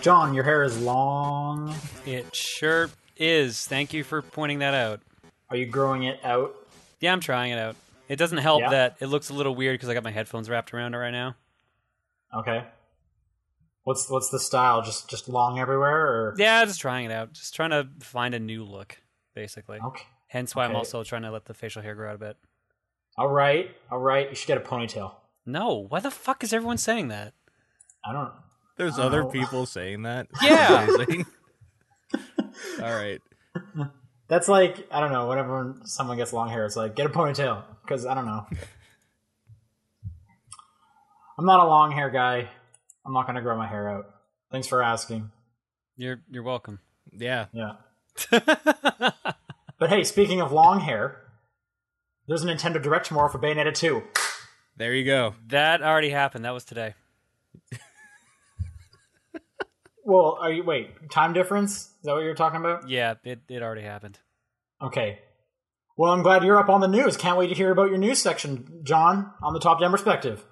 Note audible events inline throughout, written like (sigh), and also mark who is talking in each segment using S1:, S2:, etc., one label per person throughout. S1: John, your hair is long.
S2: It sure is. Thank you for pointing that out.
S1: Are you growing it out?
S2: Yeah, I'm trying it out. It doesn't help
S1: Yeah.
S2: that it looks a little weird because I got my headphones wrapped around it right now.
S1: Okay. What's what's the style? Just just long everywhere, or
S2: Yeah, just trying it out. Just trying to find a new look, basically.
S1: okay.
S2: Hence why I'm
S1: Oh, Okay.
S2: also trying to let the facial hair grow out a bit.
S1: All right, all right. You should get a ponytail.
S2: No, why the fuck is everyone saying that?
S1: I don't.
S3: There's
S1: Oh.
S3: other people saying
S1: (laughs)
S3: that. It's
S2: Yeah.
S3: amazing. All right.
S1: That's like I don't know. Whenever someone gets long hair, it's like get a ponytail because I don't know. (laughs) I'm not a long hair guy. I'm not gonna grow my hair out. Thanks for asking.
S2: You're you're welcome. (laughs)
S3: Yeah.
S1: Yeah.
S2: That's
S1: But hey, speaking of long hair, there's a Nintendo Direct tomorrow for Bayonetta 2.
S3: There you go.
S2: That already happened. That was today.
S1: Well, are you wait time difference? Is that what you're talking about?
S2: Yeah, it, it already happened.
S1: Okay. Well, I'm glad you're up on the news. Can't wait to hear about your news section, John, on the Top Down Perspective.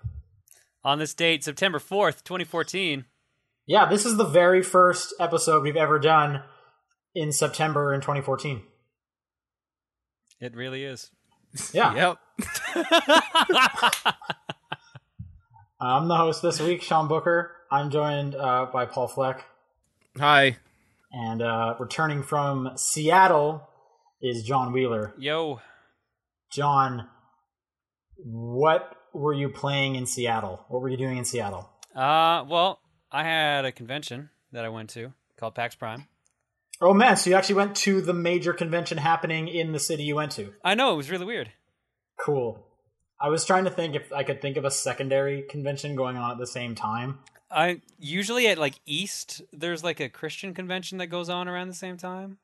S2: On this date, September 4th, 2014.
S1: Yeah, this is the very first episode we've ever done in September in 2014.
S2: It really is.
S1: Yeah.
S3: Yep.
S1: I'm the host this week, Sean Booker. I'm joined uh, by Paul Fleck.
S3: Hi.
S1: And uh, returning from Seattle is John Wheeler.
S2: Yo,
S1: John, what were you playing in Seattle? What were you doing in Seattle?
S2: Uh, well, I had a convention that I went to called PAX Prime.
S1: Oh man, so you actually went to the major convention happening in the city you went to.
S2: I know it was really weird.
S1: Cool. I was trying to think if I could think of a secondary convention going on at the same time.
S2: I usually at like East, there's like a Christian convention that goes on around the same time.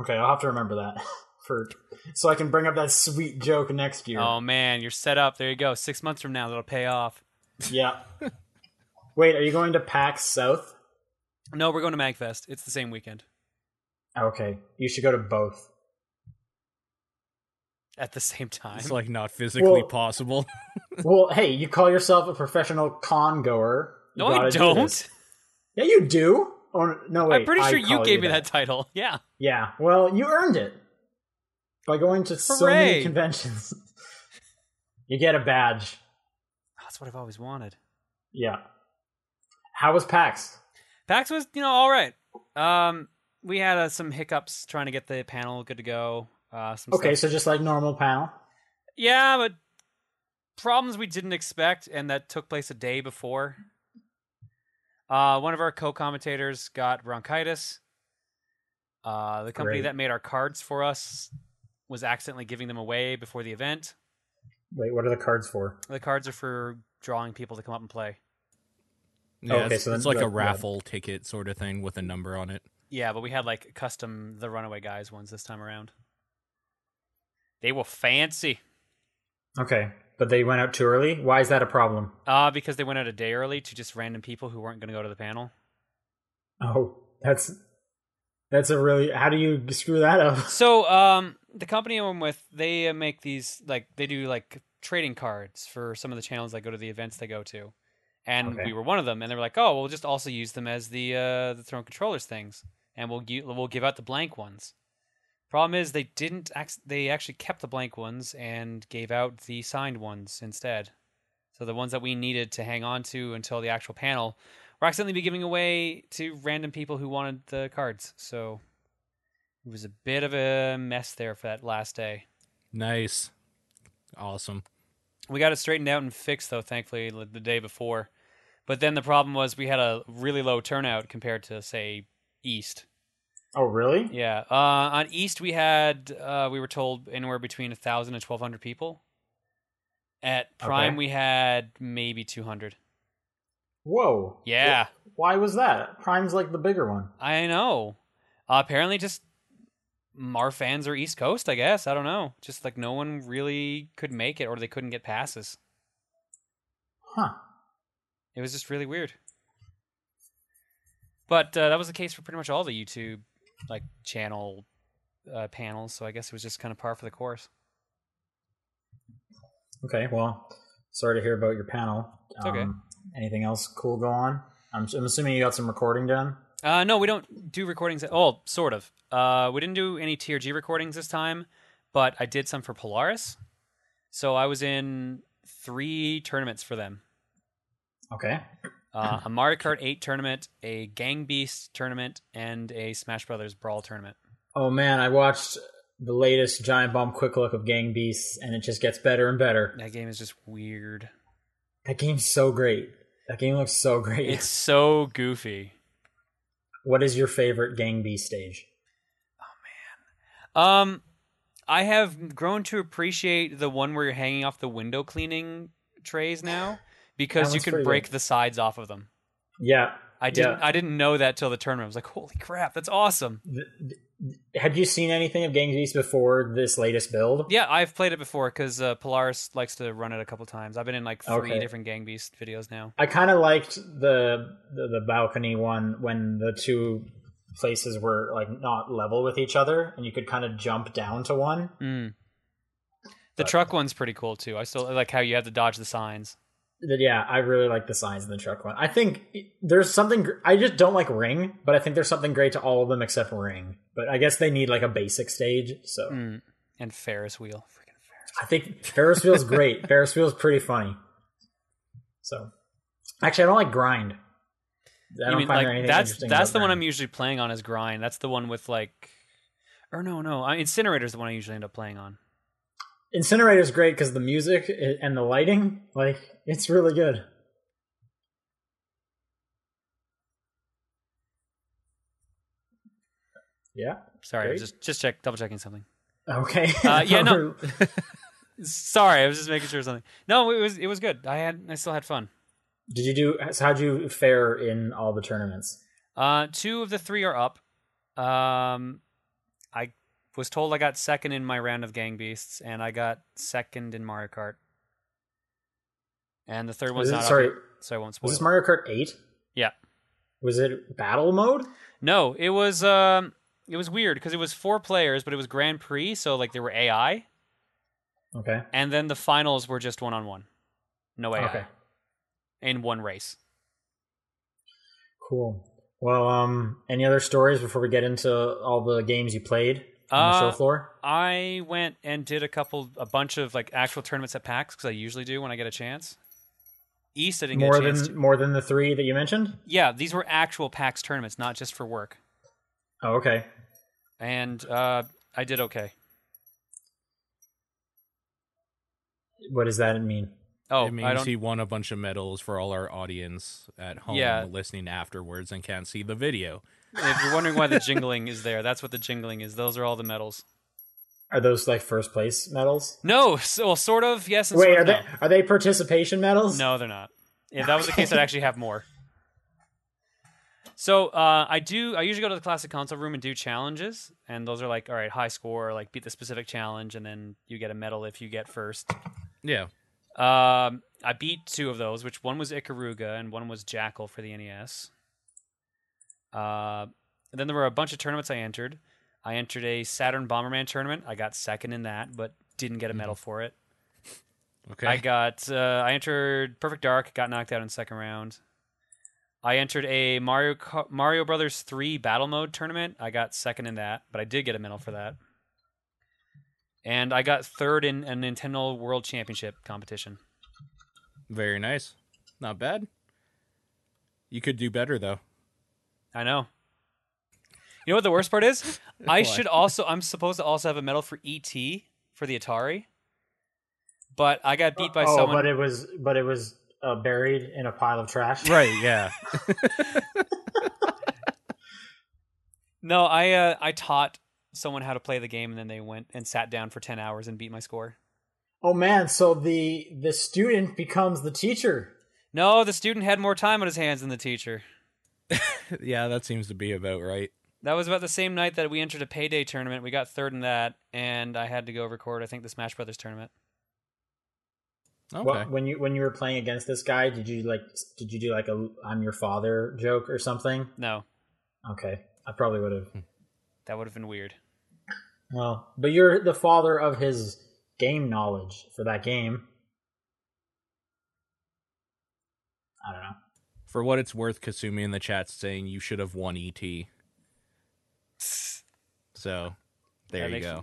S1: Okay, I'll have to remember that (laughs) for so I can bring up that sweet joke next year.
S2: Oh man, you're set up. There you go. Six months from now, that'll pay off.
S1: (laughs) Yeah. Wait, are you going to PAX South?
S2: No, we're going to Magfest. It's the same weekend
S1: Okay, you should go to both.
S2: at the same time.
S3: It's like not physically
S1: Well-
S3: possible. (laughs)
S1: well, hey, you call yourself a professional con goer. You
S2: no, I
S1: gotta do this.
S2: don't.
S1: yeah, you do. Oh no, wait.
S2: I'm pretty
S1: I
S2: sure you
S1: call
S2: gave me that title. (laughs) Yeah.
S1: Yeah. Well, you earned it by going to so
S2: Hooray.
S1: many conventions. (laughs) you get a badge.
S2: That's what I've always wanted.
S1: Yeah. How was PAX?
S2: PAX was, you know, all right. Um, we had uh, some hiccups trying to get the panel good to go. Uh, some
S1: Okay,
S2: stuff
S1: so just like normal panel.
S2: Yeah, but problems we didn't expect, and that took place a day before. Uh, one of our co-commentators got bronchitis. Uh, the company
S1: Great.
S2: that made our cards for us was accidentally giving them away before the event.
S1: Wait, what are the cards for?
S2: The cards are for drawing people to come up and play.
S3: Yeah,
S1: Okay,
S3: it's,
S1: so then
S3: it's like
S1: the-
S3: a
S1: the-
S3: raffle ticket sort of thing with a number on it.
S2: Yeah, but we had like custom the Runaway Guys ones this time around. They were fancy
S1: Okay, but they went out too early. Why is that a problem?
S2: uh, because they went out a day early to just random people who weren't going to go to the panel.
S1: Oh, that's that's a really. How do you screw that up? (laughs)
S2: (laughs) So, um, the company I'm with, they uh, make these like they do like trading cards for some of the channels that go to the events they go to, and
S1: Okay.
S2: we were one of them. And they were like, "Oh, we'll just also use them as the uh, the throne controllers things, and we'll gi- we'll give out the blank ones." Problem is, they didn't. Ac- they actually kept the blank ones and gave out the signed ones instead. So the ones that we needed to hang on to until the actual panel were accidentally be giving away to random people who wanted the cards. So it was a bit of a mess there for that last day.
S3: Nice. Awesome.
S2: We got it straightened out and fixed though, thankfully, l- the day before. But then the problem was we had a really low turnout compared to say East.
S1: Oh, really?
S2: Yeah, uh, on East we had uh, we were told anywhere between a thousand and twelve hundred people. At Prime
S1: Okay.
S2: we had maybe two hundred.
S1: Whoa.
S2: Yeah.
S1: Why was that? Prime's like the bigger one.
S2: I know. Uh, apparently, just our fans are East Coast. I guess I don't know. Just like no one really could make it, or they couldn't get passes.
S1: Huh.
S2: It was just really weird. But uh, that was the case for pretty much all the YouTube like channel uh, panels. So I guess it was just kind of par for the course.
S1: Okay. Well, sorry to hear about your panel.
S2: It's okay.
S1: Anything else cool go on? I'm, I'm assuming you got some recording done.
S2: Uh, no, we don't do recordings. At, oh, sort of. Uh, we didn't do any TRG recordings this time, but I did some for Polaris. So I was in three tournaments for them:
S1: Okay.
S2: uh, a Mario Kart 8 tournament, a Gang Beast tournament, and a Smash Brothers Brawl tournament.
S1: Oh man, I watched the latest Giant Bomb quick look of Gang Beasts, and it just gets better and better.
S2: That game is just weird.
S1: That game's so great. That game looks so great.
S2: It's so goofy.
S1: (laughs) what is your favorite Gang Beast stage?
S2: Um, I have grown to appreciate the one where you're hanging off the window cleaning trays now because
S1: That
S2: you
S1: one's pretty
S2: can
S1: good.
S2: break the sides off of them.
S1: Yeah.
S2: I didn't.
S1: Yeah.
S2: I didn't know that till the tournament. I was like, "Holy crap, that's awesome!"
S1: Th- th- Had you seen anything of Gang Beast before this latest build?
S2: Yeah, I've played it before because uh, Polaris likes to run it a couple times. I've been in like three
S1: Okay.
S2: different Gang Beast videos now.
S1: I kind of liked the, the the balcony one when the two places were like not level with each other, and you could kind of jump down to one.
S2: Mm. The
S1: But-
S2: truck one's pretty cool too. I still like how you had to dodge the signs.
S1: But yeah, I really like the signs in the truck one. I think there's something. gr- I just don't like Ring, but I think there's something great to all of them except Ring. But I guess they need like a basic stage. So
S2: Mm. And Ferris wheel, freaking Ferris.
S1: I think Ferris wheel's
S2: (laughs)
S1: great. Ferris wheel's pretty funny. So actually, I don't like grind. I
S2: you
S1: don't
S2: mean
S1: find there
S2: like
S1: anything
S2: that's
S1: interesting
S2: that's
S1: about
S2: the one
S1: grind.
S2: I'm usually playing on is grind. That's the one with like, or no, no, I, incinerator's the one I usually end up playing on.
S1: Incinerator is great because the music i- and the lighting, like, it's really good. Yeah.
S2: Sorry, I was
S1: Great.
S2: just just check double checking something.
S1: Okay.
S2: Uh,
S1: (laughs)
S2: yeah, no. Sorry, I was just making sure of something. No, it was it was good. I had I still had fun.
S1: Did you do? So how'd you fare in all the tournaments?
S2: Uh, two of the three are up. Um, I was told I got second in my round of Gang Beasts, and I got second in Mario Kart. And the third one's
S1: Was it,
S2: not
S1: sorry,
S2: up yet, so I won't spoil.
S1: was this
S2: it.
S1: Mario Kart Eight?
S2: Yeah.
S1: Was it battle mode?
S2: No, it was um, it was weird because it was four players, but it was Grand Prix, so like there were AI,
S1: Okay.
S2: and then the finals were just one on one, no AI
S1: Okay.
S2: in one race.
S1: Cool. Well, um, any other stories before we get into all the games you played on the
S2: Uh,
S1: show floor?
S2: I went and did a couple, a bunch of like actual tournaments at PAX because I usually do when I get a chance. East, I didn't
S1: More
S2: get a chance.
S1: than
S2: to.
S1: more than the three that you mentioned.
S2: Yeah, these were actual PAX tournaments, not just for work.
S1: Oh, okay.
S2: And uh, I did okay.
S1: What does that mean?
S2: Oh,
S3: it
S2: I
S3: means
S2: don't.
S3: he won a bunch of medals for all our audience at home
S2: Yeah.
S3: listening afterwards and can't see the video.
S2: if you're wondering why the jingling is there, that's what the jingling is. Those are all the medals.
S1: Are those like first place medals?
S2: No, so, well, sort of. Yes, and
S1: Wait,
S2: sort
S1: are
S2: of
S1: they are they participation medals?
S2: No, they're not. If that was the case, I'd actually have more. So uh, I do. I usually go to the classic console room and do challenges, and those are like, all right, high score, like beat the specific challenge, and then you get a medal if you get first.
S3: Yeah.
S2: Um, I beat two of those, which one was Ikaruga and one was Jackal for the NES. Uh, and then there were a bunch of tournaments I entered. I entered a Saturn Bomberman tournament. I got second in that, but didn't get a medal for it.
S3: Okay.
S2: I got. Uh, I entered Perfect Dark, got knocked out in second round. I entered a Mario Ka- Mario Brothers three battle mode tournament. I got second in that, but I did get a medal for that. And I got third in a Nintendo World Championship competition.
S3: Very nice. Not bad. You could do better though.
S2: I know. You know what the worst part
S3: (laughs)
S2: is? I
S3: What?
S2: should also. I'm supposed to also have a medal for ET for the Atari, but I got beat by
S1: oh,
S2: someone.
S1: but it was but it was uh, buried in a pile of trash.
S3: Right, yeah.
S2: No, I uh, I taught someone how to play the game, and then they went and sat down for ten hours and beat my score.
S1: Oh man, so the the student becomes the teacher.
S2: No, the student had more time on his hands than the teacher.
S3: (laughs) yeah, that seems to be about right.
S2: That was about the same night that we entered a payday tournament. We got third in that, and I had to go record. I think the Smash Brothers tournament.
S3: Okay.
S1: Wha- when you when you were playing against this guy, did you like s- did you do like a I'm your father joke or something?
S2: No,
S1: Okay, I probably would
S2: Hmm.
S1: have.
S2: that would have been weird.
S1: Well, but you're the father of his game knowledge for that game. I don't know.
S3: For what it's worth, Kasumi in the chat's saying you should have won E ET. So there
S2: That
S3: you
S2: makes
S3: go.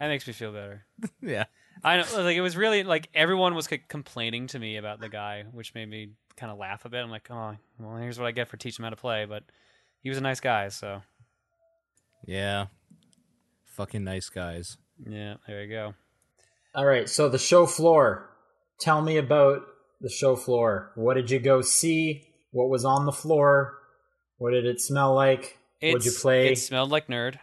S2: That makes me feel better.
S3: (laughs) yeah.
S2: I know, like it was really like everyone was c- complaining to me about the guy, which made me kind of laugh a bit. I'm like, oh, well, here's what I get for teaching him how to play. But he was a nice guy, so
S3: Yeah. Fucking nice guys.
S2: yeah, there you go.
S1: All right, so the show floor. Tell me about the show floor. What did you go see? What was on the floor? What did it smell like? What'd you
S2: It's-
S1: play?
S2: It smelled like nerd.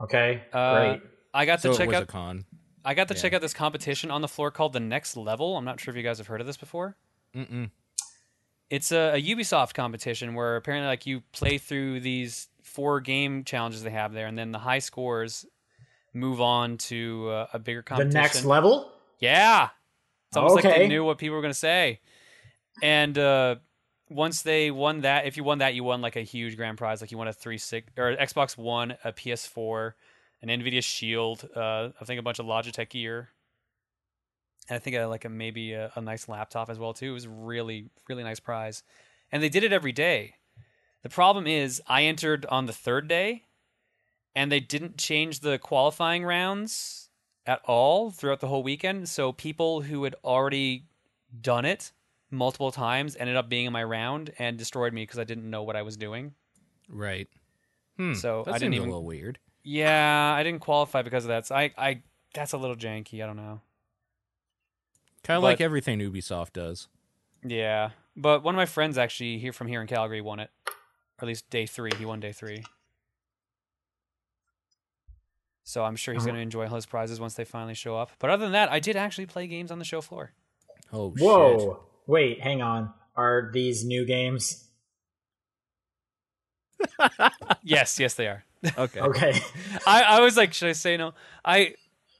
S1: Okay,
S2: Uh,
S1: great.
S2: I got to
S3: So it
S2: check
S3: was
S2: out.
S3: a con.
S2: I got to
S3: yeah.
S2: check out this competition on the floor called the Next Level. I'm not sure if you guys have heard of this before.
S3: Mm-mm.
S2: It's a, a Ubisoft competition where apparently like you play through these four game challenges they have there, and then the high scores move on to uh, a bigger
S1: The
S2: competition.
S1: next level?
S2: Yeah. It's almost like
S1: Okay.
S2: they knew what people were going to say. And uh, once they won that, if you won that, you won like a huge grand prize. Like you won a three six or Xbox One, a PS4, an Nvidia Shield. Uh, I think a bunch of Logitech gear, and I think uh like a maybe a, a nice laptop as well too. It was really really nice prize, and they did it every day. The problem is, I entered on the third day, and they didn't change the qualifying rounds at all throughout the whole weekend. So people who had already done it multiple times ended up being in my round and destroyed me because I didn't know what I was doing.
S3: Right. Hmm.
S2: So
S3: that
S2: I didn't
S3: seems
S2: even-
S3: a little weird.
S2: Yeah, I didn't qualify because of that. So I, I that's a little janky. I don't know.
S3: Kind of
S2: But-
S3: like everything Ubisoft does.
S2: Yeah, but one of my friends actually here from here in Calgary won it, or at least day three. He won day three. So I'm sure he's
S3: Uh-huh.
S2: going to enjoy all his prizes once they finally show up. But other than that, I did actually play games on the show floor.
S3: (laughs) Oh
S1: Whoa.
S3: shit.
S1: Wait, hang on. Are these new games?
S2: yes, yes, they are.
S3: Okay.
S1: Okay. (laughs)
S2: I, I was like, should I say no? I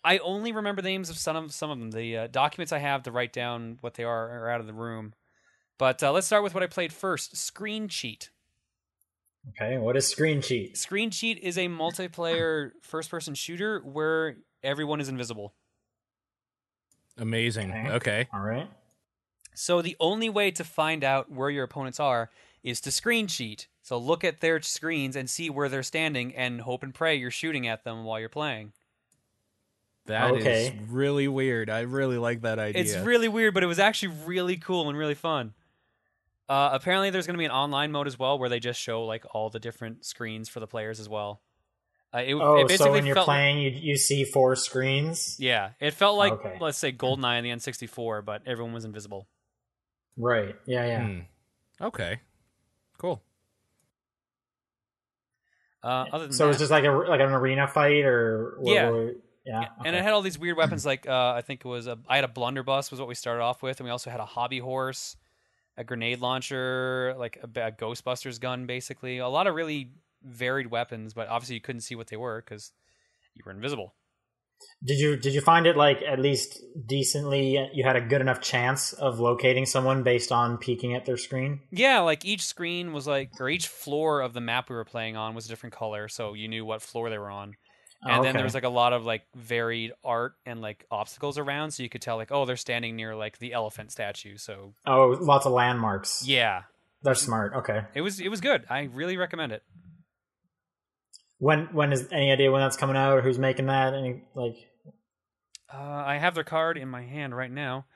S2: I only remember the names of some of some of them. The uh, documents I have to write down what they are are out of the room. But uh, let's start with what I played first. Screen Cheat.
S1: okay, what is screen cheat?
S2: Screen Cheat is a multiplayer first-person shooter where everyone is invisible.
S3: Amazing.
S1: Okay.
S3: Okay.
S1: All right.
S2: So the only way to find out where your opponents are is to screen cheat. So look at their screens and see where they're standing, and hope and pray you're shooting at them while you're playing.
S3: That is
S1: Okay.
S3: really weird. I really like that idea.
S2: It's really weird, but it was actually really cool and really fun. Uh, apparently, there's going to be an online mode as well where they just show like all the different screens for the players as well. Uh, it,
S1: Oh,
S2: it basically
S1: so when you're
S2: felt
S1: playing, you, you see four screens?
S2: yeah, it felt like
S1: Okay.
S2: let's say Goldeneye in the N64, but everyone was invisible.
S1: Right. Yeah, yeah.
S3: Hmm. Okay. Cool.
S2: Uh, other than
S1: So
S2: that,
S1: it's just like a like an arena fight or what-
S2: Yeah.
S1: what- yeah.
S2: and
S1: okay.
S2: it had all these weird weapons. Like uh, I think it was a, I had a blunderbuss was what we started off with, and we also had a hobby horse, a grenade launcher, like a, ba- a Ghostbusters gun, basically. A lot of really varied weapons, but obviously you couldn't see what they were because you were invisible.
S1: Did you did you find it like at least decently? uh, You had a good enough chance of locating someone based on peeking at their screen.
S2: Yeah, like each screen was like, or each floor of the map we were playing on was a different color, so you knew what floor they were on.
S1: Oh,
S2: And then there was like a lot of like varied art and like obstacles around, so you could tell like, oh, they're standing near like the elephant statue. So
S1: oh, lots of landmarks.
S2: yeah,
S1: they're smart. Okay,
S2: it was it was good. I really recommend it.
S1: when when is any idea when that's coming out? Or who's making that? Any like
S2: Uh, I have their card in my hand right now.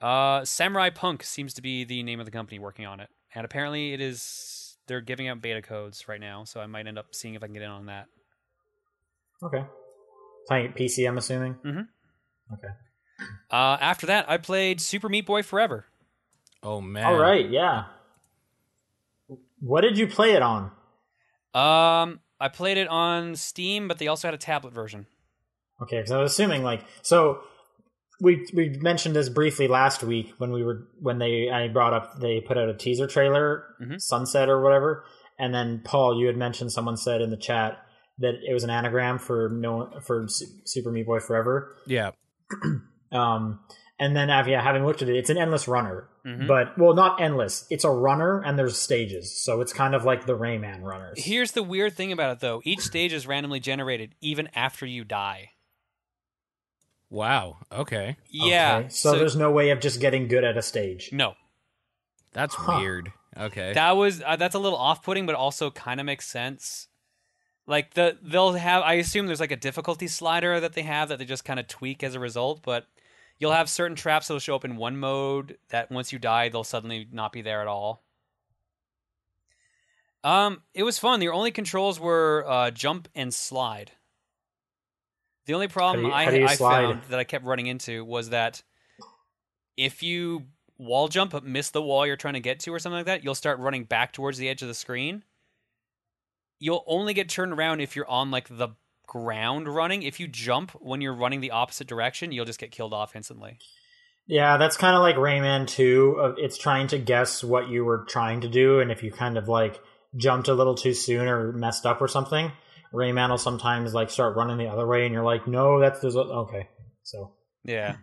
S2: Uh, Samurai Punk seems to be the name of the company working on it, and apparently it is. They're giving out beta codes right now, so I might end up seeing if I can get in on that.
S1: okay, playing at PC. I'm assuming.
S2: Uh, after that, I played Super Meat Boy Forever.
S3: Oh man.
S1: All right, yeah. What did you play it on?
S2: Um, I played it on Steam, but they also had a tablet version.
S1: Okay, because I was assuming like so. We we mentioned this briefly last week when we were when they I brought up they put out a teaser trailer
S2: Mhm.
S1: sunset or whatever, and then Paul you had mentioned someone said in the chat that it was an anagram for no for Su- Super Meat Boy Forever.
S3: Yeah.
S1: Um, and then uh, yeah, having looked at it, it's an endless runner,
S2: Mhm.
S1: but well, not endless. It's a runner and there's stages, so it's kind of like the Rayman runners.
S2: Here's the weird thing about it, though: each stage is randomly generated, even after you die.
S3: Wow. Okay.
S2: Yeah.
S1: Okay, so, there's no way of just getting good at a stage.
S2: no.
S3: That's
S1: Huh.
S3: weird. Okay.
S2: That was uh, that's a little off-putting, but also kind of makes sense. Like the they'll have, I assume there's like a difficulty slider that they have that they just kind of tweak as a result. But you'll have certain traps that'll show up in one mode that once you die they'll suddenly not be there at all. Um, it was fun. Your only controls were uh, jump and slide. The only problem
S1: How do you-
S2: I,
S1: how do you
S2: I
S1: slide?
S2: found that I kept running into was that if you wall jump but miss the wall you're trying to get to or something like that, you'll start running back towards the edge of the screen. You'll only get turned around if you're on like the ground running. If you jump when you're running the opposite direction, you'll just get killed off instantly.
S1: Yeah, that's kind of like Rayman 2. of- It's trying to guess what you were trying to do, and if you kind of like jumped a little too soon or messed up or something, Rayman will sometimes like start running the other way, and you're like, no, that's there's a- okay. So,
S2: Yeah.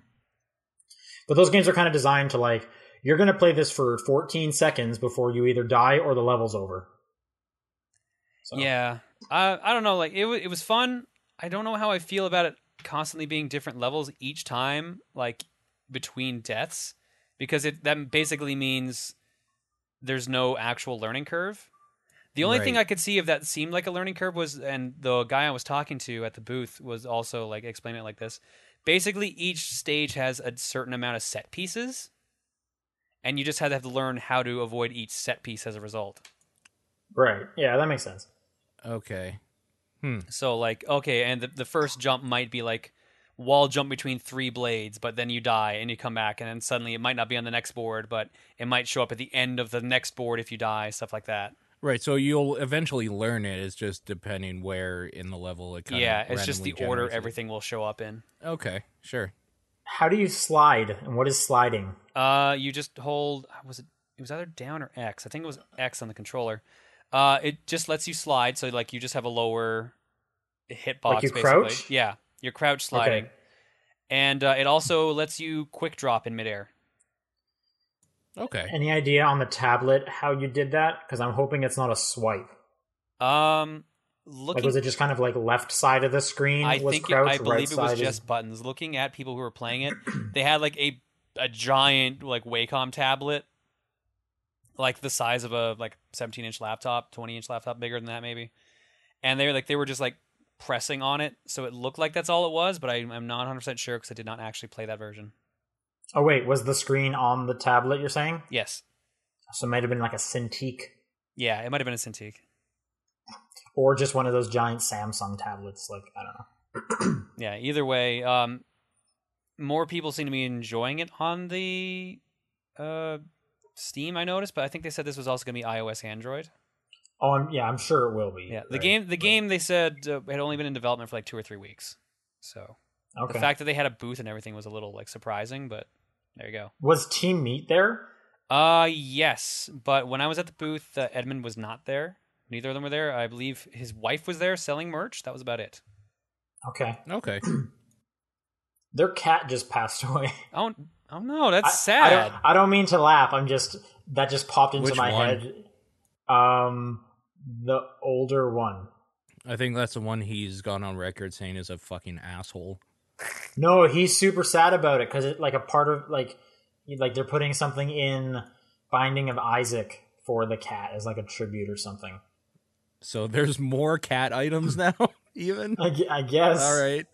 S1: but those games are kind of designed to like you're going to play this for 14 seconds before you either die or the level's over. So,
S2: Yeah. I I don't know. Like it was it was fun. I don't know how I feel about it constantly being different levels each time, like between deaths, because it that basically means there's no actual learning curve. The only thing
S3: Right.
S2: I could see if that seemed like a learning curve was, and the guy I was talking to at the booth was also like explaining it like this. Basically, each stage has a certain amount of set pieces, and you just have to have to learn how to avoid each set piece as a result.
S1: Right. Yeah, that makes sense.
S3: Okay.
S2: So like okay, and the, the first jump might be like wall jump between three blades, but then you die and you come back, and then suddenly it might not be on the next board, but it might show up at the end of the next board if you die, stuff like that.
S3: Right. So you'll eventually learn it. It's just depending where in the level it kind
S2: yeah,
S3: of
S2: it's just the order everything will show up in.
S3: Okay. Sure.
S1: How do you slide, and what is sliding?
S2: Uh, you just hold was it it was either down or X. I think it was X on the controller. Uh, it just lets you slide, so like you just have a lower hitbox.
S1: you
S2: basically.
S1: crouch?
S2: Yeah, you're crouch sliding,
S1: Okay.
S2: and uh, it also lets you quick drop in midair.
S3: Okay.
S1: Any idea on the tablet how you did that? Because I'm hoping it's not a swipe.
S2: Um,
S1: Like,
S2: looking,
S1: was it just kind of like left side of the screen
S2: I
S1: was
S2: think it,
S1: crouch,
S2: I
S1: right
S2: believe it was
S1: side
S2: just
S1: is
S2: buttons. Looking at people who were playing it, they had like a a giant like Wacom tablet, like the size of a like 17 inch laptop, 20 inch laptop, bigger than that maybe. And they were like they were just like pressing on it, so it looked like that's all it was. But I, I'm not 100 percent sure because I did not actually play that version.
S1: Oh wait, was the screen on the tablet you're saying?
S2: Yes,
S1: So it might have been like a Cintiq
S2: yeah, it might have been a Cintiq.
S1: or just one of those giant Samsung tablets like I don't know.
S2: Yeah, either way, um, more people seem to be enjoying it on the uh, Steam. I noticed, but I think they said this was also going to be iOS, Android.
S1: Oh, I'm, yeah, I'm sure it will be.
S2: Yeah, the
S1: right?
S2: game, the game they said uh, had only been in development for like two or three weeks. So
S1: Okay.
S2: the fact that they had a booth and everything was a little like surprising, but there you go.
S1: was Team Meat there?
S2: Uh yes, but when I was at the booth, uh, Edmund was not there. Neither of them were there. I believe his wife was there selling merch. That was about it.
S1: Okay.
S3: Okay.
S1: Their cat just passed (laughs) away.
S2: Oh, oh no, that's
S1: I
S2: sad.
S1: don't, I don't mean to laugh. I'm just that just popped into
S3: Which
S1: my
S3: one?
S1: head. Um the older one.
S3: I think that's the one he's gone on record saying is a fucking asshole.
S1: No, he's super sad about it because it like a part of like you- like they're putting something in Binding of Isaac for the cat as like a tribute or something.
S3: So (laughs) there's more cat items now, (laughs) even.
S1: I, gu- I guess.
S3: All right.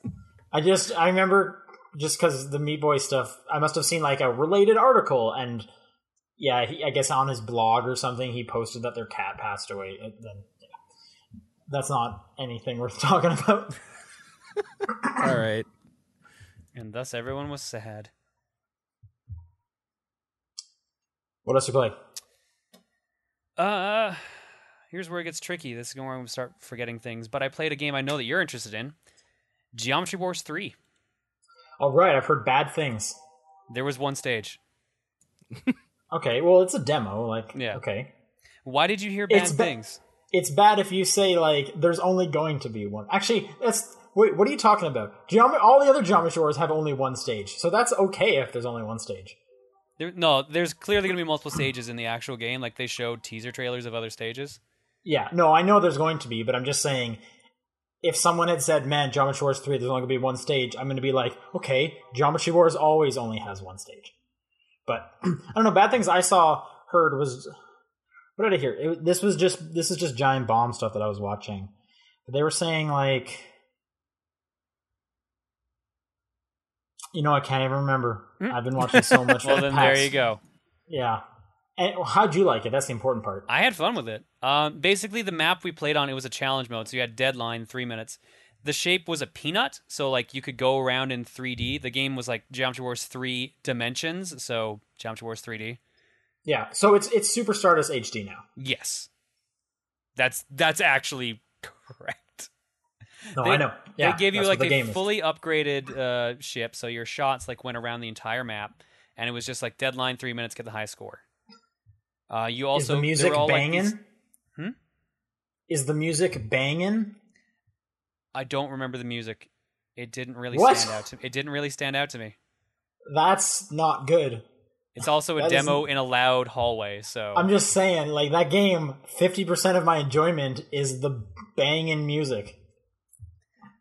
S1: I just I remember just because the Meat Boy stuff, I must have seen like a related article and yeah, he, I guess on his blog or something, he posted that their cat passed away. And then yeah. that's not anything worth (laughs) talking about.
S3: All right.
S2: and thus everyone was sad.
S1: What else you play?
S2: Uh, here's where it gets tricky. This is where I'm gonna start forgetting things. But I played a game I know that you're interested in, Geometry Wars Three.
S1: All right, I've heard bad things.
S2: There was one stage.
S1: Okay, well it's a demo. Like
S2: Yeah.
S1: okay,
S2: Why did you hear bad
S1: It's ba-
S2: things?
S1: it's bad if you say like there's only going to be one. Actually, that's wait. What are you talking about? Geome- all the other Geometry Wars have only one stage, so that's okay if there's only one stage.
S2: There, no, there's clearly going to be multiple stages in the actual game. Like they showed teaser trailers of other stages.
S1: Yeah, no, I know there's going to be, but I'm just saying. If someone had said, "Man, Geometry Wars three, there's only going to be one stage," I'm going to be like, "Okay, Geometry Wars (clears throat) always only has one stage." But I don't know. Bad things I saw heard was But out of here, it, this was just this is just giant bomb stuff that I was watching. But they were saying like, you know, I can't even remember.
S2: Hmm.
S1: I've been watching so much.
S2: (laughs) Well,
S1: for the
S2: then there
S1: past-
S2: you go.
S1: Yeah. And how'd you like it? That's the important part.
S2: I had fun with it. Um, basically, the map we played on it was a challenge mode, so you had deadline three minutes. The shape was a peanut, so like you could go around in 3D. The game was like Geometry Wars three dimensions, so Geometry Wars 3D.
S1: Yeah. So it's it's Super Stardust HD now.
S2: Yes, that's that's actually correct.
S1: No,
S2: They-
S1: I know. Yeah,
S2: they gave you
S1: that's
S2: like
S1: what the
S2: a
S1: game is.
S2: fully upgraded uh, ship, so your shots like went around the entire map, and it was just like deadline three minutes, get the high score. Uh, you also
S1: is the
S2: there
S1: music
S2: were all, like,
S1: banging?
S2: these- Hmm?
S1: Is the music banging?
S2: I don't remember the music. It didn't really
S1: What?
S2: stand out. To, it didn't really stand out to me.
S1: That's not good. (laughs)
S2: It's also a
S1: That
S2: demo in a loud hallway, so
S1: I'm just saying, like that game, fifty percent of my enjoyment is the banging music.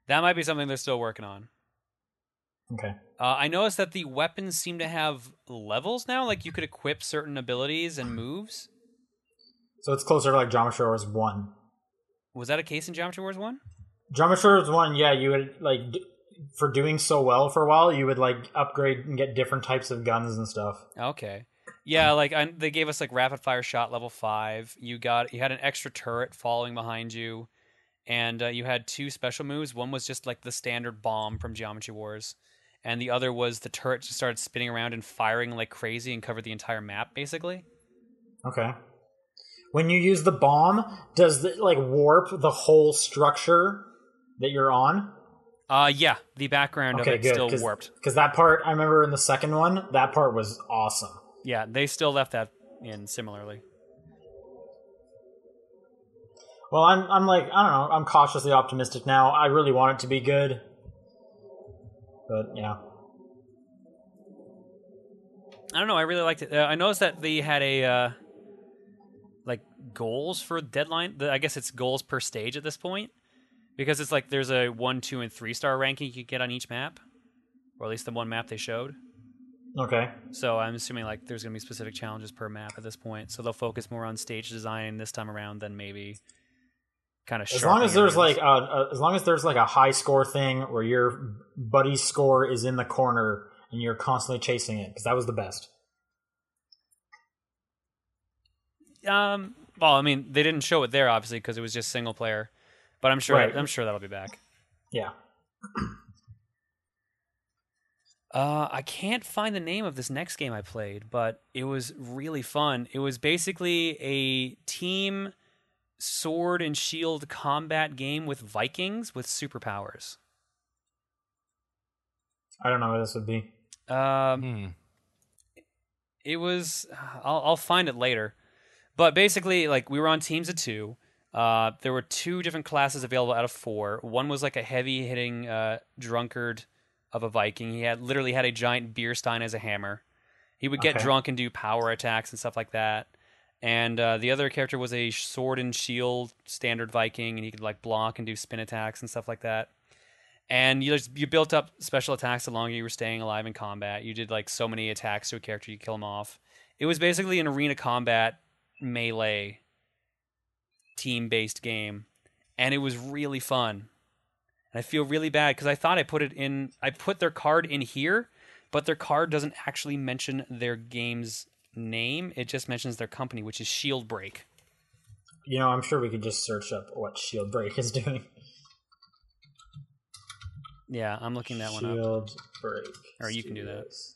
S2: that might be something they're still working on.
S1: Okay.
S2: Uh, I noticed that the weapons seem to have levels now. Like you could equip certain abilities and moves.
S1: So it's closer to like Geometry Wars one.
S2: Was that a case in Geometry Wars One?
S1: Geometry Wars one, yeah, you would like d- for doing so well for a while, you would like upgrade and get different types of guns and stuff.
S2: Okay. Yeah, like I, they gave us like rapid fire shot level five. You got you had an extra turret following behind you, and uh, you had two special moves. One was just like the standard bomb from Geometry Wars, and the other was the turret just started spinning around and firing like crazy and covered the entire map basically.
S1: Okay. When you use the bomb, does it like warp the whole structure that you're on?
S2: Uh yeah, the background of
S1: Okay,
S2: it
S1: good.
S2: still warped.
S1: Because that part, I remember in the second one, that part was awesome.
S2: Yeah, they still left that in similarly.
S1: Well, I'm, I'm like, I don't know, I'm cautiously optimistic now. I really want it to be good. But yeah.
S2: I don't know. I really liked it. Uh, I noticed that they had a uh, like goals for deadline. The- I guess it's goals per stage at this point because it's like there's a one, two, and three star ranking you could get on each map, or at least the one map they showed.
S1: Okay.
S2: So I'm assuming like there's going to be specific challenges per map at this point. So they'll focus more on stage design this time around than maybe kind of
S1: As long as there's like a, a, as long as there's like a high score thing where your buddy's score is in the corner and you're constantly chasing it because that was the best.
S2: um. Well, I mean, they didn't show it there obviously because it was just single player, but I'm sure
S1: Right.
S2: I'm sure that'll be back.
S1: Yeah.
S2: (clears throat) Uh, I can't find the name of this next game I played, but it was really fun. It was basically a team sword and shield combat game with Vikings with superpowers.
S1: I don't know what this would be.
S2: Um,
S3: Hmm.
S2: it was I'll, I'll find it later but basically like we were on teams of two uh, there were two different classes available out of four one was like a heavy hitting uh, drunkard of a viking he had literally had a giant beer stein as a hammer he would get
S1: Okay.
S2: drunk and do power attacks and stuff like that and uh, the other character was a sword and shield standard viking and he could like block and do spin attacks and stuff like that and you just, you built up special attacks the longer you were staying alive in combat. You did like so many attacks to a character you kill him off. It was basically an arena combat melee team based game, and it was really fun. And I feel really bad because I thought I put it in. I put their card in here, but their card doesn't actually mention their game's name. It just mentions their company, which is Shield Break.
S1: You know, I'm sure we could just search up what Shield Break is (laughs) doing.
S2: Yeah, I'm looking that one up.
S1: Shield break.
S2: Or you can do that.
S1: Studios.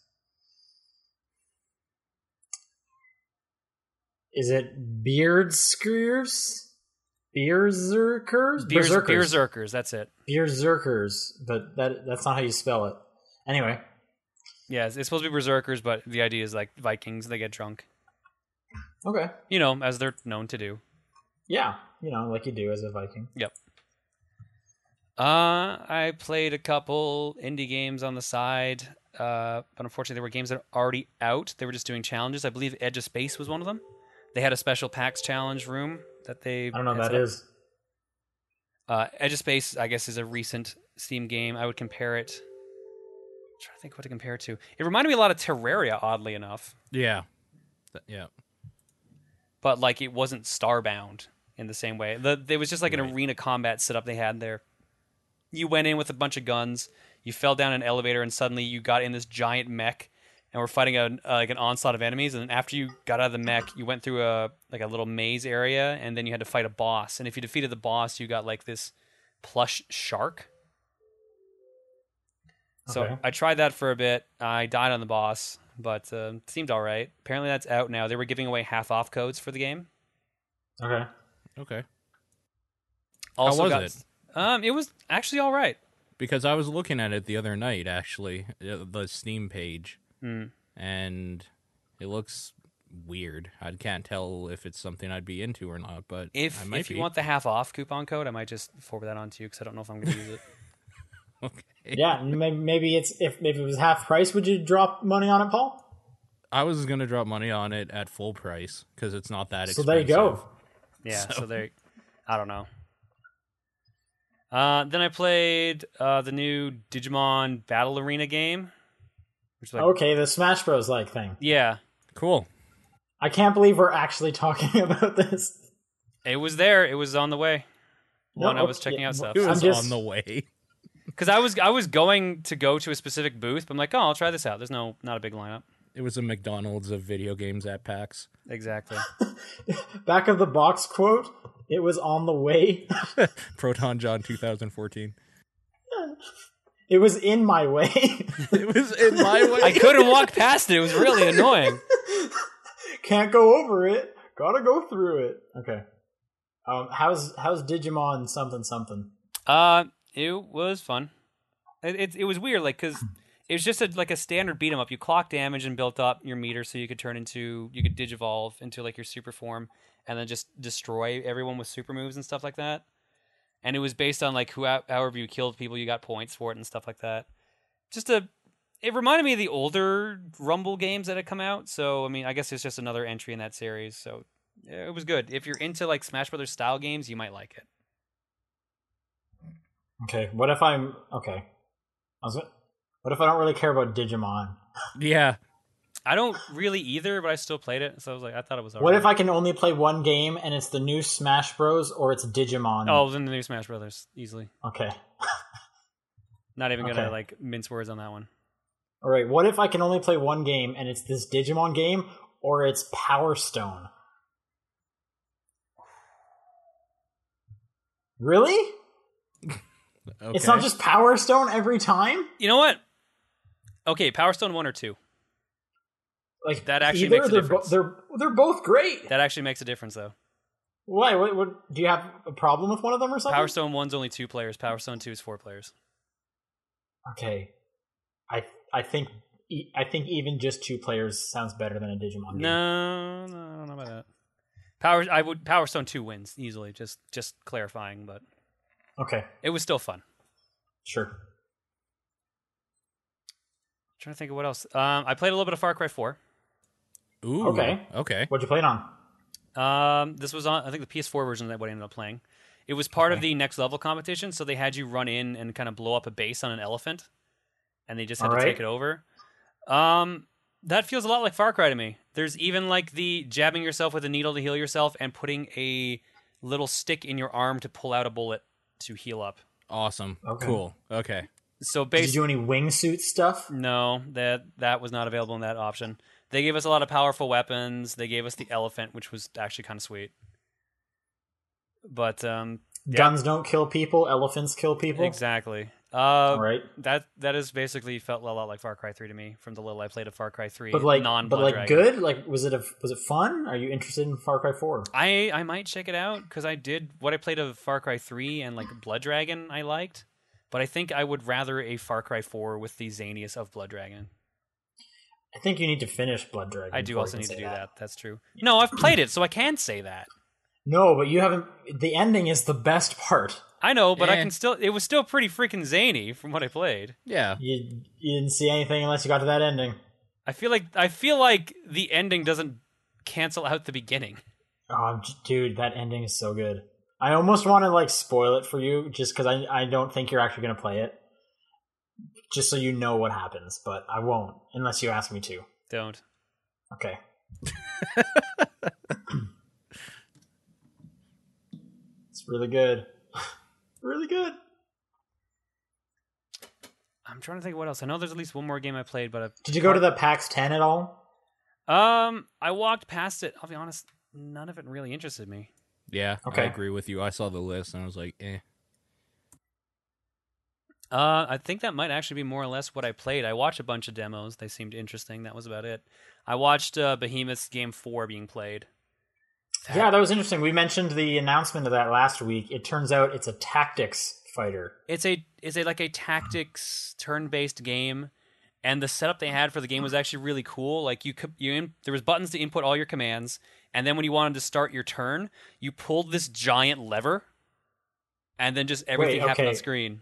S1: Is it beard skewers? Berserkers?
S2: Beers,
S1: Berserkers.
S2: Berserkers, that's it.
S1: Berserkers. But that that's not how you spell it. Anyway.
S2: Yeah, it's it's supposed to be berserkers, but the idea is like Vikings, they get drunk.
S1: Okay.
S2: You know, as they're known to do.
S1: Yeah. You know, like you do as a Viking.
S2: Uh, I played a couple indie games on the side, uh, but unfortunately, there were games that are already out. They were just doing challenges. I believe Edge of Space was one of them. They had a special PAX challenge room that they.
S1: I don't know what that
S2: had set up.
S1: is.
S2: Uh, Edge of Space, I guess, is a recent Steam game. I would compare it. I'm trying to think what to compare it to. It reminded me a lot of Terraria, oddly enough.
S3: Yeah. Th- Yeah.
S2: but like it wasn't starbound in the same way. The, it was just like an arena combat setup they had there. You went in with a bunch of guns, you fell down an elevator, and suddenly you got in this giant mech, and were fighting a, uh, like an onslaught of enemies. And after you got out of the mech, you went through a like a little maze area, and then you had to fight a boss. And if you defeated the boss, you got like this plush shark. So
S1: Okay.
S2: I tried that for a bit. I died on the boss, but uh, seemed all right. Apparently that's out now. They were giving away half off codes for the game.
S1: Okay.
S3: Okay.
S2: Also
S3: was
S2: got,
S3: it?
S2: Um, it was actually all right.
S3: Because I was looking at it the other night, actually, uh, the Steam page,
S2: Hmm.
S3: and it looks weird. I can't tell if it's something I'd be into or not, but I
S2: If
S3: might
S2: if you
S3: be.
S2: want the half off coupon code, I might just forward that on to you because I don't know if I'm going to use
S3: (laughs)
S2: it.
S3: (laughs) Okay.
S1: Yeah, and may- maybe it's if maybe it was half price, would you drop money on it, Paul?
S3: I was gonna drop money on it at full price because it's not that
S1: So
S3: expensive.
S1: there you go.
S2: Yeah, so,
S3: So-
S2: they I don't know. Uh, then I played uh, the new Digimon Battle Arena game, which is like
S1: Okay, the Smash Bros. like thing.
S2: yeah,
S3: Cool.
S1: I can't believe we're actually (laughs) talking about this.
S2: it was there, it was on the way when
S1: No,
S2: I was
S1: okay,
S2: checking
S1: yeah,
S2: out stuff.
S3: It
S1: I'm
S3: was
S1: just-
S3: on the way. (laughs)
S2: Because I was I was going to go to a specific booth, but I'm like, oh, I'll try this out. There's no not a big lineup
S3: It was a McDonald's of video games at PAX. (laughs)
S2: exactly.
S1: Back of the box quote. It was on the way. (laughs)
S3: Proton John 2014.
S1: It was in my way. (laughs)
S3: It was in my way.
S2: (laughs) I couldn't walk past it. It was really annoying.
S1: Can't go over it. Gotta go through it. Okay. Um, how's how's Digimon something something?
S2: Uh, it was fun. It it, it was weird, like because it was just a, like a standard beat 'em up. You clock damage and built up your meter, so you could turn into you could digivolve into like your super form, and then just destroy everyone with super moves and stuff like that. And it was based on like who however you killed people, you got points for it and stuff like that. Just a it reminded me of the older Rumble games that had come out. So I mean, I guess it's just another entry in that series. So yeah, it was good. If you're into like Smash Brothers style games, you might like it.
S1: Okay. What if I'm okay? I was, what if I don't really care about Digimon?
S3: yeah.
S2: I don't really either, but I still played it, so I was like, I thought it was. Alright.
S1: What if I can only play one game and it's the new Smash Bros. or it's Digimon?
S2: Oh, it was in the new Smash Brothers easily.
S1: Okay.
S2: Not even gonna
S1: Okay.
S2: like mince words on that one.
S1: All right. What if I can only play one game and it's this Digimon game or it's Power Stone? Really?
S3: Okay.
S1: It's not just Power Stone every time.
S2: You know what? Okay, Power Stone one or two.
S1: Like
S2: That actually
S1: either
S2: makes a
S1: they're
S2: difference.
S1: they're they're both great.
S2: That actually makes a difference, though.
S1: Why? What, what? Do you have a problem with one of them or something?
S2: Power Stone one's only two players. Power Stone two is four players.
S1: Okay. I I think e- I think even just two players sounds better than a Digimon. game.
S2: No, no, I don't know about that. Power, I would Power Stone two wins easily. Just, just clarifying, but
S1: Okay.
S2: it was still fun.
S1: Sure.
S2: trying to think of what else. Um, I played a little bit of Far Cry four.
S3: Ooh,
S1: Okay.
S3: Okay.
S1: What'd you play it on?
S2: Um, this was on I think the PS4 version that what I ended up playing. It was part of the next level competition, so they had you run in and kind of blow up a base on an elephant, and they just had
S1: All right.
S2: to take it over. Um, that feels a lot like Far Cry to me. There's even like the jabbing yourself with a needle to heal yourself and putting a little stick in your arm to pull out a bullet to heal up.
S3: Awesome.
S1: Okay.
S3: Cool. Okay.
S2: So
S1: Did
S2: basically,
S1: you do any wingsuit stuff?
S2: no, that that was not available in that option. They gave us a lot of powerful weapons. They gave us the elephant, which was actually kind of sweet. But um, yeah,
S1: Guns don't kill people. Elephants kill people.
S2: exactly. Uh,
S1: All right.
S2: That that is basically felt a lot like Far Cry Three to me. From the little I played of Far Cry Three,
S1: But like,
S2: non
S1: but like, good. Like, was it a was it fun? Are you interested in Far Cry Four?
S2: I I might check it out because I did what I played of Far Cry Three and like Blood Dragon I liked, but I think I would rather a Far Cry Four with the zaniest of Blood Dragon.
S1: I think you need to finish Blood Dragon.
S2: I
S1: before
S2: do
S1: you
S2: also
S1: can
S2: need
S1: say
S2: to do that. That's true. No, I've played it, so I can say that.
S1: No, but you haven't. The ending is the best part.
S2: I know, but I
S3: Eh.
S2: can still. It was still pretty freaking zany from what I played.
S3: Yeah.
S1: You you didn't see anything unless you got to that ending.
S2: I feel like I feel like the ending doesn't cancel out the beginning.
S1: Oh, j- dude, that ending is so good. I almost want to like spoil it for you, just because I I don't think you're actually gonna play it, just so you know what happens. But I won't (laughs) unless you ask me to.
S2: Don't.
S1: Okay. really good. (laughs) really good.
S2: I'm trying to think of what else. I know there's at least one more game I played, but
S1: Did you go to the PAX 10 at all?
S2: I, um, I walked past it. I'll be honest, none of it really interested me.
S3: Yeah,
S1: Okay.
S3: I agree with you. I saw the list and I was like, eh.
S2: Uh, I think that might actually be more or less what I played. I watched a bunch of demos. They seemed interesting. That was about it. I watched uh, Behemoth's Game 4 being played.
S1: Yeah, that was interesting. We mentioned the announcement of that last week. It turns out it's a tactics fighter.
S2: It's a it's a like a tactics turn-based game and the setup they had for the game was actually really cool. Like you could you in, there was buttons to input all your commands and then when you wanted to start your turn, you pulled this giant lever and then just everything happened on
S1: okay.
S2: screen.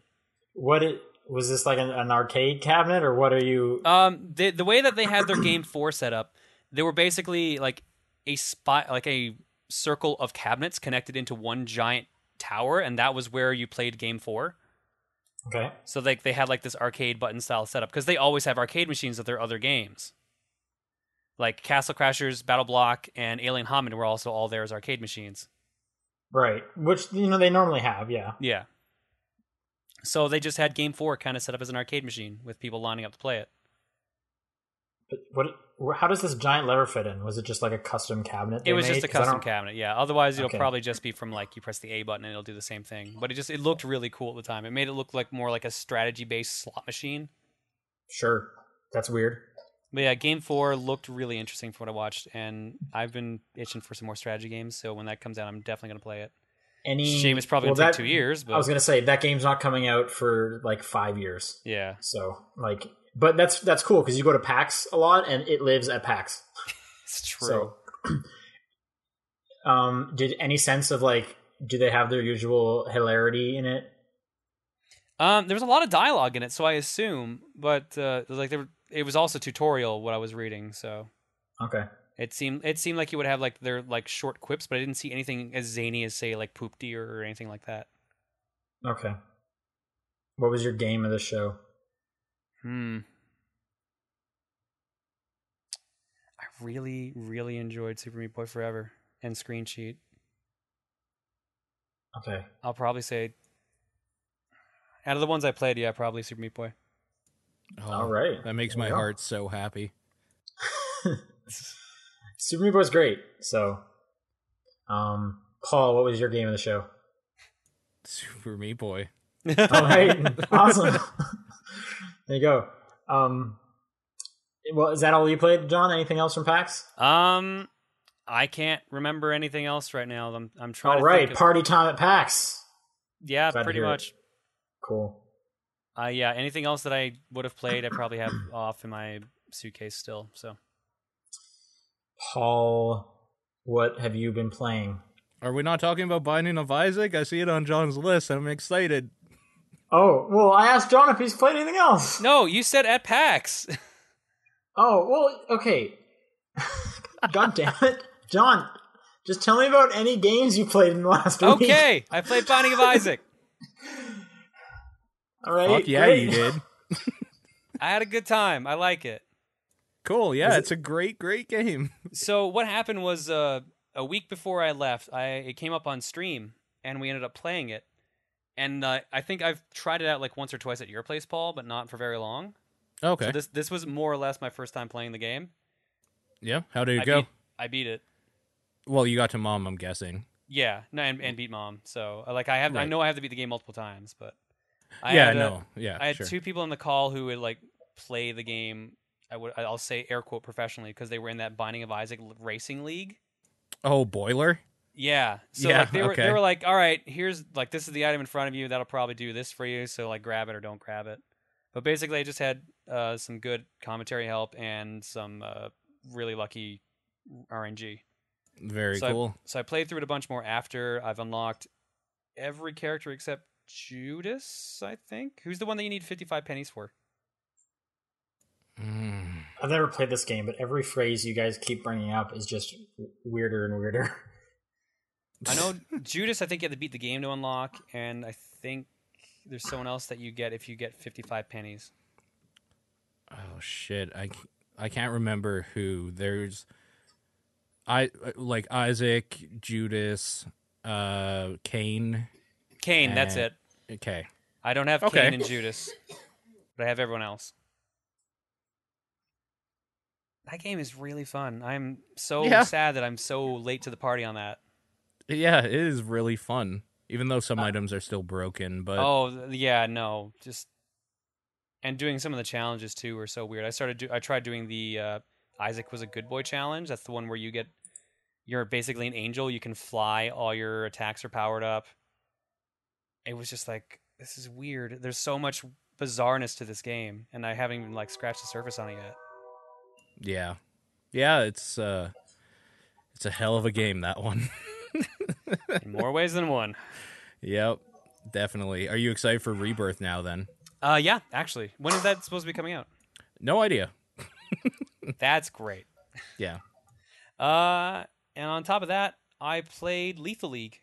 S1: What it was this like an, an arcade cabinet or what are you
S2: Um, the the way that they had their game four set up, they were basically like a spot, like a circle of cabinets connected into one giant tower, and that was where you played game four.
S1: Okay.
S2: So like they had like this arcade button style setup because they always have arcade machines at their other games. Like Castle Crashers, Battle Block, and Alien Hominid were also all there as arcade machines.
S1: Right. Which you know they normally have, yeah.
S2: Yeah. So they just had game four kind of set up as an arcade machine with people lining up to play it.
S1: But what wh- how does this giant lever fit in? Was it just like a custom cabinet? they
S2: it was
S1: made?
S2: just a
S1: 'Cause I
S2: custom
S1: don't-
S2: cabinet yeah otherwise it'll
S1: Okay.
S2: probably just be from like you press the a button and it'll do the same thing but it just it looked really cool at the time it made it look like more like a strategy based slot machine
S1: Sure. That's weird.
S2: but yeah game four looked really interesting from what i watched and i've been itching for some more strategy games so when that comes out i'm definitely going to play it
S1: Any
S2: shame it's probably
S1: well,
S2: going to
S1: that-
S2: take two years but
S1: I was gonna say that game's not coming out for like five years.
S2: yeah
S1: So like, but that's that's cool because you go to PAX a lot and it lives at PAX.
S2: it's true
S1: So, (clears throat) um, did any sense of like, do they have their usual hilarity in it?
S2: Um, there was a lot of dialogue in it, so I assume, but uh, like there, were, it was also tutorial what I was reading. So
S1: Okay,
S2: it seemed it seemed like you would have like their like short quips, but I didn't see anything as zany as say like poop deer or anything like that.
S1: okay. What was your game of the show?
S2: Hmm. I really, really enjoyed Super Meat Boy Forever and Screen Sheet.
S1: Okay,
S2: I'll probably say out of the ones I played, yeah, probably Super Meat Boy.
S3: Oh,
S1: all right.
S3: That makes
S1: There
S3: my
S1: you go.
S3: heart so happy.
S1: (laughs)
S3: (laughs)
S1: Super Meat Boy's great. So, um, Paul, what was your game of the show?
S3: Super Meat Boy.
S1: (laughs) All right, (laughs) awesome. there you go. Um, well, is that all you played, John? Anything else from PAX?
S2: (laughs) Um, I can't remember anything else right now. I'm I'm trying.
S1: All
S2: to
S1: right,
S2: think of-
S1: party time at PAX.
S2: yeah,
S1: Glad to
S2: pretty
S1: hear it.
S2: much.
S1: Cool.
S2: Uh, yeah, anything else that I would have played, I probably have (coughs) off in my suitcase still. So
S1: Paul, what have you been playing?
S3: Are we not talking about Binding of Isaac? I see it on John's list. I'm excited.
S1: Oh, well, I asked John if he's played anything else.
S2: no, you said at PAX.
S1: (laughs) Oh, well, okay. (laughs) God damn it. John, just tell me about any games you played in the last week.
S2: okay, I played Binding of Isaac.
S1: All right.
S3: Fuck yeah,
S1: great.
S3: you did.
S1: (laughs)
S2: I had a good time. I like it.
S3: Cool. Yeah,
S1: Is it-
S3: it's a great, great game. (laughs)
S2: So what happened was uh, a week before I left, I it came up on stream and we ended up playing it. And uh, I think I've tried it out like once or twice at your place, Paul, but not for very long.
S3: Okay.
S2: So this this was more or less my first time playing the game.
S3: yeah. How did it
S2: I
S3: go?
S2: Beat, I beat it.
S3: Well, you got to mom, I'm guessing.
S2: Yeah, no, and, and beat mom. So uh, like I have, I
S3: Right.
S2: know I have to beat the game multiple times, but I
S3: yeah.
S2: had a-
S3: no. Yeah.
S2: I had
S3: sure.
S2: two people in the call who would like play the game. I would, I'll say air quote professionally because they were in that Binding of Isaac l- racing league.
S3: Oh, boiler.
S2: Yeah. So
S3: Yeah,
S2: like they were they
S3: okay.
S2: were like, all right, here's like this is the item in front of you that'll probably do this for you. So like grab it or don't grab it. But basically, I just had uh, some good commentary help and some uh, really lucky RNG.
S3: Very
S2: So I-
S3: cool.
S2: So I played through it a bunch more after I've unlocked every character except Judas. I think who's the one that you need fifty five pennies for.
S3: Mm.
S1: I've never played this game, but every phrase you guys keep bringing up is just w- weirder and weirder.
S2: I
S3: (laughs)
S2: know Judas. I think you have to beat the game to unlock, and I think there's someone else that you get if you get 55 pennies.
S3: Oh shit. I c- I can't remember who. There's I like Isaac, Judas. uh, Kane.
S2: Kane, that's
S3: Eh.
S2: it.
S3: Okay.
S2: I don't have
S3: Okay.
S2: Kane and Judas, but I have everyone else. That game is really fun. I'm so
S3: Yeah.
S2: sad that I'm so late to the party on that.
S3: Yeah, it is really fun. Even though some items are still broken, but
S2: Uh, oh th- yeah, no, just and doing some of the challenges too were so weird. I started, do, I tried doing the uh, Isaac was a good boy challenge. That's the one where you get you're basically an angel. You can fly. All your attacks are powered up. It was just like this is weird. There's so much bizarreness to this game, and I haven't even like scratched the surface on it yet.
S3: (laughs) yeah, yeah, it's uh, it's a hell of a game that one. (laughs)
S2: In more ways than one.
S3: yep, definitely. Are you excited for Rebirth now? Then
S2: Uh, yeah, actually, when is that supposed to be coming
S3: (laughs)
S2: out?
S3: no idea.
S2: That's great.
S3: Yeah.
S2: Uh, and on top of that, I played Lethal League.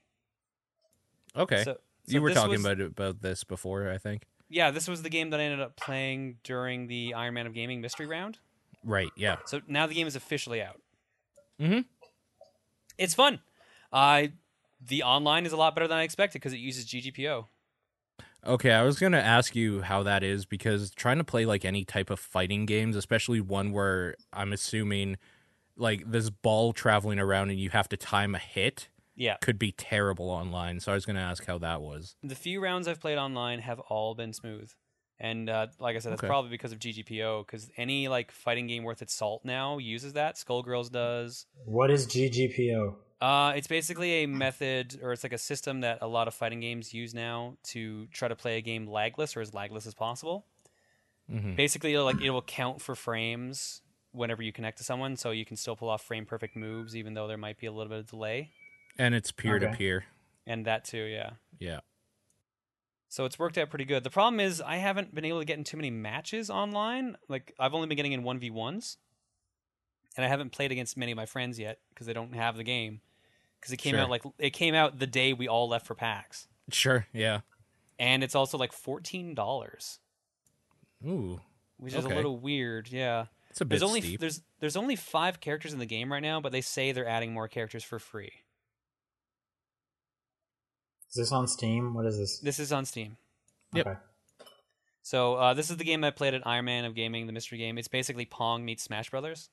S3: Okay.
S2: So, so
S3: you were
S2: this
S3: talking
S2: was-
S3: about about this before, I think.
S2: yeah, this was the game that I ended up playing during the Iron Man of Gaming mystery round.
S3: Right. Yeah.
S2: So now the game is officially out.
S3: Mhm.
S2: It's fun. I the online is a lot better than I expected because it uses GGPO.
S3: Okay, I was gonna ask you how that is because trying to play like any type of fighting games, especially one where I'm assuming like this ball traveling around and you have to time a hit,
S2: Yeah.
S3: could be terrible online. So I was gonna ask how that was.
S2: The few rounds I've played online have all been smooth. And uh, like I said, that's
S3: Okay.
S2: probably because of GGPO. Because any like fighting game worth its salt now uses that. Skullgirls does.
S1: What is GGPO?
S2: Uh, it's basically a method, or it's like a system that a lot of fighting games use now to try to play a game lagless or as lagless as possible.
S3: Mhm.
S2: Basically, it'll, like it will count for frames whenever you connect to someone, so you can still pull off frame perfect moves, even though there might be a little bit of delay.
S3: And it's peer to
S1: Okay.
S3: peer.
S2: And that too, yeah.
S3: Yeah.
S2: So it's worked out pretty good. The problem is I haven't been able to get in too many matches online. Like I've only been getting in 1v1s. And I haven't played against many of my friends yet because they don't have the game. Cuz it came
S3: Sure.
S2: out like it came out the day we all left for PAX.
S3: Sure. Yeah.
S2: And it's also like $14,
S3: Ooh,
S2: which is a
S3: Okay.
S2: little weird, yeah.
S3: it's a bit
S2: There's only
S3: steep.
S2: there's there's only 5 characters in the game right now, but they say they're adding more characters for free.
S1: Is this on Steam? What is this?
S2: This is on Steam.
S3: Yep.
S1: Okay.
S2: So uh, this is the game I played at Iron Man of Gaming, the mystery game. It's basically Pong meets Smash Brothers.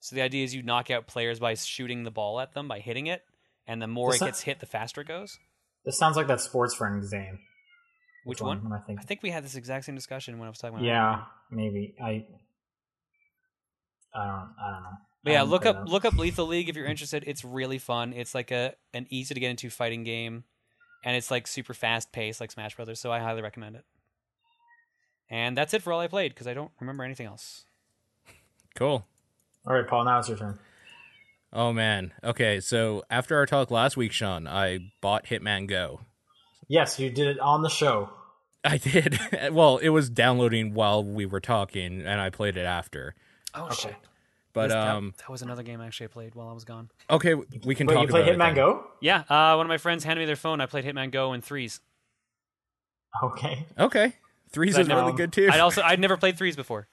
S2: So the idea is you knock out players by shooting the ball at them by hitting it, and the more
S1: Is
S2: it
S1: that-
S2: gets hit, the faster it goes.
S1: This sounds like that sports friend game.
S2: Which one?
S1: I think.
S2: I think we had this exact same discussion when I was talking about. Iron Man.
S1: Yeah, maybe. I. I don't. I don't know.
S2: But yeah,
S1: Um,
S2: look
S1: I
S2: up
S1: don't-
S2: look up Lethal League if you're interested. It's really fun. It's like a an easy to get into fighting game, and it's like super fast paced, like Smash Brothers. So I highly recommend it. And that's it for all I played because I don't remember anything else.
S3: cool.
S1: All right, Paul. Now it's your turn.
S3: Oh man. Okay, so after our talk last week, Sean, I bought Hitman Go. (laughs)
S1: Yes, you did it on the show.
S3: I did. (laughs) well, it was downloading while we were talking, and I played it after.
S2: Oh
S1: shit.
S3: But
S2: This- that-
S3: um,
S2: that, was another game actually I played while I was gone.
S3: Okay, w- we can
S1: Wait,
S3: talk
S1: you played
S3: about it
S1: Hitman
S3: then.
S1: Go? (laughs)
S2: Yeah, uh, one of my friends handed me their phone. I played Hitman Go in threes.
S1: Okay.
S3: Okay, threes
S2: I
S3: is
S2: never-
S3: really good too.
S2: I also I'd never played threes before.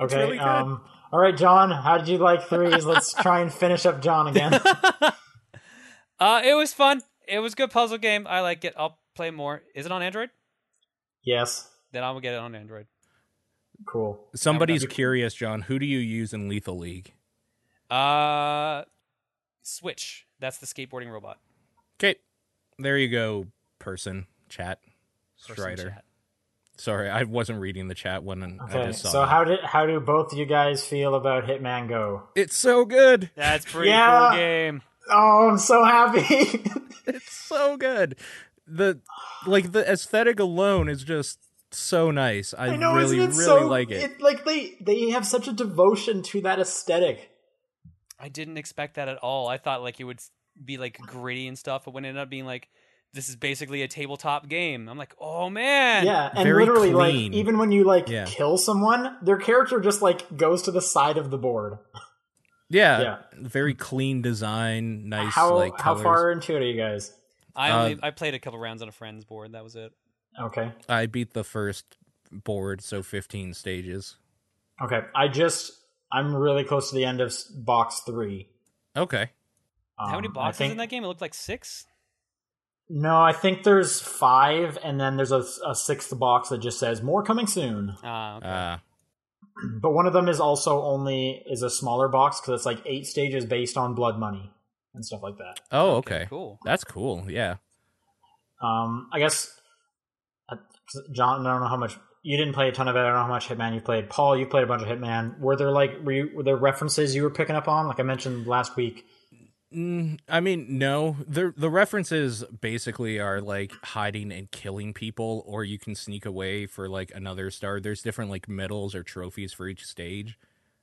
S1: Okay.
S3: really good.
S1: um, all right, John. How did you like threes? Let's try and finish up John
S2: (laughs)
S1: again.
S2: Uh, it was fun. It was a good puzzle game. I like it. I'll play more. Is it on Android?
S1: yes.
S2: Then I will get it on Android.
S1: Cool.
S3: Somebody's
S1: I'm not-
S3: curious, John. Who do you use in Lethal League?
S2: Uh, Switch. That's the skateboarding robot.
S3: Okay, there you go, person chat.
S2: Person
S3: Strider.
S2: chat.
S3: Sorry, I wasn't reading the chat when I
S1: Okay.
S3: just saw.
S1: So
S3: that.
S1: how did how do both you guys feel about Hitman Go?
S3: it's so good.
S2: That's pretty
S1: Yeah.
S2: cool game.
S1: Oh, I'm so happy. (laughs)
S3: It's so good. The like the aesthetic alone is just so nice. I,
S1: I know,
S3: really
S1: isn't it
S3: really
S1: so?
S3: like it.
S1: Like they they have such a devotion to that aesthetic.
S2: I didn't expect that at all. I thought like it would be like gritty and stuff, but when it ended up being like this is basically a tabletop game. I'm like, oh man.
S1: yeah, and
S3: very
S1: literally, like
S3: clean.
S1: even when you like
S3: Yeah.
S1: kill someone, their character just like goes to the side of the board.
S3: Yeah,
S1: Yeah.
S3: very clean design, Uh, nice
S1: how
S3: like
S1: how
S3: colors.
S1: far into it are you guys?
S2: I
S3: Uh,
S2: only I played a couple rounds on a friend's board. That was it.
S1: Okay,
S3: I beat the first board, so 15 stages.
S1: okay. I just I'm really close to the end of s- box three.
S3: Okay.
S2: How many
S1: Um, I
S2: boxes
S1: think-
S2: in that game? It looked like six.
S1: No, I think there's five, and then there's a, a sixth box that just says "more coming soon."
S2: Ah, okay.
S3: Uh,
S1: But one of them is also only is a smaller box because it's like eight stages based on blood money and stuff like that.
S3: oh, okay.
S2: Cool.
S3: That's cool. Yeah.
S1: Um, I guess uh, John, I don't know how much you didn't play a ton of it. I don't know how much Hitman you played. Paul, you played a bunch of Hitman. Were there like were, you, were there references you were picking up on? Like I mentioned last week.
S3: Mm, I mean, no. The the references basically are like hiding and killing people, or you can sneak away for like another star. There's different like medals or trophies for each stage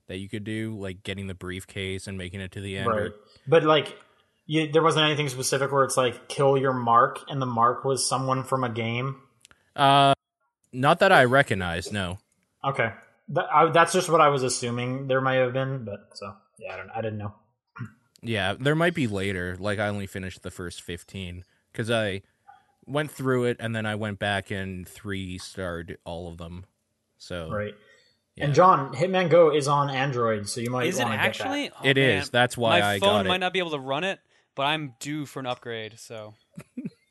S3: that you could do, like getting the briefcase and making it to the end. or-
S1: Right. But like, you, there wasn't anything specific where it's like kill your mark, and the mark was someone from a game.
S3: uh, not that I recognize. No.
S1: Okay, that, I, that's just what I was assuming there might have been, but so yeah, I don't, I didn't know.
S3: Yeah, there might be later. Like I only finished the first fifteen because I went through it and then I went back and three starred all of them. So
S1: Right.
S3: Yeah.
S1: And John, Hitman Go is on Android, so you might
S2: Is it
S1: wanna get that.
S2: actually? Oh,
S3: it is.
S2: man.
S3: That's why
S2: My
S3: I
S2: phone
S3: got it.
S2: might not be able to run it, but I'm due for an upgrade. So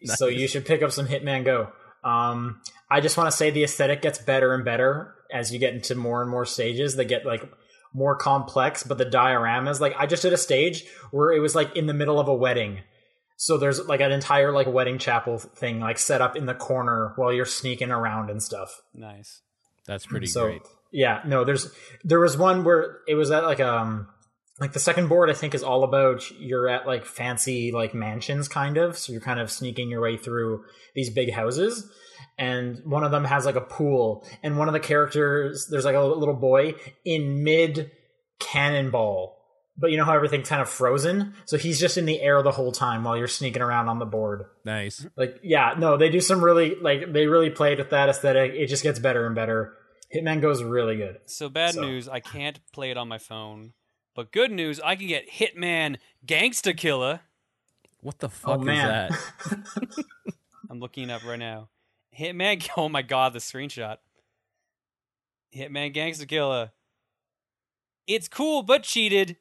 S1: So you should pick up some Hitman Go. Um, I just want to say the aesthetic gets better and better as you get into more and more stages. They get like more complex, but the dioramas, like I just did a stage where it was like in the middle of a wedding. So there's like an entire like wedding chapel thing like set up in the corner while you're sneaking around and stuff.
S2: nice.
S3: That's pretty
S1: so
S3: great.
S1: yeah, no, there's there was one where it was at like um like the second board I think is all about you're at like fancy like mansions kind of, so you're kind of sneaking your way through these big houses. And one of them has like a pool, and one of the characters there's like a little boy in mid cannonball. But you know how everything's kind of frozen, so he's just in the air the whole time while you're sneaking around on the board.
S3: Nice.
S1: Like, yeah, no, they do some really like they really played with that aesthetic. It just gets better and better. Hitman goes really good.
S2: So bad
S1: So-
S2: news, I can't play it on my phone. But good news, I can get Hitman Gangsta Killer.
S3: What the fuck is
S1: Oh, man.
S3: that? (laughs)
S2: I'm looking it up right now. Hitman. (laughs) Oh my god, the screenshot. Hitman Gangsta Killer. It's cool but cheated.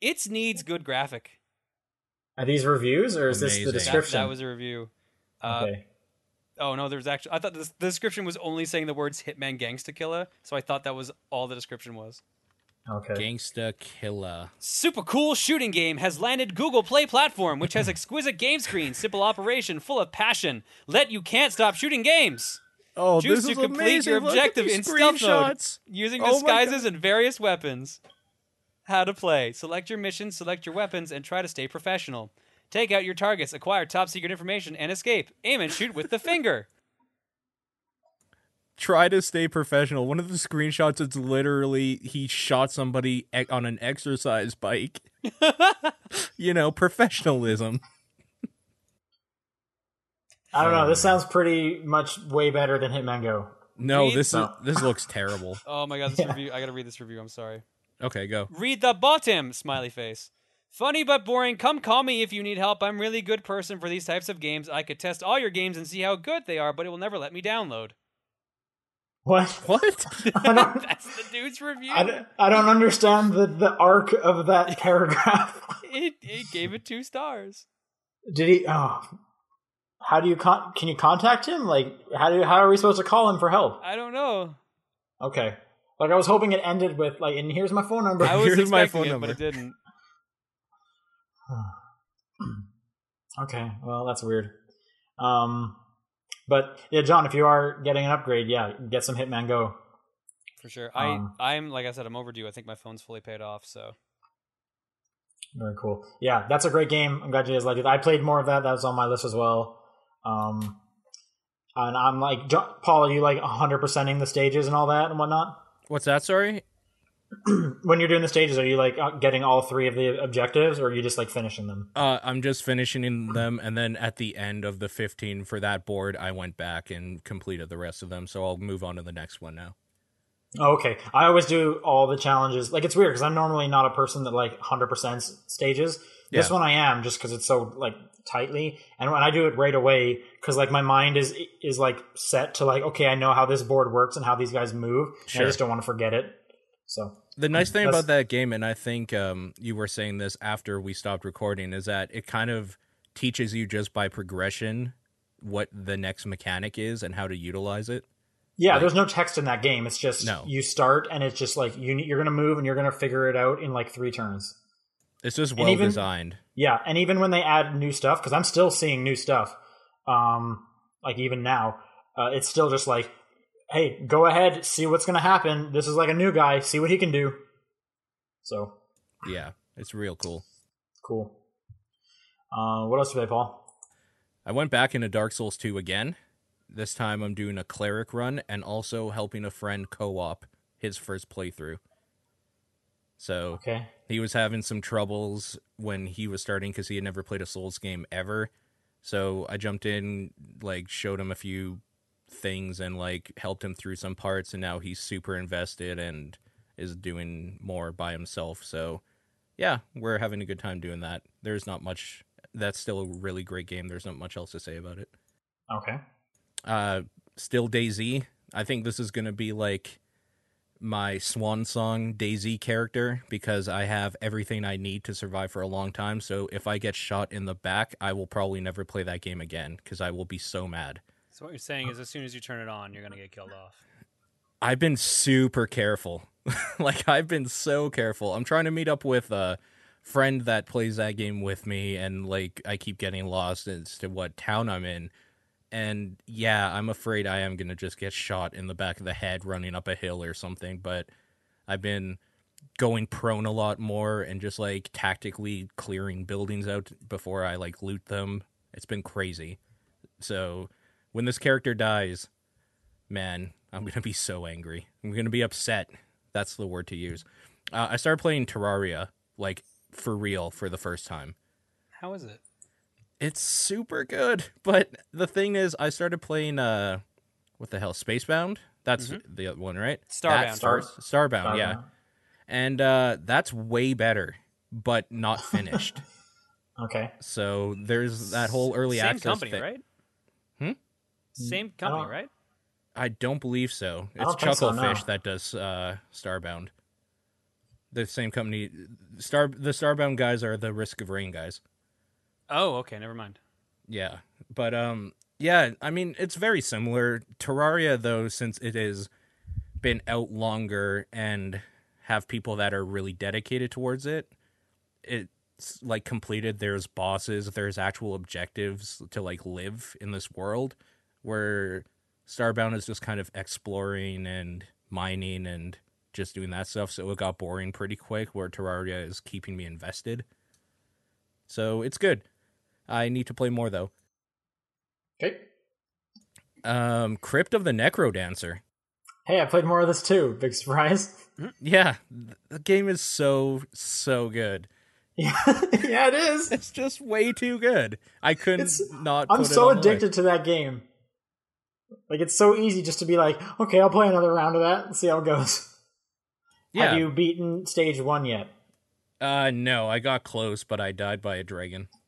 S2: It needs good graphic.
S1: (laughs) Are these reviews or is this
S3: Amazing.
S1: the
S3: That-
S2: That,
S1: description?
S2: that was a review. Uh,
S1: okay.
S2: Oh no, there's actually. I thought this, the description was only saying the words "Hitman Gangsta Killer," so I thought that was all the description was.
S1: Okay.
S3: Gangsta killer.
S2: Super cool shooting game has landed Google Play platform, which has exquisite game screen, simple operation, full of passion. Let you can't stop shooting games.
S3: Oh,
S2: Choose to complete your objective in stealth mode using
S3: Oh my
S2: disguises and various weapons. How to play. Select your missions, select your weapons, and try to stay professional. Take out your targets, acquire top secret information, and escape. Aim and shoot with the finger.
S3: Try to stay professional. One of the screenshots it's literally he shot somebody e- on an
S2: (laughs)
S3: exercise bike. you know, professionalism.
S1: I don't know. This sounds pretty much way better than Hitman Go.
S3: No,
S2: Read
S3: this is,
S1: some.
S3: this looks terrible.
S2: (laughs) Oh my god, this
S1: Yeah.
S2: review. I gotta read this review. I'm sorry.
S3: Okay, go.
S2: Read the bottom, smiley face. Funny but boring. Come call me if you need help. I'm really good person for these types of games. I could test all your games and see how good they are, but it will never let me
S3: (laughs)
S2: download.
S1: What?
S2: (laughs)
S3: What?
S1: I don't,
S2: That's the dude's review.
S1: I don't, I don't understand the, the arc of
S2: (laughs)
S1: that paragraph.
S2: It, it gave it two stars.
S1: Did he? Oh, how do you con- can you contact him? Like, how do how are we supposed to call him for help?
S2: I don't know.
S1: Okay. Like I was hoping it ended with like, and here's my phone number.
S2: I was
S3: Here's
S2: expecting
S3: my phone
S2: it,
S3: number.
S2: but it didn't.
S1: Okay, well that's weird. Um, but yeah, John, if you are getting an upgrade, yeah, get some Hitman Go.
S2: For sure.
S1: Um.
S2: I I'm like I said, I'm overdue. I think my phone's fully paid off, so
S1: Very cool. Yeah, that's a great game. I'm glad you guys liked it. I played more of that. That was on my list as well. Um, and I'm like, John, Paul, are you like 100 percenting the stages and all that and whatnot? (clears throat)
S3: What's that? Sorry.
S1: When you're doing the stages, are you like uh, getting all three of the objectives, or are you just like finishing them?
S3: Uh, I'm just finishing in them, and then at the end of the 15 for that board, I went back and completed the rest of them. So I'll move on to the next one now.
S1: Oh, Okay, I always do all the challenges. Like it's weird because I'm normally not a person that like 100% stages. This
S3: Yeah.
S1: one I am just because it's so like tightly, and when I do it right away, because like my mind is is like set to like okay, I know how this board works and how these guys move. and
S3: Sure.
S1: I just don't want to forget it. So
S3: the nice thing
S1: That's-
S3: about that game, and I think um, you were saying this after we stopped recording, is that it kind of teaches you just by progression what the next mechanic is and how to utilize it.
S1: Yeah,
S3: Like-
S1: there's no text in that game. It's just
S3: No.
S1: you start and it's just like you you're gonna move and you're gonna figure it out in like three turns.
S3: It's just
S1: even-
S3: well designed.
S1: Yeah, and even when they add new stuff, because I'm still seeing new stuff, um, like even now, uh, it's still just like, hey, go ahead, see what's gonna happen. This is like a new guy, see what he can do. So
S3: Yeah, it's real cool.
S1: cool. Uh, what else did I play, Paul?
S3: I went back into Dark Souls 2 again. This time I'm doing a cleric run and also helping a friend co op his first playthrough. So
S1: Okay,
S3: he was having some troubles when he was starting because he had never played a Souls game ever. So I jumped in, like, showed him a few things and, like, helped him through some parts. And now he's super invested and is doing more by himself. So, yeah, we're having a good time doing that. There's not much. That's still a really great game. There's not much else to say about it.
S1: okay,
S3: Uh, still Daisy. I think this is going to be like my swan song Daisy character because I have everything I need to survive for a long time. So if I get shot in the back, I will probably never play that game again because I will be so mad.
S2: So what you're saying is, as soon as you turn it on, you're gonna get killed off.
S3: I've been super careful. (laughs) like I've been so careful. I'm trying to meet up with a friend that plays that game with me and like I keep getting lost as to what town I'm in. And yeah, I'm afraid I am going to just get shot in the back of the head running up a hill or something, but I've been going prone a lot more and just like tactically clearing buildings out before I like loot them. It's been crazy. So when this character dies, man, I'm gonna be so angry. I'm gonna be upset. That's the word to use. Uh, I started playing Terraria like for real for the first time.
S2: How is it?
S3: It's super good, but the thing is, I started playing uh, what the hell, Spacebound? That's the other one, right?
S2: Mm-hmm. Starbound.
S3: That's first- Starbound, Oh, yeah.
S1: Starbound.
S3: And uh, that's way better, but not finished.
S1: okay.
S3: so there's that whole early
S2: Same
S3: access
S2: company,
S3: thing.
S2: right?
S3: Hmm? Uh,
S2: Same
S1: I don't-
S2: company, right?
S3: I don't believe so.
S1: I
S3: It's
S1: don't think so, no.
S3: Chucklefish that does uh, Starbound. The same company. Star the Starbound guys are the Risk of Rain guys.
S2: Oh, okay, never mind.
S3: Yeah, but um, yeah. I mean, it's very similar. Terraria, though, since it has been out longer and have people that are really dedicated towards it, it's like completed. There's bosses. There's actual objectives to like live in this world. Where Starbound is just kind of exploring and mining and just doing that stuff. So it got boring pretty quick. Where Terraria is keeping me invested. So it's good. I need to play more though.
S1: Okay.
S3: Um, Crypt of the Necro Dancer.
S1: Hey, I played more of this too. Big surprise. (laughs)
S3: Yeah, th- the game is so so good.
S1: yeah, yeah, it
S3: (laughs)
S1: is.
S3: It's just way too good. I couldn't
S1: It's-
S3: not.
S1: I'm
S3: put it
S1: so
S3: on the list.
S1: addicted to that game. Like it's so easy just to be like, okay, I'll play another round of that and see how it goes.
S3: Yeah.
S1: Have you beaten stage one yet?
S3: Uh, no, I got close, but I died by a dragon. (laughs)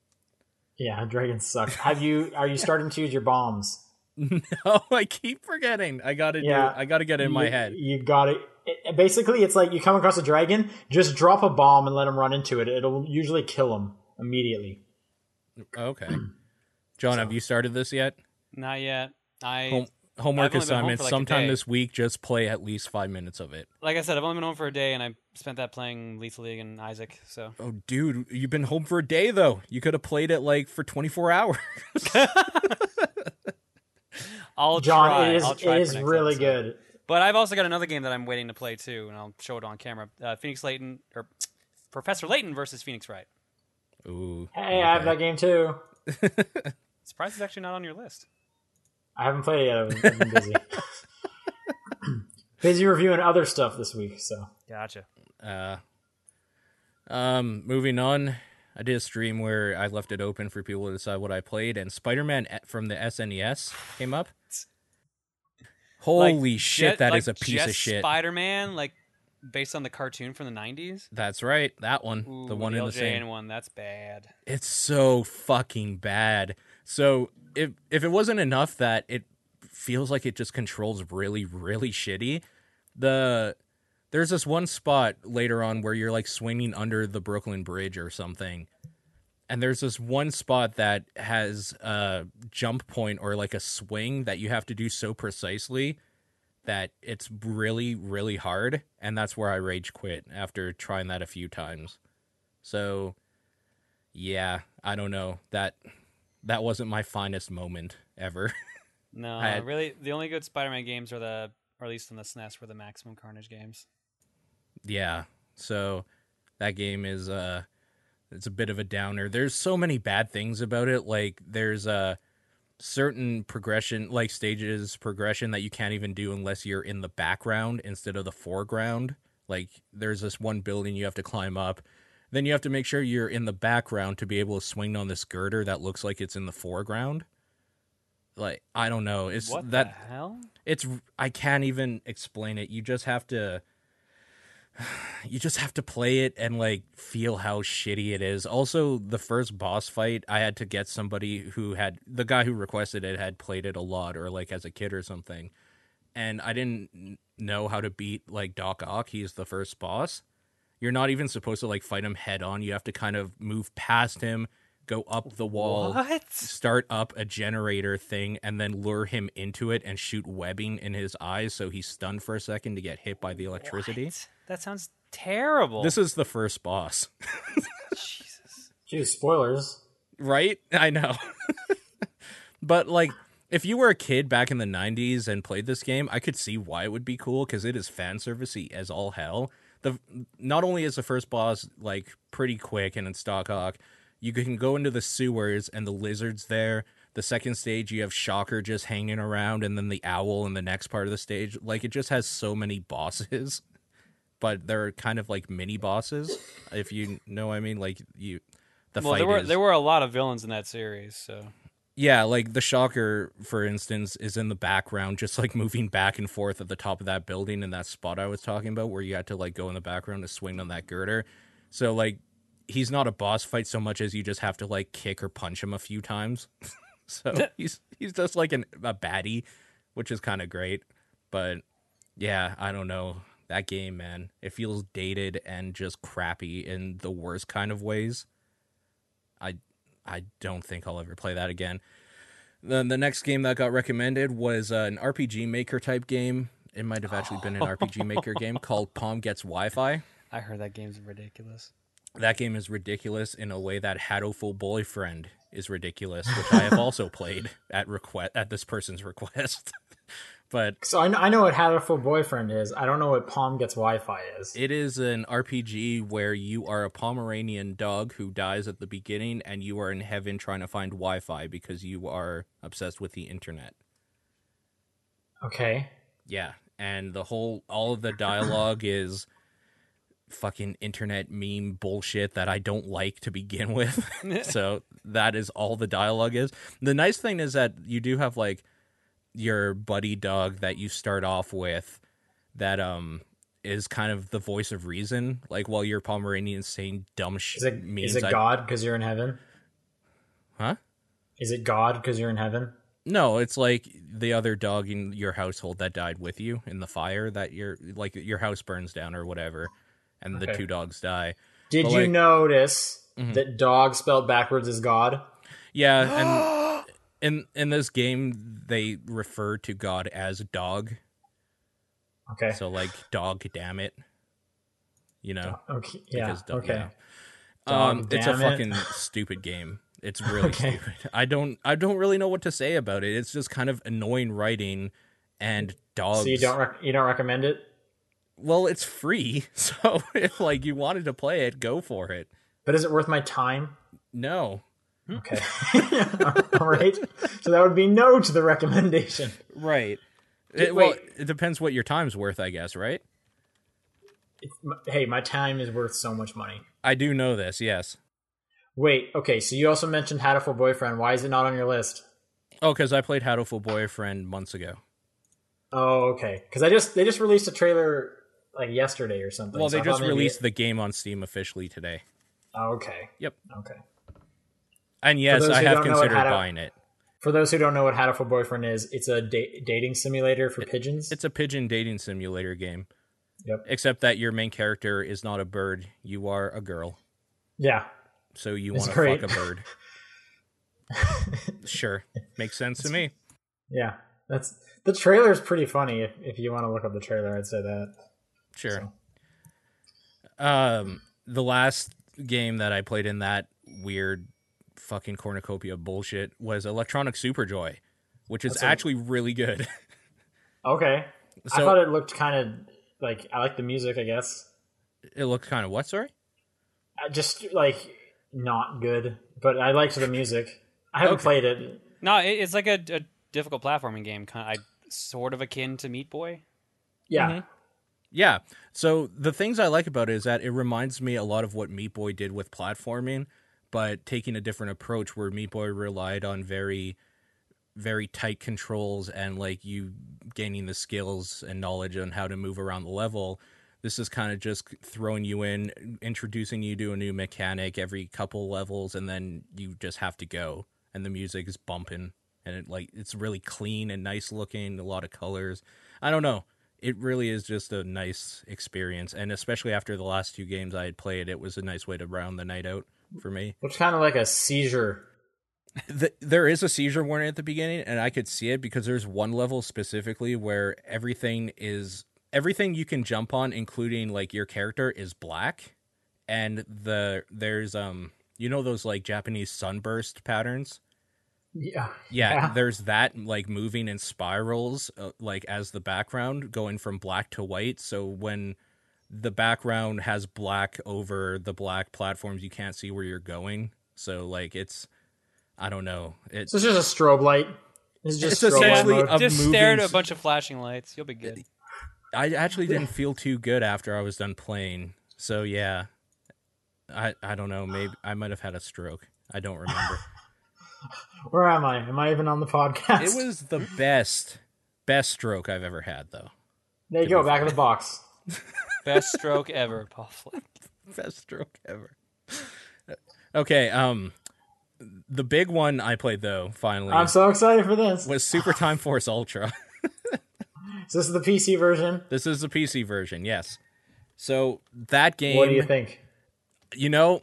S1: Yeah, (laughs) dragons suck. Have you? Are you starting to use your bombs?
S3: No, I keep forgetting. I gotta
S1: Yeah.
S3: do. I gotta get in my
S1: You-
S3: head.
S1: You got it. it- Basically, it's like you come across a dragon, just drop a bomb and let him run into it. It'll usually kill him immediately.
S3: Okay. John, have you started this yet?
S2: Not yet. I
S3: Home,
S2: I've
S3: homework
S2: only been home
S3: assignment.
S2: for, like, a
S3: Sometime
S2: day.
S3: this week, just play at least five minutes of it.
S2: like I said, I've only been home for a day, and I spent that playing Lethal League and Isaac. So
S3: Oh, dude, you've been home for a day though. You could have played it like for 24 hours. (laughs)
S2: I'll
S1: John,
S2: try.
S1: it is
S2: I'll try
S1: it
S2: for
S1: is
S2: next
S1: really
S2: episode.
S1: good.
S2: But I've also got another game that I'm waiting to play too, and I'll show it on camera. Uh, Phoenix Layton or Professor Layton versus Phoenix Wright.
S3: Ooh.
S1: Hey, I have
S3: okay.
S1: that game too.
S2: Surprised it's actually not on your list.
S1: I haven't played it yet. I've been, I've been
S2: (laughs)
S1: busy. (clears throat) busy reviewing other stuff this week, so
S2: Gotcha.
S3: Uh, um, moving on, I did a stream where I left it open for people to decide what I played, and Spider Man from the SNES came up. Holy shit, that is a piece of shit.
S2: Spider Man, like based on the cartoon from the '90s.
S3: That's right, that one,
S2: Ooh,
S3: the one in the same.
S2: LJN one. That's bad.
S3: It's so fucking bad. So if if it wasn't enough that it feels like it just controls really really shitty, the There's this one spot later on where you're like swinging under the Brooklyn Bridge or something. And there's this one spot that has a jump point or like a swing that you have to do so precisely that it's really, really hard. And that's where I rage quit after trying that a few times. So, yeah, I don't know. That that wasn't my finest moment ever. (laughs)
S2: No,
S3: I had-
S2: really, the only good Spider-Man games are the, or at least on the SNES, were the Maximum Carnage games.
S3: Yeah. So that game is uh it's a bit of a downer. There's so many bad things about it. Like there's a certain progression like stages progression that you can't even do unless you're in the background instead of the foreground. Like there's this one building you have to climb up. Then you have to make sure you're in the background to be able to swing on this girder that looks like it's in the foreground. Like I don't know. It's
S2: What
S3: that
S2: the hell?
S3: it's i can't even explain it you just have to you just have to play it and like feel how shitty it is also the first boss fight i had to get somebody who had the guy who requested it had played it a lot or like as a kid or something and i didn't n- know how to beat like doc ock he's the first boss you're not even supposed to like fight him head on you have to kind of move past him go up the wall
S2: What?
S3: start up a generator thing and then lure him into it and shoot webbing in his eyes so he's stunned for a second to get hit by the electricity.
S2: What? That sounds terrible.
S3: This is the first boss,
S2: Jesus.
S1: Geez, spoilers.
S3: right? (laughs) I know. but like if you were a kid back in the 90s and played this game, I could see why it would be cool cuz it is fan servicey as all hell. The not only is the first boss like pretty quick and in stock hawk, you can go into the sewers and the lizards there. The second stage you have Shocker just hanging around and then the owl in the next part of the stage. Like it just has so many (laughs) bosses. But they're kind of like mini bosses, if you know what I mean. Like you the
S2: well,
S3: fight
S2: there were
S3: is
S2: there were a lot of villains in that series, so
S3: yeah, like the shocker, for instance, is in the background, just like moving back and forth at the top of that building in that spot I was talking about where you had to like go in the background to swing on that girder. So like he's not a boss fight so much as you just have to like kick or punch him a few times. (laughs) so he's he's just like an a baddie, which is kind of great. But yeah, I don't know. That game, man, it feels dated and just crappy in the worst kind of ways. I I don't think I'll ever play that again. The, the next game that got recommended was uh, an RPG Maker type game. It might have actually been an RPG Maker game called Palm Gets Wi Fi.
S2: I heard that game's
S3: (laughs)
S2: ridiculous.
S3: That game is ridiculous in a way that Hatoful Boyfriend is ridiculous, which I have also played at request at this person's request. (laughs) but
S1: So I know, I know what Hatterful Boyfriend is. I don't know what Palm Gets Wi-Fi is.
S3: It is an RPG where you are a Pomeranian dog who dies at the beginning and you are in heaven trying to find Wi Fi because you are obsessed with the internet.
S1: Okay.
S3: Yeah. And the whole, all of the dialogue (clears throat) is fucking internet meme bullshit that I don't like to begin with. (laughs) so that is all the dialogue is. The nice thing is that you do have like your buddy dog that you start off with that, um, is kind of the voice of reason, like while your Pomeranian's saying dumb shit.
S1: Is it
S3: means
S1: is it
S3: I-
S1: God because you're in heaven?
S3: Huh?
S1: Is it God because you're in heaven?
S3: No, it's like the other dog in your household that died with you in the fire that your like your house burns down or whatever, and the
S1: Okay.
S3: two dogs die.
S1: Did
S3: But,
S1: you
S3: like- mm-hmm.
S1: notice that dog spelled backwards is God? (gasps)
S3: Yeah, and in in this game they refer to God as dog,
S1: Okay.
S3: so like dog, damn it, you know,
S1: okay. Yeah.
S3: because dog.
S1: Okay.
S3: yeah.
S1: Dog,
S3: um, it's a
S1: damn it.
S3: fucking stupid game. It's
S1: (laughs)
S3: really
S1: Okay.
S3: stupid. I don't I don't really know what to say about it. It's just kind of annoying writing and dogs.
S1: So you don't rec- you don't recommend it?
S3: well it's free (laughs) so if like you wanted to play it go for it
S1: But is it worth my time?
S3: no
S1: Okay. (laughs) All right. So that would be no to the recommendation.
S3: right it, well
S1: wait.
S3: it depends what your time's worth i guess right
S1: It's, m- hey, my time is worth so much money.
S3: i do know this yes
S1: Wait. Okay. So you also mentioned Hatterful Boyfriend. Why is it not on your list?
S3: oh because i played hatoful boyfriend months ago
S1: Oh, okay. Because I just they just released a trailer like yesterday or something.
S3: well
S1: so
S3: they
S1: I
S3: just
S1: thought maybe
S3: released the game on steam officially today
S1: Oh, okay.
S3: Yep.
S1: Okay.
S3: and yes
S1: those
S3: i
S1: who
S3: have
S1: don't know what
S3: considered
S1: Hato-
S3: buying it
S1: For those who don't know what Hatterful Boyfriend is, it's a da- dating simulator for pigeons.
S3: it's a pigeon dating simulator game
S1: Yep.
S3: Except that your main character is not a bird; you are a girl.
S1: Yeah.
S3: So you
S1: It's
S3: want to
S1: great.
S3: fuck a
S1: (laughs)
S3: bird? sure, makes sense to me.
S1: Yeah. That's the trailer is pretty funny. If, if you want to look up the trailer, I'd say that.
S3: Sure. Um, the last game that I played in that weird fucking cornucopia bullshit was Electronic Super Joy, which is
S1: That's a-
S3: actually really good. (laughs)
S1: Okay. I
S3: so
S1: thought it
S3: it,
S1: looked kind of like I like the music, I guess.
S3: looked kind of what? Sorry.
S1: I just like not good, but I liked the music. I haven't
S3: Okay.
S1: played it.
S2: (gasps) No, it, it's like a, a difficult platforming game, kind of, sort of akin to Meat Boy.
S1: Yeah.
S3: Mhm. Yeah. So the things I like about it is that it reminds me a lot of what Meat Boy did with platforming, but taking a different approach where Meat Boy relied on very very tight controls and like you gaining the skills and knowledge on how to move around the level. This is kind of just throwing you in, introducing you to a new mechanic every couple levels and then you just have to go and the music is bumping and it like it's really clean and nice looking, a lot of colors. I don't know it really is just a nice experience and especially after the last two games i had played it was a nice way to round the night out for (laughs) me
S1: It's kind of like a seizure.
S3: Th there is a seizure warning at the beginning and i could see it because there's one level specifically where everything is everything you can jump on including like your character is black and the there's um you know those like japanese sunburst patterns
S1: Yeah.
S3: yeah,
S1: Yeah.
S3: there's that like moving in spirals uh, like as the background going from black to white so when the background has black over the black platforms you can't see where you're going so like it's i don't know it's
S1: So it's just a strobe light. It's just
S3: It's
S1: strobe light
S3: essentially
S1: mode.
S3: a
S2: Just
S3: moving
S2: stare at a
S3: s-
S2: bunch of flashing lights. You'll be
S3: (laughs)
S2: good.
S3: i actually didn't feel too good after i was done playing so yeah i i don't know maybe i might have had a stroke i don't
S1: (laughs)
S3: remember
S1: Where am I? Am I even on the podcast?
S3: it was the best best stroke i've ever had though
S1: there you go, back of the box.
S2: Best stroke ever, Paul Flynn.
S3: best stroke ever. okay, um the big one I played though, finally
S1: I'm so excited for this.
S3: was Super Time Force Ultra. (laughs)
S1: So this is the PC version.
S3: this is the PC version, yes. So that game
S1: What do you think?
S3: you know,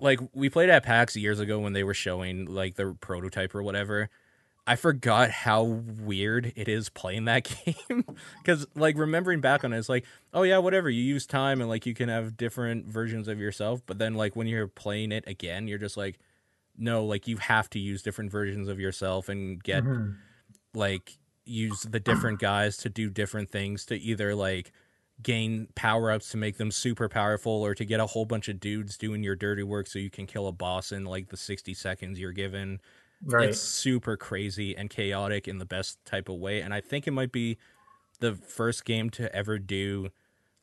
S3: like we played at PAX years ago when they were showing like their prototype or whatever. I forgot how weird it is playing that (laughs) game because, like, remembering back on it, it's like, oh yeah, whatever. You use time and like you can have different versions of yourself, but then like when you're playing it again, you're just like, no, like you have to use different versions of yourself and get
S1: Mhm.
S3: like use the different guys to do different things to either like gain power ups to make them super powerful or to get a whole bunch of dudes doing your dirty work so you can kill a boss in like the 60 seconds you're given.
S1: Right.
S3: It's super crazy and chaotic in the best type of way and I think it might be the first game to ever do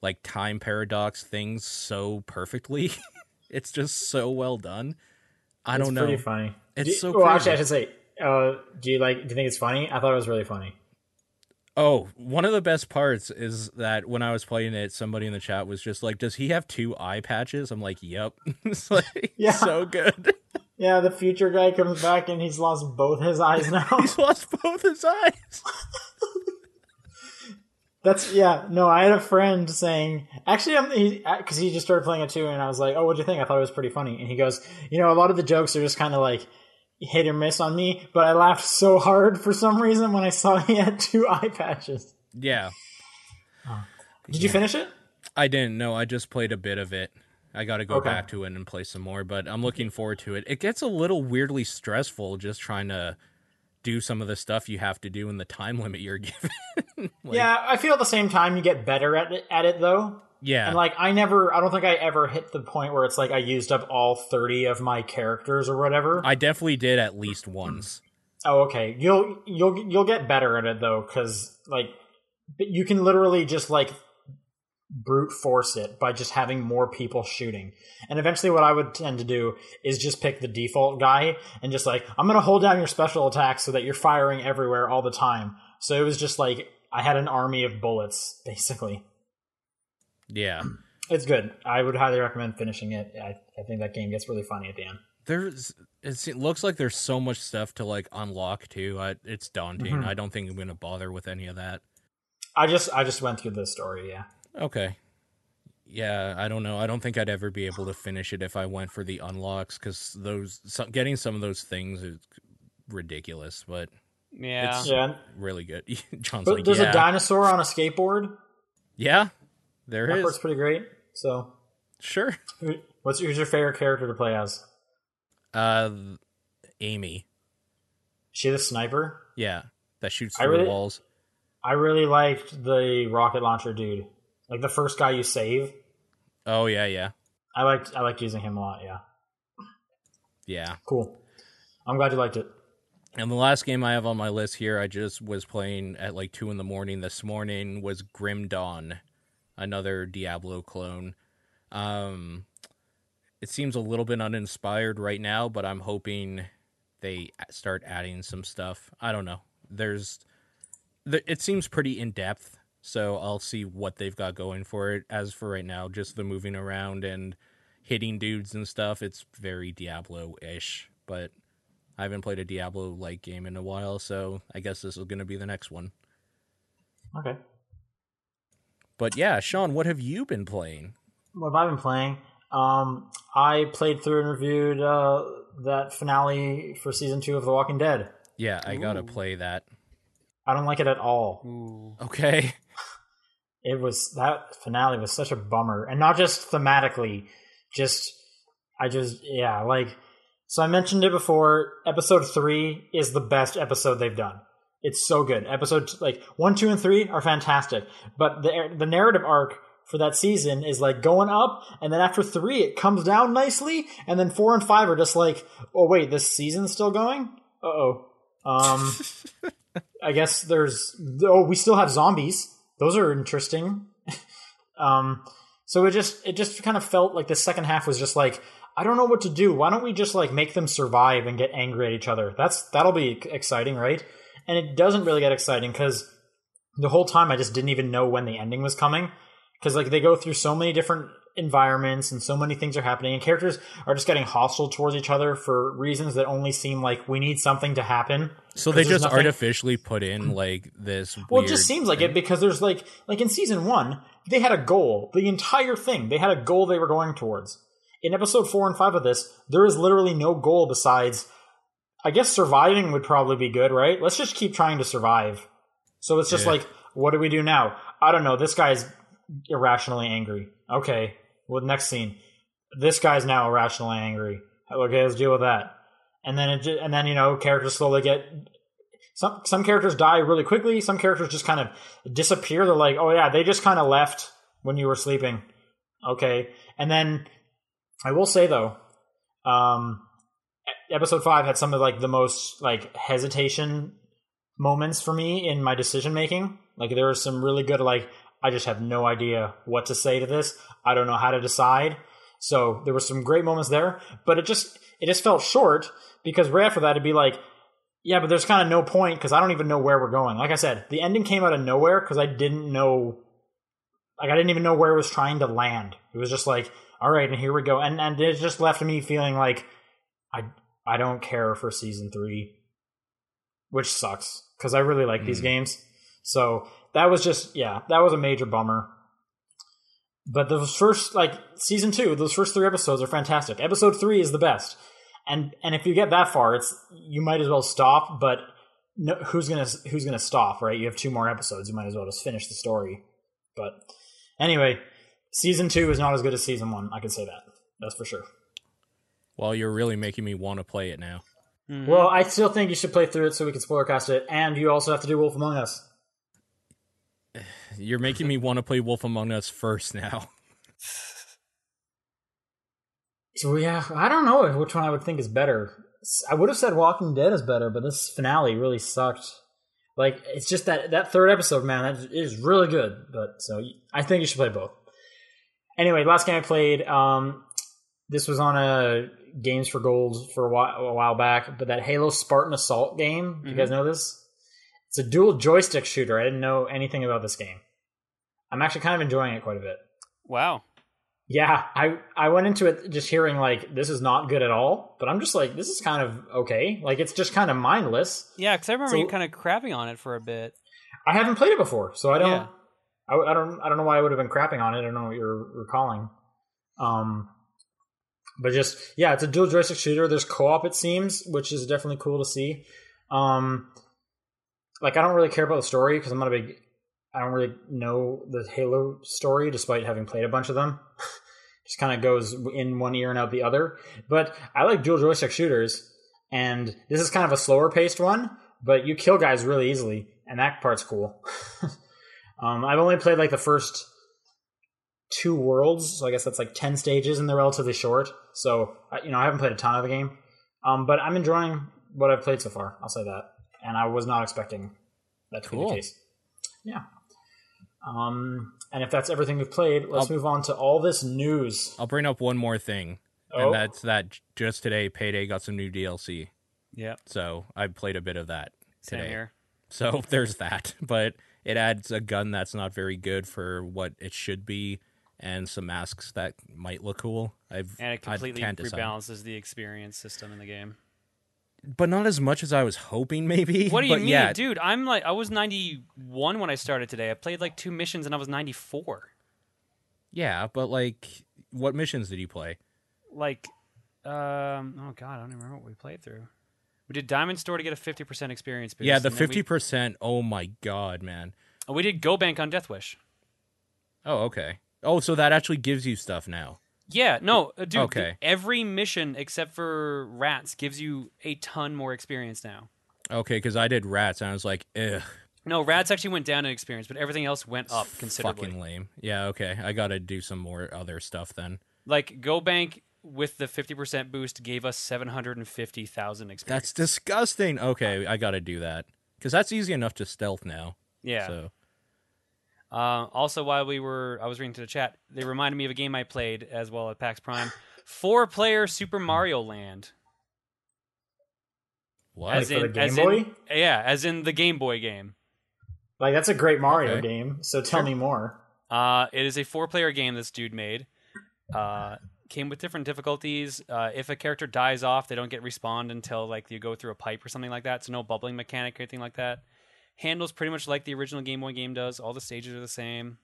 S3: like time paradox things so perfectly. (laughs) it's just so well done. I
S1: It's
S3: don't know.
S1: Pretty funny.
S3: It's
S1: Do you-
S3: so
S1: Well, actually, I
S3: crazy.
S1: should say. Uh, do you like? Do you think it's funny? I thought it was really funny.
S3: Oh, one of the best parts is that when I was playing it, somebody in the chat was just like, "Does he have two eye patches?" I'm like, "Yep." (laughs) it's like
S1: (laughs) Yeah.
S3: so good. (laughs)
S1: Yeah, the future guy comes back and he's lost both his eyes
S3: (laughs)
S1: now.
S3: He's lost both his eyes.
S1: That's yeah. No, I had a friend saying actually, I'm because he, just started playing it too, and I was like, "Oh, what'd you think?" I thought it was pretty funny, and he goes, "You know, a lot of the jokes are just kind of like hit or miss on me, but I laughed so hard for some reason when I saw he had two eye patches."
S3: Yeah,
S1: Did you finish it?
S3: I didn't know. I just played a bit of it. I got to go
S1: Okay.
S3: back to it and play some more, but I'm looking forward to it. It gets a little weirdly stressful just trying to do some of the stuff you have to do in the time limit you're (laughs) given. Like-
S1: yeah, I feel at the same time you get better at it, at it though.
S3: Yeah.
S1: And like I never, I don't think I ever hit the point where it's like I used up all thirty of my characters or whatever.
S3: I definitely did at least once.
S1: Oh, okay. You'll you'll you'll get better at it though, because like but you can literally just like brute force it by just having more people shooting. And eventually, what I would tend to do is just pick the default guy and just like I'm gonna hold down your special attack so that you're firing everywhere all the time. So it was just like I had an army of bullets (laughs) basically.
S3: Yeah.
S1: It's good. I would highly recommend finishing it. I, I think that game gets really funny at the end.
S3: there's it se- looks like there's so much stuff to like unlock too. I, it's daunting.
S1: Mhm.
S3: I don't think I'm gonna bother with any of that.
S1: I just I just went through the story. Yeah.
S3: Okay. Yeah, I don't know. I don't think I'd ever be able to finish it if I went for the unlocks because those so, getting some of those things is ridiculous, but
S2: Yeah.
S3: It's-
S1: Yeah.
S3: really good. (laughs) John's
S1: But
S3: like,
S1: there's
S3: yeah,
S1: a dinosaur on a skateboard.
S3: yeah, there
S1: That
S3: is.
S1: part's pretty great. So,
S3: Sure.
S1: who, what's who's your favorite character to play as?
S3: Uh, Amy.
S1: She the sniper.
S3: Yeah, that shoots
S1: I
S3: through
S1: really-
S3: walls.
S1: I really liked the rocket launcher dude. Like the first guy you save.
S3: Oh yeah, yeah,
S1: I liked I liked using him a lot. Yeah.
S3: yeah.
S1: Cool. I'm glad you liked it.
S3: And the last game I have on my list here, I just was playing at like two in the morning this morning was Grim Dawn, another Diablo clone. Um, it seems a little bit uninspired right now, but I'm hoping they start adding some stuff. I don't know. There's, th- it seems pretty in depth, so I'll see what they've got going for it. As for right now, just the moving around and hitting dudes and stuff. It's very Diablo ish, but I haven't played a Diablo like game in a while, so I guess this is going to be the next one.
S1: Okay.
S3: But yeah, Sean, what have you been playing?
S1: What have I been playing? Um, I played through and reviewed uh, that finale for season two of The Walking Dead.
S3: Yeah, I got to
S2: Ooh.
S3: play that.
S1: I don't like it at all.
S2: Ooh.
S3: Okay. (laughs)
S1: It was that finale was such a bummer, and not just thematically. Just, I just yeah, like so. I mentioned it before. Episode three is the best episode they've done. It's so good. Episode like one, two, and three are fantastic, but the the narrative arc for that season is like going up, and then after three it comes down nicely, and then four and five are just like, oh wait, this season's still going. Uh oh. Um. I guess there's oh we still have zombies. Those are interesting. (laughs) um, so it just it just kind of felt like the second half was just like I don't know what to do. Why don't we just like make them survive and get angry at each other? That's that'll be exciting, right? And it doesn't really get exciting because the whole time I just didn't even know when the ending was coming because like they go through so many different environments and so many things are happening and characters are just getting hostile towards each other for reasons that only seem like we need something to happen
S3: So
S1: Because
S3: they
S1: there's
S3: just
S1: nothing-
S3: artificially
S1: (clears throat)
S3: put in like this.
S1: well,
S3: weird
S1: it just seems like it because there's like like in season one, they had a goal. The entire thing, they had a goal they were going towards. In episode four and five of this, there is literally no goal besides. I guess surviving would probably be good, right? Let's just keep trying to survive. So it's just
S3: Yeah.
S1: like, what do we do now? I don't know. This guy's irrationally angry. Okay. Well, next scene. This guy's now irrationally angry. Okay, let's deal with that. And then it, ju- and then you know characters slowly get some some characters die really quickly. Some characters just kind of disappear. They're like, oh yeah, they just kind of left when you were sleeping. Okay, and then I will say though, um, e- episode five had some of like the most like hesitation moments for me in my decision making. Like there was some really good like I just have no idea what to say to this. I don't know how to decide. So there were some great moments there, but it just it just felt short because right after that it'd be like, yeah, but there's kind of no point because I don't even know where we're going. Like I said, the ending came out of nowhere because I didn't know, like I didn't even know where it was trying to land. It was just like, all right, and here we go, and and it just left me feeling like I I don't care for season three, which sucks because I really like these
S3: Mm.
S1: games. So that was just yeah, that was a major bummer. But those first like season two, those first three episodes are fantastic. Episode three is the best, and and if you get that far, it's you might as well stop. But no, who's gonna who's gonna stop, right? You have two more episodes. You might as well just finish the story. But anyway, season two is not as good as season one. I can say that. That's for sure.
S3: Well, you're really making me want to play it now.
S2: Mhm.
S1: Well, I still think you should play through it so we can spoiler cast it, and you also have to do Wolf Among Us.
S3: You're making me want to play Wolf Among Us first (laughs) now.
S1: So yeah, I don't know which one I would think is better. S- I would have said Walking Dead is better, but this finale really sucked. Like it's just that that third episode, man, that is really good. But so y- I think you should play both. Anyway, last game I played, um, this was on a Games for Gold for a while, a while back, but that Halo Spartan Assault game. You guys know this? It's a dual joystick shooter. I didn't know anything about this game. I'm actually kind of enjoying it quite a bit.
S2: Wow.
S1: Yeah, I I went into it just hearing like this is not good at all, but I'm just like this is kind of okay. Like it's just kind of mindless.
S2: Yeah, because I remember
S1: So-
S2: you kind of crapping on it for a bit.
S1: I haven't played it before, so I don't
S2: Yeah.
S1: I, I don't I don't know why I would have been crapping on it. I don't know what you're recalling. Um, but just yeah, it's a dual joystick shooter. There's co-op it seems, which is definitely cool to see. Um, like I don't really care about the story because I'm not a big I don't really know the Halo story, despite having played a bunch of them. (laughs) just kind of goes in one ear and out the other. But I like dual joystick shooters, and this is kind of a slower paced one, but you kill guys really easily, and that part's cool. (laughs) um, I've only played like the first two worlds, so I guess that's like ten stages, and they're relatively short. So uh, you know, I haven't played a ton of the game, um, but I'm enjoying what I've played so far. I'll say that, and I was not expecting that to be
S3: Cool.
S1: the case. Yeah. Um, and if that's everything we've played, let's move on to all this news.
S3: I'll bring up one more thing,
S1: Oh.
S3: and that's that j- just today, Payday got some new DLC.
S2: Yeah,
S3: So I played a bit of that
S2: same
S3: today.
S2: here.
S3: So (laughs) there's that. But it adds a gun that's not very good for what it should be, and some masks that might look cool. I've
S2: And it
S3: I
S2: completely
S3: can't decide.
S2: rebalances the experience system in the game.
S3: but not as much as I was hoping. Maybe.
S2: What do you
S3: But
S2: mean,
S3: yeah,
S2: dude? I'm like, I was 91 when I started today. I played like two missions and I was 94.
S3: Yeah, but like, what missions did you play?
S2: Like, um, oh god, I don't even remember what we played through. We did Diamond Store to get a 50% experience boost.
S3: yeah, the
S2: and then
S3: fifty percent. Oh my god, man.
S2: We, oh, we did Go Bank on Death Wish.
S3: Oh okay. Oh, so that actually gives you stuff now.
S2: Yeah, no, uh, dude. the-
S3: Okay.
S2: every mission except for rats gives you a ton more experience now.
S3: Okay, because I did rats and I was like, ugh,
S2: No, rats actually went down in experience, but everything else went up considerably.
S3: fucking lame. Yeah, okay, I gotta do some more other stuff then.
S2: Like Go Bank with the 50% boost gave us 750,000 experience.
S3: That's disgusting. Okay, I gotta do that because that's easy enough to stealth now.
S2: yeah.
S3: So
S2: Uh, also, while we were, I was reading to the chat. They reminded me of a game I played as well at PAX Prime, four-player Super Mario Land.
S3: what?
S1: Like
S2: As
S1: for the
S2: in, as
S1: Game
S2: in,
S1: Boy?
S2: yeah, as in the Game Boy game.
S1: Like that's a great Mario
S3: Okay.
S1: game. So tell me more.
S2: Uh, it is a four-player game this dude made. Uh, came with different difficulties. Uh, if a character dies off, they don't get respawned until like you go through a pipe or something like that. So no bubbling mechanic or anything like that. Handles pretty much like the original Game Boy game does. All the stages are the same.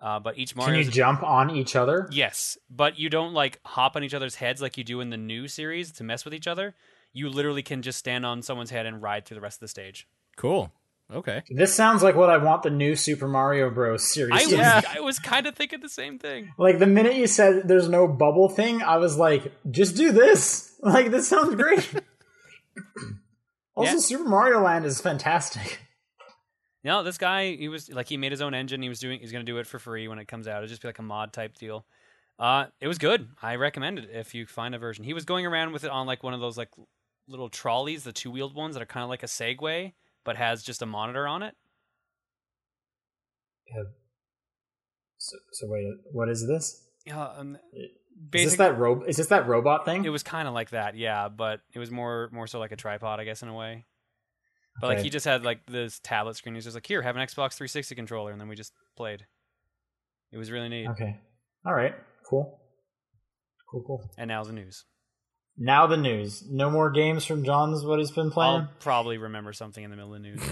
S2: Uh, but each Mario
S1: Can you jump on each other?
S2: Yes, but you don't like hop on each other's heads like you do in the new series to mess with each other. You literally can just stand on someone's head and ride through the rest of the stage.
S3: Cool. Okay.
S1: This sounds like what I want the new Super Mario Bros. series.
S2: I
S1: to
S2: was
S1: be.
S2: I was kind of thinking the same thing.
S1: (laughs) Like the minute you said there's no bubble thing, I was like, just do this. (laughs) Like this sounds
S2: (laughs)
S1: great. also,
S2: Yeah.
S1: Super Mario Land is fantastic. (laughs)
S2: No, this guy he was like he made his own engine. He was doing he's gonna do it for free when it comes out. It'll just be like a mod type deal. Uh, it was good. I recommend it if you find a version. He was going around with it on like one of those like little trolleys, the two wheeled ones that are kind of like a Segway but has just a monitor on it.
S1: So, so wait, what is this?
S2: Yeah, um,
S1: Is this that ro- Is this that robot (laughs) thing?
S2: it was kind of like that, yeah, but it was more more so like a tripod, I guess, in a way. But like
S1: Okay.
S2: he just had like this tablet screen. He was just like, "Here, have an Xbox 360 controller," and then we just played. It was really neat.
S1: okay. All right. Cool. Cool. Cool.
S2: And now the news.
S1: Now the news. No more games from John's. What he's been playing.
S2: I'll probably remember something in the middle
S1: (laughs)
S2: of the news.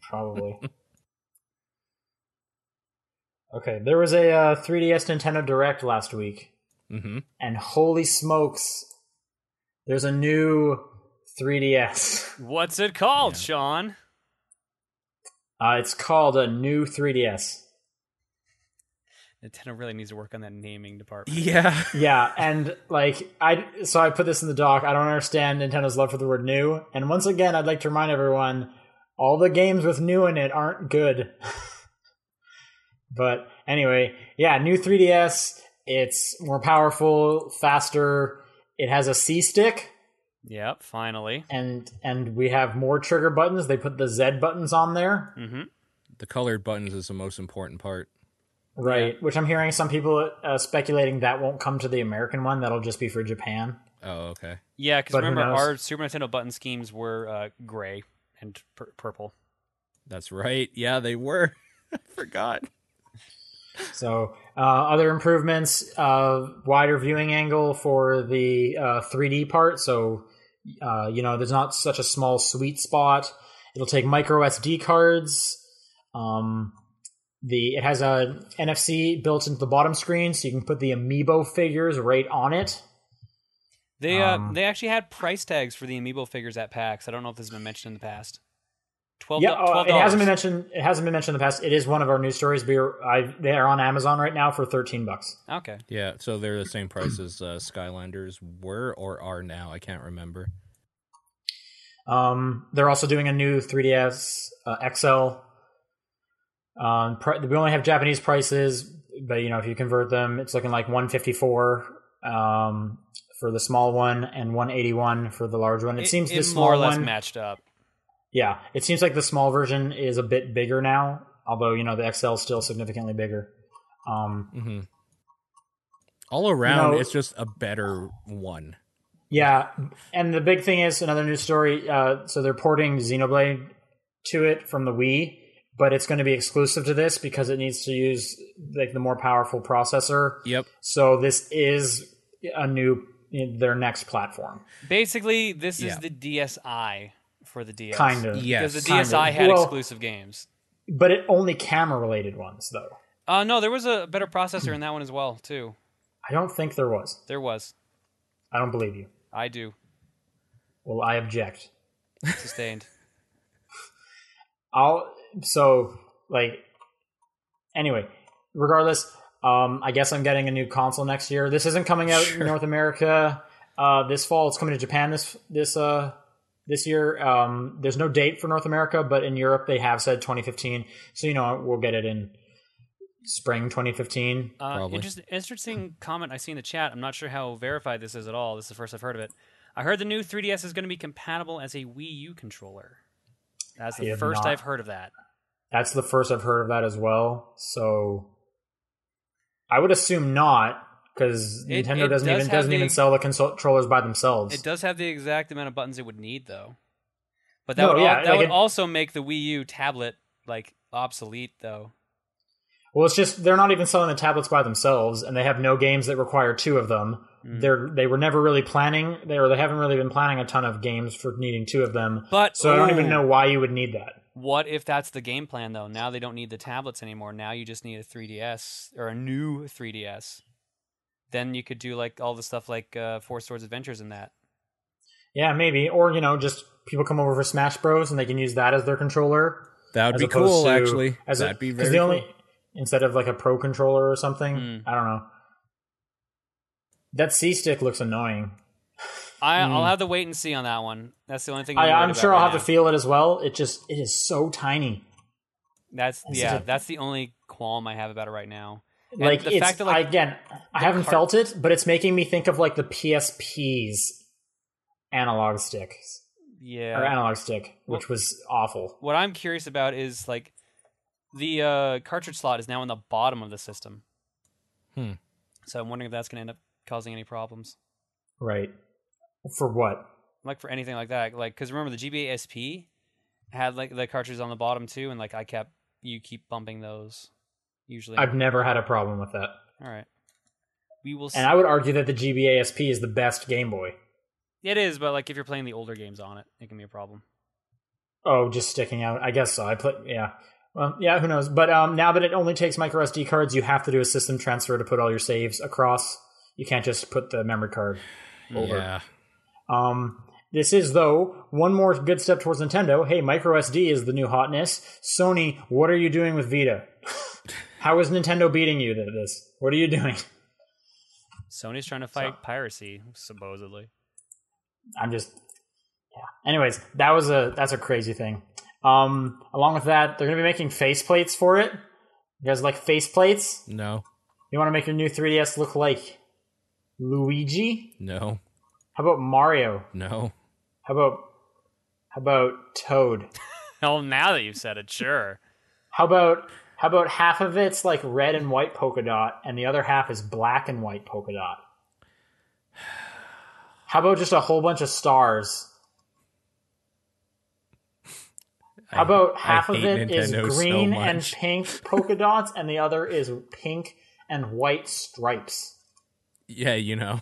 S1: Probably. okay, there was a uh, 3DS Nintendo Direct last week,
S3: Mm-hmm.
S1: and holy smokes, there's a new 3DS.
S2: What's it called,
S3: Yeah.
S2: Sean?
S1: Uh, it's called a new 3DS.
S2: Nintendo really needs to work on that naming department.
S3: Yeah. (laughs)
S1: Yeah, and like I, so I put this in the doc. I don't understand Nintendo's love for the word "new." And once again, I'd like to remind everyone: all the games with "new" in it aren't good. (laughs) but anyway, yeah, new 3DS. It's more powerful, faster. It has a C stick,
S2: Yep, finally.
S1: and and we have more trigger buttons. They put the Z buttons on there,
S2: hmm
S3: The colored buttons is the most important part.
S1: right? Which I'm hearing some people uh, speculating that won't come to the American one. That'll just be for Japan.
S3: Oh, okay.
S2: Yeah, because
S1: But who
S2: remember
S1: knows?
S2: our Super Nintendo button schemes were uh, gray and pur- purple.
S3: That's right. Yeah, they were. (laughs) I forgot.
S1: So, uh, other improvements: uh, wider viewing angle for the uh, 3D part. So, uh, you know, there's not such a small sweet spot. It'll take micro SD cards. Um, the it has a NFC built into the bottom screen, so you can put the amiibo figures right on it.
S2: They uh,
S1: Um,
S2: they actually had price tags for the amiibo figures at PAX. I don't know if this has been mentioned in the past. Twelve.
S1: yeah, oh,
S2: twelve
S1: it hasn't been
S2: dollars.
S1: mentioned. It hasn't been mentioned in the past. It is one of our news stories. We are, I, they are on Amazon right now for thirteen bucks.
S2: Okay.
S3: Yeah, so they're the same price as uh, Skylanders were or are now. I can't remember.
S1: Um, they're also doing a new 3DS uh, XL. Um, pri we only have Japanese prices, but you know if you convert them, it's looking like 154 um, for the small one and 181 for the large one. It, seems the small
S2: more or less
S1: one,
S2: matched up.
S1: yeah, it seems like the small version is a bit bigger now, although you know the XL is still significantly bigger. Um,
S3: hmm All around,
S1: know-
S3: it's just a better one.
S1: yeah, and the big thing is another news story. Uh, so they're porting Xenoblade to it from the Wii, but it's going to be exclusive to this because it needs to use like the more powerful processor.
S3: Yep.
S1: So this is a new their next platform,
S2: Basically, this
S3: Yeah.
S2: is the DSi for the DS.
S1: kind of.
S3: Yes.
S2: Because the
S1: Kind of.
S2: DSi had
S1: Well-
S2: exclusive games.
S1: But it only camera related ones though.
S2: Uh, no, there was a better processor in that one as well too.
S1: I don't think there was.
S2: There was.
S1: I don't believe you.
S2: I do
S1: Well, I object.
S2: sustained.
S1: I'll so like anyway, regardless, um I guess I'm getting a new console next year. This isn't coming out in North America uh this fall. It's coming to Japan this this uh this year. Um there's no date for North America, but in Europe they have said 2015. So you know, we'll get it in spring 2015.
S2: Uh,
S3: Probably.
S2: interest, interesting comment I see in the chat. I'm not sure how verified this is at all. This is the first I've heard of it. I heard the new 3DS is going to be compatible as a Wii U controller. That's
S1: I
S2: the
S1: have
S2: first
S1: not.
S2: I've heard of that.
S1: That's the first I've heard of that as well. So I would assume not cuz
S2: It-
S1: Nintendo doesn't
S2: it does
S1: even
S2: have
S1: doesn't even
S2: the-
S1: sell the console- controllers by themselves.
S2: It does have the exact amount of buttons it would need, though. But that
S1: No,
S2: would al-
S1: yeah,
S2: that
S1: like
S2: would
S1: it-
S2: also make the Wii U tablet like obsolete, though.
S1: Well, it's just they're not even selling the tablets by themselves, and they have no games that require two of them.
S3: Mm-hmm.
S2: Mm.
S1: They're they were never really planning, they or they haven't really been planning a ton of games for needing two of them.
S2: But
S1: So I don't
S2: ooh,
S1: even know why you would need that.
S2: What if that's the game plan, though? Now they don't need the tablets anymore. Now you just need a 3DS or a new 3DS. Then you could do like all the stuff like uh, Four Swords Adventures and that.
S1: Yeah, maybe, or you know, just people come over for Smash Bros. and they can use that as their controller.
S3: That would
S1: as
S3: be
S1: opposed
S3: cool,
S1: to-
S3: actually.
S1: as a-
S3: That'd be
S1: 'cause
S3: very
S1: the only
S3: cool. Hmm.
S1: instead of like a pro controller or something.
S2: Mm.
S1: I don't know. That C stick looks annoying.
S2: I, I'll have to wait and see on that one. That's the only thing. I'm,
S1: Hmm. I,
S2: worried
S1: I'm
S2: about
S1: sure
S2: right
S1: I'll have
S2: now.
S1: to feel it as well. It just it is so tiny.
S2: That's
S1: This is
S2: yeah.
S1: a-
S2: That's the only qualm I have about it right now. And
S1: like
S2: the
S1: it's,
S2: fact that like
S1: I- again i haven't
S2: cart-
S1: felt it but it's making me think of like the psp's analog stick or
S2: yeah.
S1: analog stick which was awful
S2: What I'm curious about is like the uh, cartridge slot is now in the bottom of the system.
S3: Hmm.
S2: So I'm wondering if that's going to end up causing any problems.
S1: right for what
S2: like for anything like that. Like because remember the GBA SP had like the cartridges on the bottom too, and like I kept you keep bumping those usually.
S1: i've never had a problem with that
S2: All right, we will. See.
S1: and i would argue that the gba sp is the best game boy
S2: it is, but like if you're playing the older games on it, it can be a problem.
S1: oh just sticking out i guess so i put yeah well yeah who knows but um now that it only takes micro sd cards you have to do a system transfer to put all your saves across you can't just put the memory card over
S3: Yeah.
S1: Um, this is though one more good step towards Nintendo. Hey, micro SD is the new hotness. Sony, what are you doing with Vita? (laughs) How is Nintendo beating you to this? What are you doing? (laughs)
S2: Sony's trying to fight piracy, supposedly. (laughs)
S1: I'm just yeah. Anyways, that was a that's a crazy thing. Um, along with that, they're gonna be making face plates for it. You guys like face plates?
S3: No.
S1: You want to make your new 3DS look like Luigi?
S3: No.
S1: How about Mario?
S3: No.
S1: How about how about Toad?
S2: Well, Oh, now that you've said it, sure.
S1: How about how about half of it's like red and white polka dot, and the other half is black and white polka dot? How about just a whole bunch of stars? How about half of it is green and pink polka dots, and the other is pink and white stripes?
S3: yeah, you know.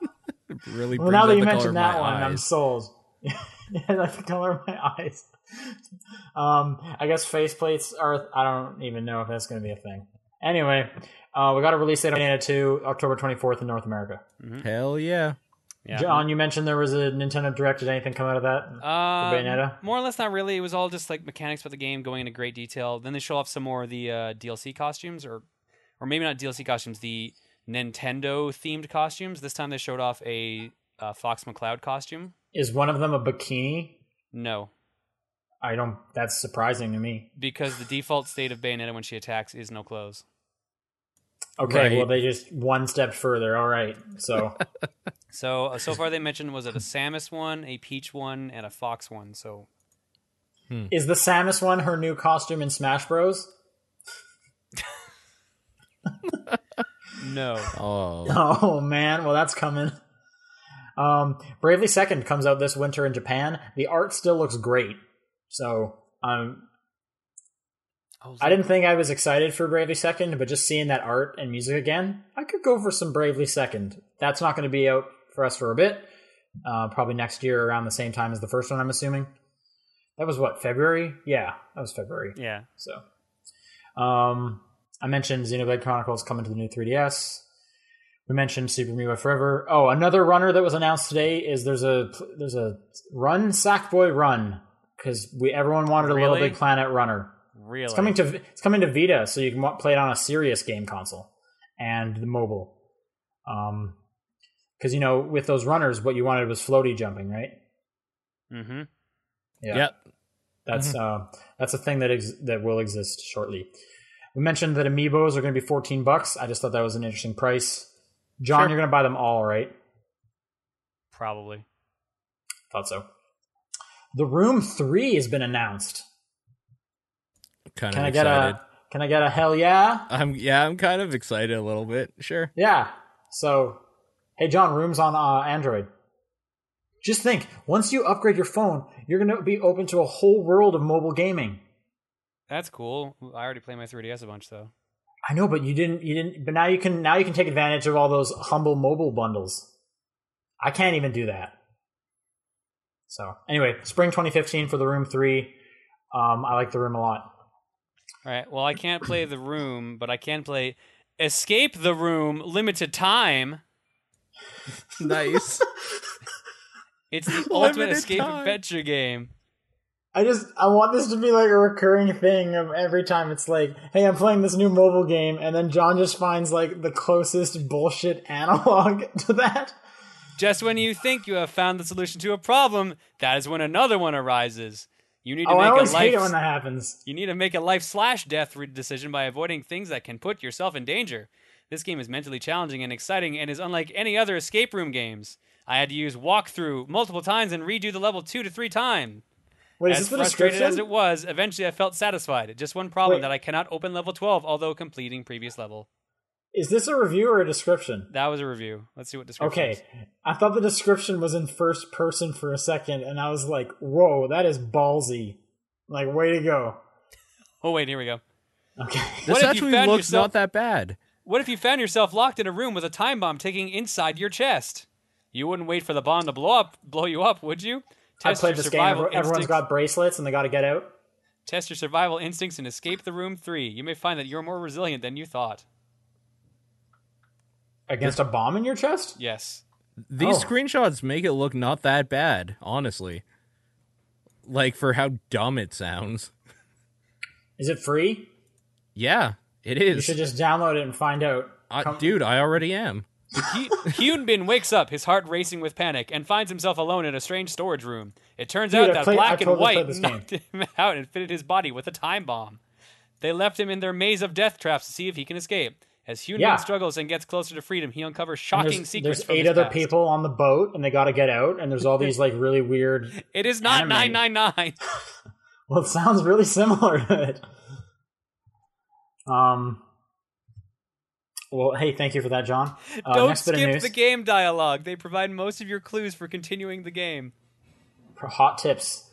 S3: (laughs) It really.
S1: Well, now that you
S3: brings out the color of
S1: mentioned that (laughs)
S3: my
S1: one, I'm
S3: eyes.
S1: sold. yeah, that's the color of my eyes. Um, I guess faceplates are. I don't even know if that's going to be a thing. Anyway, uh, we got a release date on Bayonetta 2, October 24th in North America.
S3: Hell yeah.
S2: Yeah.
S1: John, you mentioned there was a Nintendo Direct. Did anything come out of that?
S2: Um,
S1: Bayonetta?
S2: More or less, not really. It was all just like mechanics about the game, going into great detail. Then they show off some more of the uh, DLC costumes, or or maybe not DLC costumes, the Nintendo themed costumes. This time they showed off a uh, Fox McCloud costume.
S1: Is one of them a bikini?
S2: No,
S1: I don't. That's surprising to me.
S2: because the default state of Bayonetta when she attacks is no clothes.
S1: Okay,
S3: Right.
S1: well they just one step further. All right,
S3: (laughs)
S1: so
S2: So uh, so far they mentioned was it a Samus one, a Peach one, and a Fox one. So
S1: is the Samus one her new costume in Smash Bros?
S2: no.
S3: Oh.
S1: (laughs) Oh man, well that's coming. Um, Bravely Second comes out this winter in Japan. The art still looks great, so um,
S2: was
S1: I didn't think I was excited for Bravely Second, but just seeing that art and music again, I could go for some Bravely Second. That's not going to be out for us for a bit. Uh, probably next year around the same time as the first one, I'm assuming. That was what, February? Yeah, that was February.
S2: Yeah.
S1: So, um, I mentioned Xenoblade Chronicles coming to the new 3DS. We mentioned Super Melee Forever. Oh, another runner that was announced today is there's a there's a run Sackboy Run because we everyone wanted a Little
S2: Really?
S1: Big Planet runner.
S2: Really?
S1: It's coming to it's coming to Vita, so you can wa- play it on a serious game console and the mobile. Um, because you know with those runners, what you wanted was floaty jumping, right?
S2: mm-hmm.
S3: Yep. Mm-hmm.
S1: That's uh, that's a thing that ex- that will exist shortly. We mentioned that amiibos are going to be fourteen bucks. I just thought that was an interesting price. John,
S3: Sure.
S1: you're going to buy them all, right?
S2: Probably.
S1: Thought so. The Room Three has been announced.
S3: Kind
S1: Can
S3: of
S1: I get
S3: excited.
S1: a Can I get a hell yeah?
S3: I'm yeah, I'm kind of excited a little bit.
S1: (laughs)
S3: Sure.
S1: Yeah. So, hey, John, Room's on uh, Android. Just think, once you upgrade your phone, you're going to be open to a whole world of mobile gaming.
S2: That's cool. I already play my 3DS a bunch though.
S1: I know, but you didn't. You didn't. But now you can. Now you can take advantage of all those humble mobile bundles. I can't even do that. So anyway, spring 2015 for the Room Three. Um, I like the Room a lot.
S2: All right. Well, I can't play the room, but I can play Escape the Room Limited Time.
S3: Nice.
S1: (laughs)
S2: It's the ultimate
S3: Limited
S2: escape
S3: Time.
S2: adventure game.
S1: I just I want this to be like a recurring thing of every time it's like, hey, I'm playing this new mobile game, and then John just finds like the closest bullshit analog (laughs) to that.
S2: Just when you think you have found the solution to a problem, that is when another one arises. You need to
S1: Oh, I
S2: make a
S1: always hate
S2: life
S1: it when that happens.
S2: You need to make a life slash death re- decision by avoiding things that can put yourself in danger. This game is mentally challenging and exciting and is unlike any other escape room games. I had to use walkthrough multiple times and redo the level two to three times.
S1: Wait, is
S2: as
S1: this the
S2: frustrated
S1: description?
S2: as it was, eventually I felt satisfied. Just one problem
S1: Wait.
S2: that I cannot open level 12, although completing previous level.
S1: Is this a review or a description?
S2: That was a review. Let's see what description.
S1: Okay,
S2: is.
S1: I thought the description was in first person for a second, and I was like, "Whoa, that is ballsy! Like, way to go!"
S2: Oh wait, here we go.
S1: Okay,
S2: What
S3: this
S2: if you
S3: actually
S2: found
S3: looks
S2: yourself-
S3: not that bad.
S2: What if you found yourself locked in a room with a time bomb ticking inside your chest? You wouldn't wait for the bomb to blow up, blow you up, would you?
S1: I
S2: Test
S1: played
S2: your
S1: this game.
S2: survival
S1: everyone- Everyone's
S2: instincts-
S1: got bracelets, and they got to get out.
S2: Test your survival instincts and escape the room three. You may find that you're more resilient than you thought.
S1: Against a bomb in your chest?
S2: Yes.
S3: These
S1: Oh.
S3: screenshots make it look not that bad, honestly. Like for how dumb it sounds.
S1: Is it free?
S3: Yeah, it
S1: You
S3: is.
S1: should just download it and find out.
S3: I, dude, I already am.
S2: He- Hyun Bin wakes up, his heart racing with panic, and finds himself alone in a strange storage room. It turns
S1: Dude,
S2: out
S1: I
S2: that
S1: play- I
S2: black and
S1: totally
S2: white
S1: played this game.
S2: knocked him (laughs) out and fitted his body with a time bomb. They left him in their maze of death traps to see if he can escape. As Hyun
S1: Yeah.
S2: Bin struggles and gets closer to freedom, he uncovers
S1: And
S2: shocking
S1: There's,
S2: secrets.
S1: there's
S2: from
S1: eight
S2: his
S1: other
S2: past.
S1: people on the boat, and they got to get out. And there's all these like really weird.
S2: It is not
S1: Animated.
S2: nine nine nine.
S1: Well, it sounds really similar to it. Um. Well, hey, thank you for that, John. Uh,
S2: Don't
S1: next bit of
S2: skip
S1: news.
S2: the game dialogue. They provide most of your clues for continuing the game.
S1: hot tips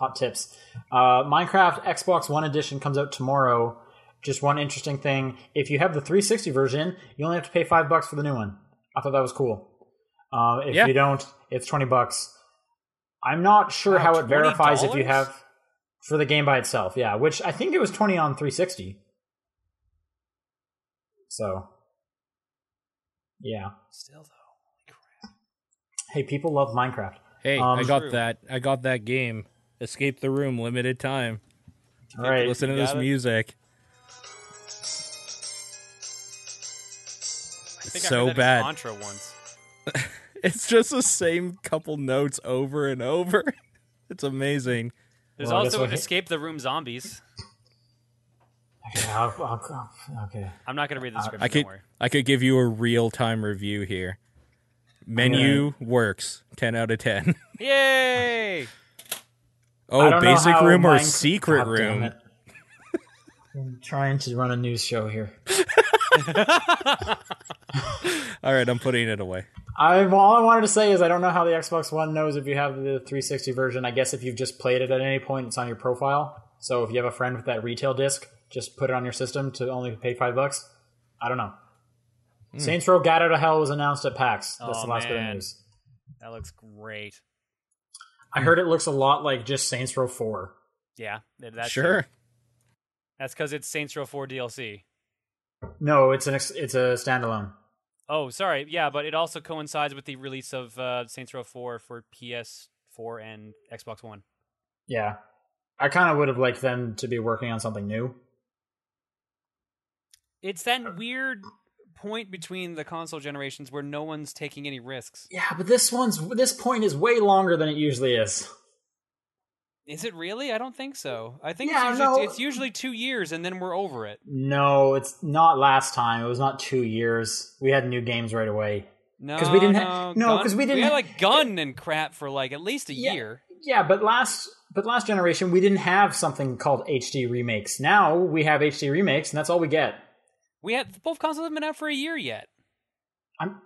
S1: hot tips uh, minecraft xbox one edition comes out tomorrow just one interesting thing if you have the 360 version you only have to pay five bucks for the new one i thought that was cool uh, if
S3: Yeah.
S1: you don't it's 20 bucks i'm not sure
S2: Wow, Oh,
S1: how it verifies if you
S2: $20?
S1: have for the game by itself. Yeah, which I think it was twenty on three sixty. So, yeah.
S2: Still though,
S1: Hey, people love Minecraft.
S3: Hey,
S1: Um,
S3: I got
S2: True.
S3: that. I got that game. Escape the room, limited time.
S1: All right.
S3: Listen to
S2: you
S3: this
S2: got it.
S3: music. (laughs)
S2: I
S3: It's
S2: think I
S3: so
S2: heard that
S3: bad.
S2: As mantra once.
S3: It's just the same couple notes over and over. (laughs) It's amazing.
S2: There's
S1: Well, I guess
S2: also
S1: we'll hit-
S2: Escape the Room Zombies.
S1: Okay. I'll, I'll, okay.
S2: I'm not going to
S1: Uh,
S2: read the description.
S3: I could
S2: don't worry.
S3: I could give you a real time review here. Menu works. Ten out of ten. (laughs)
S2: Yay!
S1: I
S3: Oh,
S1: don't know
S3: basic
S1: how
S3: room or
S1: Minec-
S3: secret
S1: God damn
S3: room? (laughs)
S1: it. I'm trying to run a news show here.
S3: All right, I'm putting it away.
S1: I all I wanted to say is I don't know how the Xbox One knows if you have the 360 version. I guess if you've just played it at any point, it's on your profile. So if you have a friend with that retail disc, just put it on your system to only pay five bucks. I don't know.
S3: Hmm.
S1: Saints Row: Gatto to Hell was announced at PAX. That's
S3: Oh,
S2: Aw,
S1: the last bit of
S2: man.
S1: news.
S2: That looks great.
S1: I heard it looks a lot like just Saints Row Four.
S2: Yeah, th- that's
S3: sure.
S2: That's because it's Saints Row 4 DLC.
S1: No, it's an ex- it's a standalone.
S2: Oh, sorry. Yeah, but it also coincides with the release of uh, Saints Row 4 for PS4 and Xbox One.
S1: Yeah, I kind of would have liked them to be working on something new.
S2: It's that weird point between the console generations where no one's taking any risks.
S1: Yeah, but this one's this point is way longer than it usually is.
S2: Is it really? I don't think so. I think
S1: Yeah,
S2: it's, usually,
S1: no.
S2: it's usually two years and then we're over it.
S1: No, it's not last time. It was not two years. We had new games right away.
S2: No,
S1: 'Cause we didn't ha-
S2: no,
S1: no,
S2: Gun-
S1: 'cause we didn't
S2: We had
S1: ha-
S2: like gun and crap for like at least a
S1: Yeah.
S2: year.
S1: Yeah, but last but last generation we didn't have something called HD remakes. Now we have HD remakes, and that's all we get.
S2: We had both consoles haven't been out for a year yet.
S1: I'm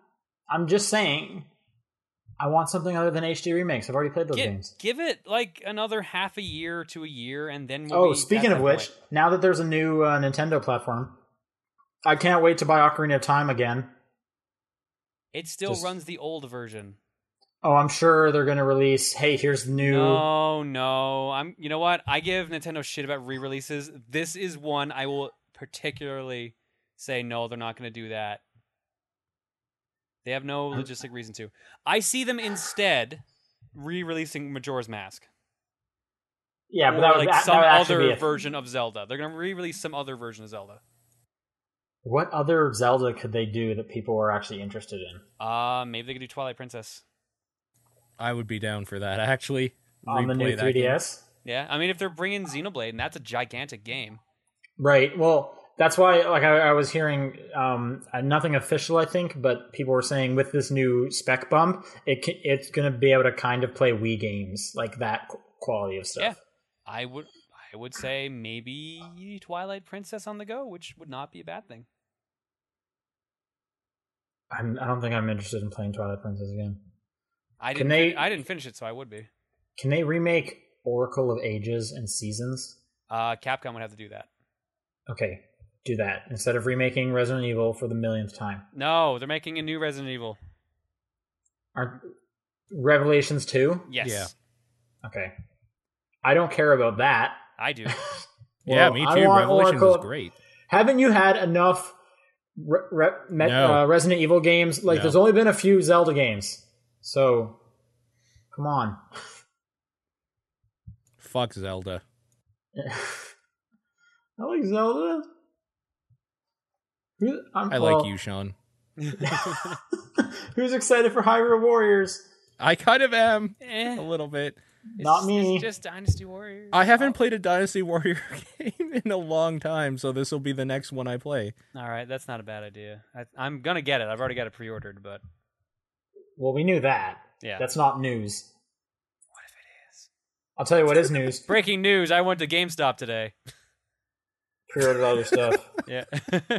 S1: I'm just saying, I want something other than HD remakes. I've already played those
S2: Get,
S1: games.
S2: give it like another half a year to a year, and then we'll
S1: Oh,
S2: be
S1: speaking of
S2: at that
S1: which,
S2: point.
S1: now that there's a new uh, Nintendo platform, I can't wait to buy Ocarina of Time again.
S2: it still
S1: just-
S2: runs the old version.
S1: Oh, I'm sure they're going to release. Hey, here's the new.
S2: No, no, I'm. You know what? I give Nintendo shit about re-releases. This is one I will particularly say no. They're not going to do that. They have no
S1: I'm-
S2: logistic reason to. I see them instead re-releasing Majora's Mask.
S1: yeah,
S2: or
S1: but that would,
S2: like
S1: that,
S2: some
S1: that would actually
S2: other
S1: be a
S2: version of Zelda. They're gonna re-release some other version of Zelda.
S1: What other Zelda could they do that people were actually interested in?
S2: Uh maybe they could do Twilight Princess.
S3: I would be down for that. Actually,
S1: On the
S3: Replay
S1: new
S3: that game.
S1: 3DS?
S2: Yeah, I mean if they're bringing Xenoblade, and that's a gigantic game.
S1: Right. Well, that's why like I, I was hearing um, uh, nothing official, I think, but people were saying with this new spec bump, it ca it's going to be able to kind of play Wii games like that qu- quality of stuff.
S2: Yeah. I would I would say maybe Twilight Princess on the go, which would not be a bad thing.
S1: I'm, I don't think I'm interested in playing Twilight Princess again.
S2: I
S1: Can
S2: didn't
S1: they-
S2: fin- I didn't finish it, so I would be.
S1: Can they remake Oracle of Ages and Seasons?
S2: Uh Capcom would have to do that.
S1: Okay, do that instead of remaking Resident Evil for the millionth time.
S2: No, they're making a new Resident Evil.
S1: Are Revelations two?
S2: Yes.
S3: Yeah.
S1: Okay, I don't care about that. (laughs)
S2: I do.
S3: (laughs) yeah,
S1: Well,
S3: me
S1: I
S3: too.
S1: want
S3: Revelations
S1: Oracle-
S3: is great.
S1: Haven't you had enough re- re- me-
S3: No.
S1: uh, Resident Evil games? Like,
S3: No.
S1: there's only been a few Zelda games, so come on.
S3: Fuck Zelda.
S1: I like Zelda. Who- I'm-
S3: I
S1: well,
S3: like you, Sean.
S1: (laughs) Who's excited for Hyrule Warriors?
S3: I kind of am
S2: Eh,
S3: a
S2: it's
S3: little bit.
S1: Not me.
S2: It's just Dynasty Warriors.
S3: I haven't played a Dynasty Warrior (laughs) game in a long time, so this will be the next one I play.
S2: Oh, All right, that's not a bad idea. I, I'm gonna get it. I've already got it pre-ordered, but
S1: Well, we knew that.
S2: yeah.
S1: That's not news. I'll tell you what
S2: (laughs)
S1: is news.
S2: Breaking news: I went to
S1: (laughs)
S2: GameStop today.
S1: Pre-ordered all your stuff.
S2: Yeah. (laughs)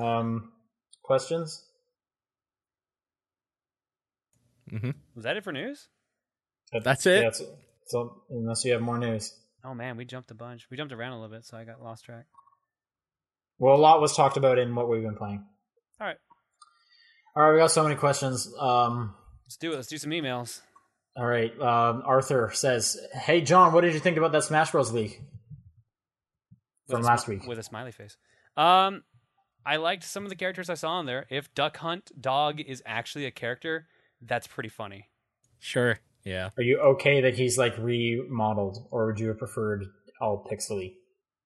S1: Um, questions?
S3: hmm
S2: Was that it for news?
S3: That's it.
S1: Uh, Yeah, it's- so unless you have more news.
S2: Oh man, we jumped a bunch. We jumped around a little bit, so I got lost track.
S1: Well, a lot was talked about in what we've been playing.
S2: All right,
S1: All right, we got so many questions. Um,
S2: let's do it. Let's do some emails.
S1: All right. Um, Arthur says, "Hey John, what did you think about that Smash Bros. League
S2: with
S1: from
S2: a
S1: last
S2: smi-
S1: week?"
S2: with a smiley face. Um, I liked some of the characters I saw on there. If Duck Hunt Dog is actually a character, that's pretty funny.
S3: Sure. Yeah.
S1: Are you okay that he's like remodeled, or would you have preferred all pixely?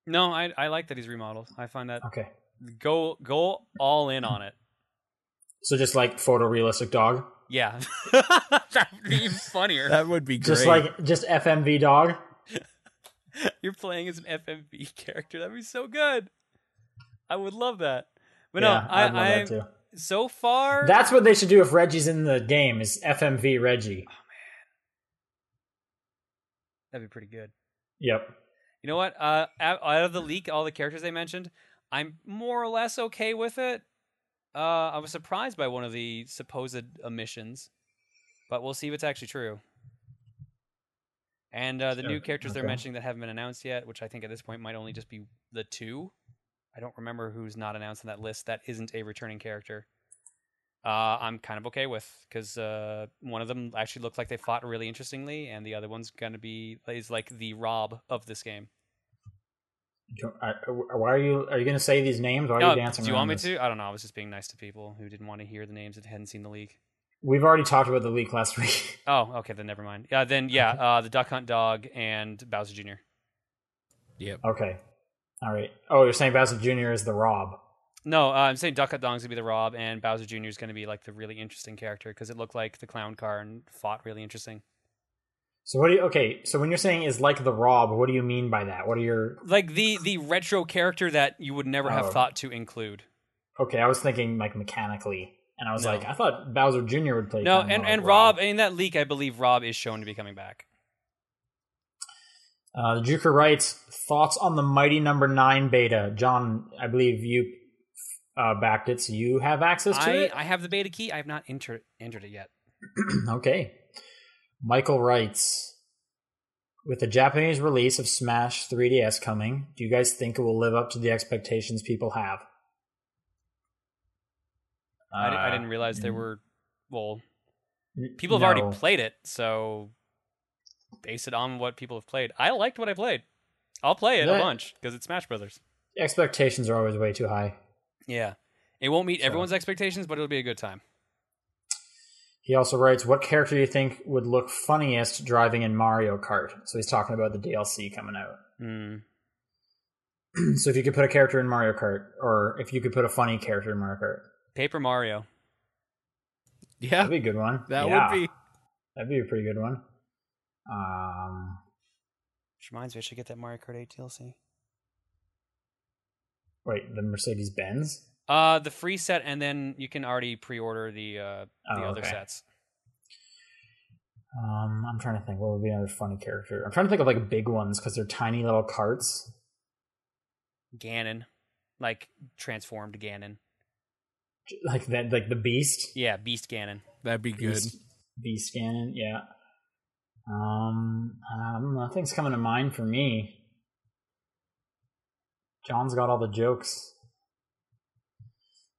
S2: No, I I like that he's remodeled. I find that
S1: Okay,
S2: go go all in on it.
S1: so just like photorealistic dog,
S2: Yeah, (laughs) that'd be even funnier.
S3: That would be great.
S1: just like just FMV dog.
S2: (laughs) You're playing as an FMV character. That'd be so good. I would love that. But
S1: Yeah,
S2: no, I,
S1: I'd love
S2: I
S1: that too.
S2: so far
S1: That's what they should do if Reggie's in the game is FMV Reggie.
S2: that'd be pretty good.
S1: Yep.
S2: You know what? Uh, out out of the leak, all the characters they mentioned, I'm more or less okay with it. Uh, I was surprised by one of the supposed omissions, but we'll see if it's actually true. And uh, the new
S1: Sure,
S2: characters they're
S1: okay.
S2: mentioning that haven't been announced yet, which I think at this point might only just be the two. I don't remember who's not announced in that list that isn't a returning character. Uh, I'm kind of okay with because uh, one of them actually looked like they fought really interestingly, and the other one's gonna be is like the Rob of this game.
S1: I- Why are you are you going to say these names? Why are
S2: Oh,
S1: you dancing?
S2: do you
S1: around
S2: want me
S1: this?
S2: to? I don't know. I was just being nice to people who didn't want to hear the names and hadn't seen the leak.
S1: We've already talked about the leak last (laughs) week.
S2: Oh, okay, then never mind. Yeah, then
S1: (laughs)
S2: yeah, uh, the Duck Hunt Dog and Bowser Jr.
S3: yep.
S1: okay. All right. Oh, you're saying Bassett Jr. is the Rob.
S2: No, uh, I'm saying Duck Hunt Dog's gonna be the Rob, and Bowser Jr. is gonna be like the really interesting character because it looked like the clown car and fought really interesting.
S1: So what do you? Okay. So when you're saying is like the Rob, what do you mean by that? What are your?
S2: Like the the retro character that you would never have
S1: Oh.
S2: thought to include.
S1: Okay, I was thinking like mechanically, and I was
S2: No.
S1: like, I thought Bowser Jr. would play.
S2: No,
S1: kinda
S2: and
S1: more
S2: and
S1: like
S2: Rob in that leak, I believe Rob is shown to be coming back.
S1: Uh, the Juker writes thoughts on the Mighty Number Nine beta. John, I believe you uh, backed it, so you have access to
S2: I, (clears throat)
S1: it. (clears throat)
S2: I have the beta key. I have not enter, entered it yet.
S1: okay. Michael writes with the Japanese release of Smash 3DS coming, do you guys think it will live up to the expectations people have?
S2: I, di- I
S1: Uh,
S2: didn't realize there were well
S1: n-
S2: people have
S1: no.
S2: already played it, so base it on what people have played. I liked what I played. I'll play it
S1: That-
S2: a bunch because it's Smash Brothers.
S1: Expectations are always way too high.
S2: Yeah, it won't meet
S1: So-
S2: everyone's expectations, but it'll be a good time.
S1: He also writes, "What character do you think would look funniest driving in Mario Kart?" So he's talking about the DLC coming out.
S2: Mm.
S1: (clears throat) so if you could put a character in Mario Kart, or if you could put a funny character in Mario Kart,
S2: Paper Mario.
S3: Yeah.
S1: that'd be a good one.
S3: That
S1: Yeah,
S3: would be.
S1: that'd be a pretty good one. Um,
S2: Which reminds me, I should get that Mario Kart 8 DLC.
S1: wait, the Mercedes Benz.
S2: Uh, the free set, and then you can already pre-order the uh, the
S1: Oh,
S2: other
S1: okay.
S2: sets.
S1: Um, I'm trying to think what would be another funny character. I'm trying to think of like big ones because they're tiny little carts.
S2: Ganon, like transformed Ganon.
S1: J- Like that, like the Beast.
S2: Yeah, Beast Ganon.
S3: That'd be good.
S1: Beast, Beast Ganon, yeah. Um, um, nothing's coming to mind for me. John's got all the jokes.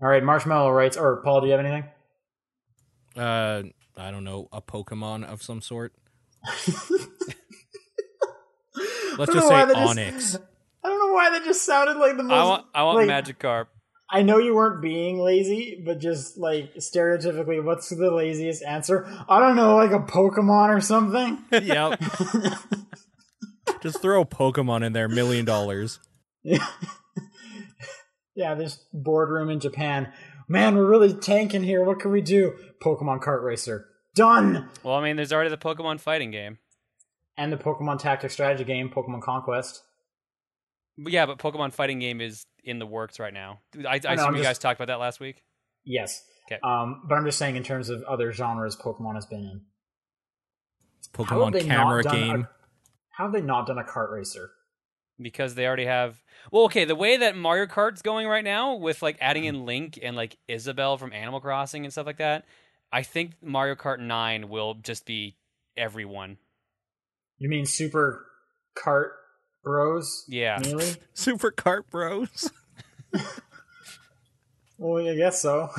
S1: All right, Marshmallow writes, or Paul, do you have anything?
S3: Uh, I don't know, a Pokemon of some sort.
S1: I don't
S3: just
S1: know why
S3: say
S1: that just-
S3: Onyx.
S1: I don't know why that just sounded like the most.
S2: I want I want
S1: like, (laughs)
S2: Magikarp.
S1: I know you weren't being lazy, but just like stereotypically, what's the laziest answer? I don't know, like a Pokemon or something. (laughs)
S3: yep. (laughs) Just throw Pokemon in there, million dollars.
S1: (laughs) Yeah, this boardroom in Japan. Man, we're really tanking here. What can we do? Pokemon Kart Racer. Done!
S2: Well, I mean, there's already the Pokemon fighting game.
S1: And the Pokemon Tactic Strategy game, Pokemon Conquest.
S2: But yeah, but Pokemon fighting game is in the works right now. I, I,
S1: know,
S2: assume
S1: I'm
S2: you
S1: just-
S2: guys talked about that last week.
S1: Yes.
S2: Okay.
S1: Um, but I'm just saying, in terms of other genres Pokemon has been in. How have
S3: Pokemon
S1: they not
S3: camera
S1: done
S3: game.
S1: A, how have they not done a kart racer?
S2: because they already have well okay the way that mario kart's going right now with like adding in link and like isabel from animal crossing and stuff like that i think mario kart 9 will just be everyone
S1: You mean Super Kart Bros?
S2: yeah
S1: Really?
S3: (laughs) Super Kart Bros. (laughs)
S1: Well, I guess so.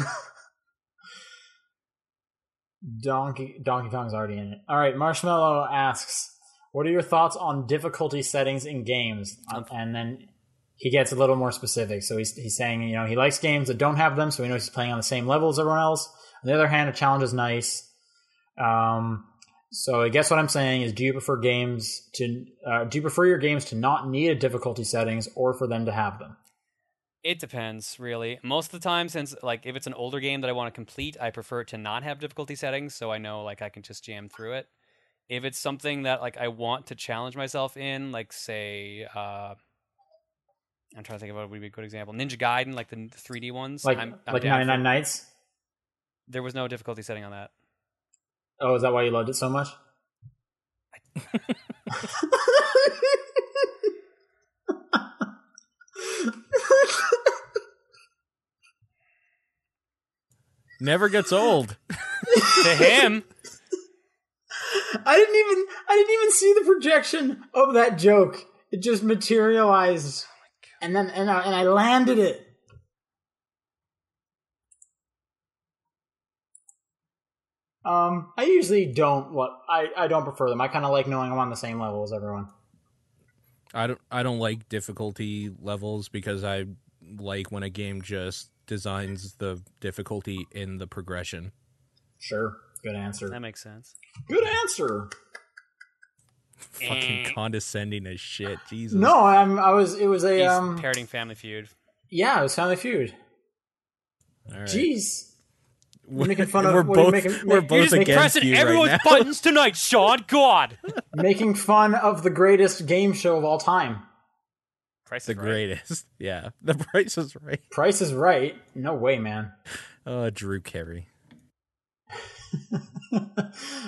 S1: Donkey Donkey Kong's already in it. All right, Marshmallow asks, "What are your thoughts on difficulty settings in games?" Um, and then he gets a little more specific. So he's he's saying, you know, he likes games that don't have them, so he knows he's playing on the same level as everyone else. On the other hand, a challenge is nice. Um, so I guess what I'm saying is, do you prefer games to uh, do you prefer your games to not need a difficulty settings, or for them to have them?
S2: It depends, really. Most of the time, since like if it's an older game that I want to complete, I prefer it to not have difficulty settings, so I know like I can just jam through it. If it's something that like I want to challenge myself in, like say, uh, I'm trying to think of what would be a good example. Ninja Gaiden, like the 3D ones.
S1: Like
S2: I'm, I'm
S1: like
S2: down
S1: 99
S2: for-
S1: Nights.
S2: There was no difficulty setting on that.
S1: Oh, is that why you loved it so much?
S3: Never gets old.
S2: to him, (laughs)
S1: I didn't even I didn't even see the projection of that joke. It just materialized, and then and I, and I landed it. Um, I usually don't. What I I don't prefer them. I kind of like knowing I'm on the same level as everyone.
S3: I don't I don't like difficulty levels because I like when a game just designs the difficulty in the progression.
S1: Sure, good answer.
S2: that makes sense.
S1: Good answer.
S3: Fucking condescending as shit. Jesus.
S1: No, I'm. I was. It was a
S2: He's
S1: um.
S2: parroting Family Feud.
S1: Yeah, it was Family Feud.
S3: All right.
S1: Jeez.
S3: We're
S1: making fun of-
S3: We're
S1: we're
S3: both,
S1: making-
S3: we're
S1: you're
S3: both
S1: just
S3: against
S2: Pressing
S3: you
S2: everyone's (laughs)
S3: right now.
S2: buttons tonight, Sean.
S3: (laughs)
S2: God,
S1: making fun of the greatest game show of all time.
S2: Price
S3: the
S2: is right.
S3: greatest. Yeah. The price is right.
S1: Price is right. No way, man. (laughs)
S3: Oh, Drew Carey.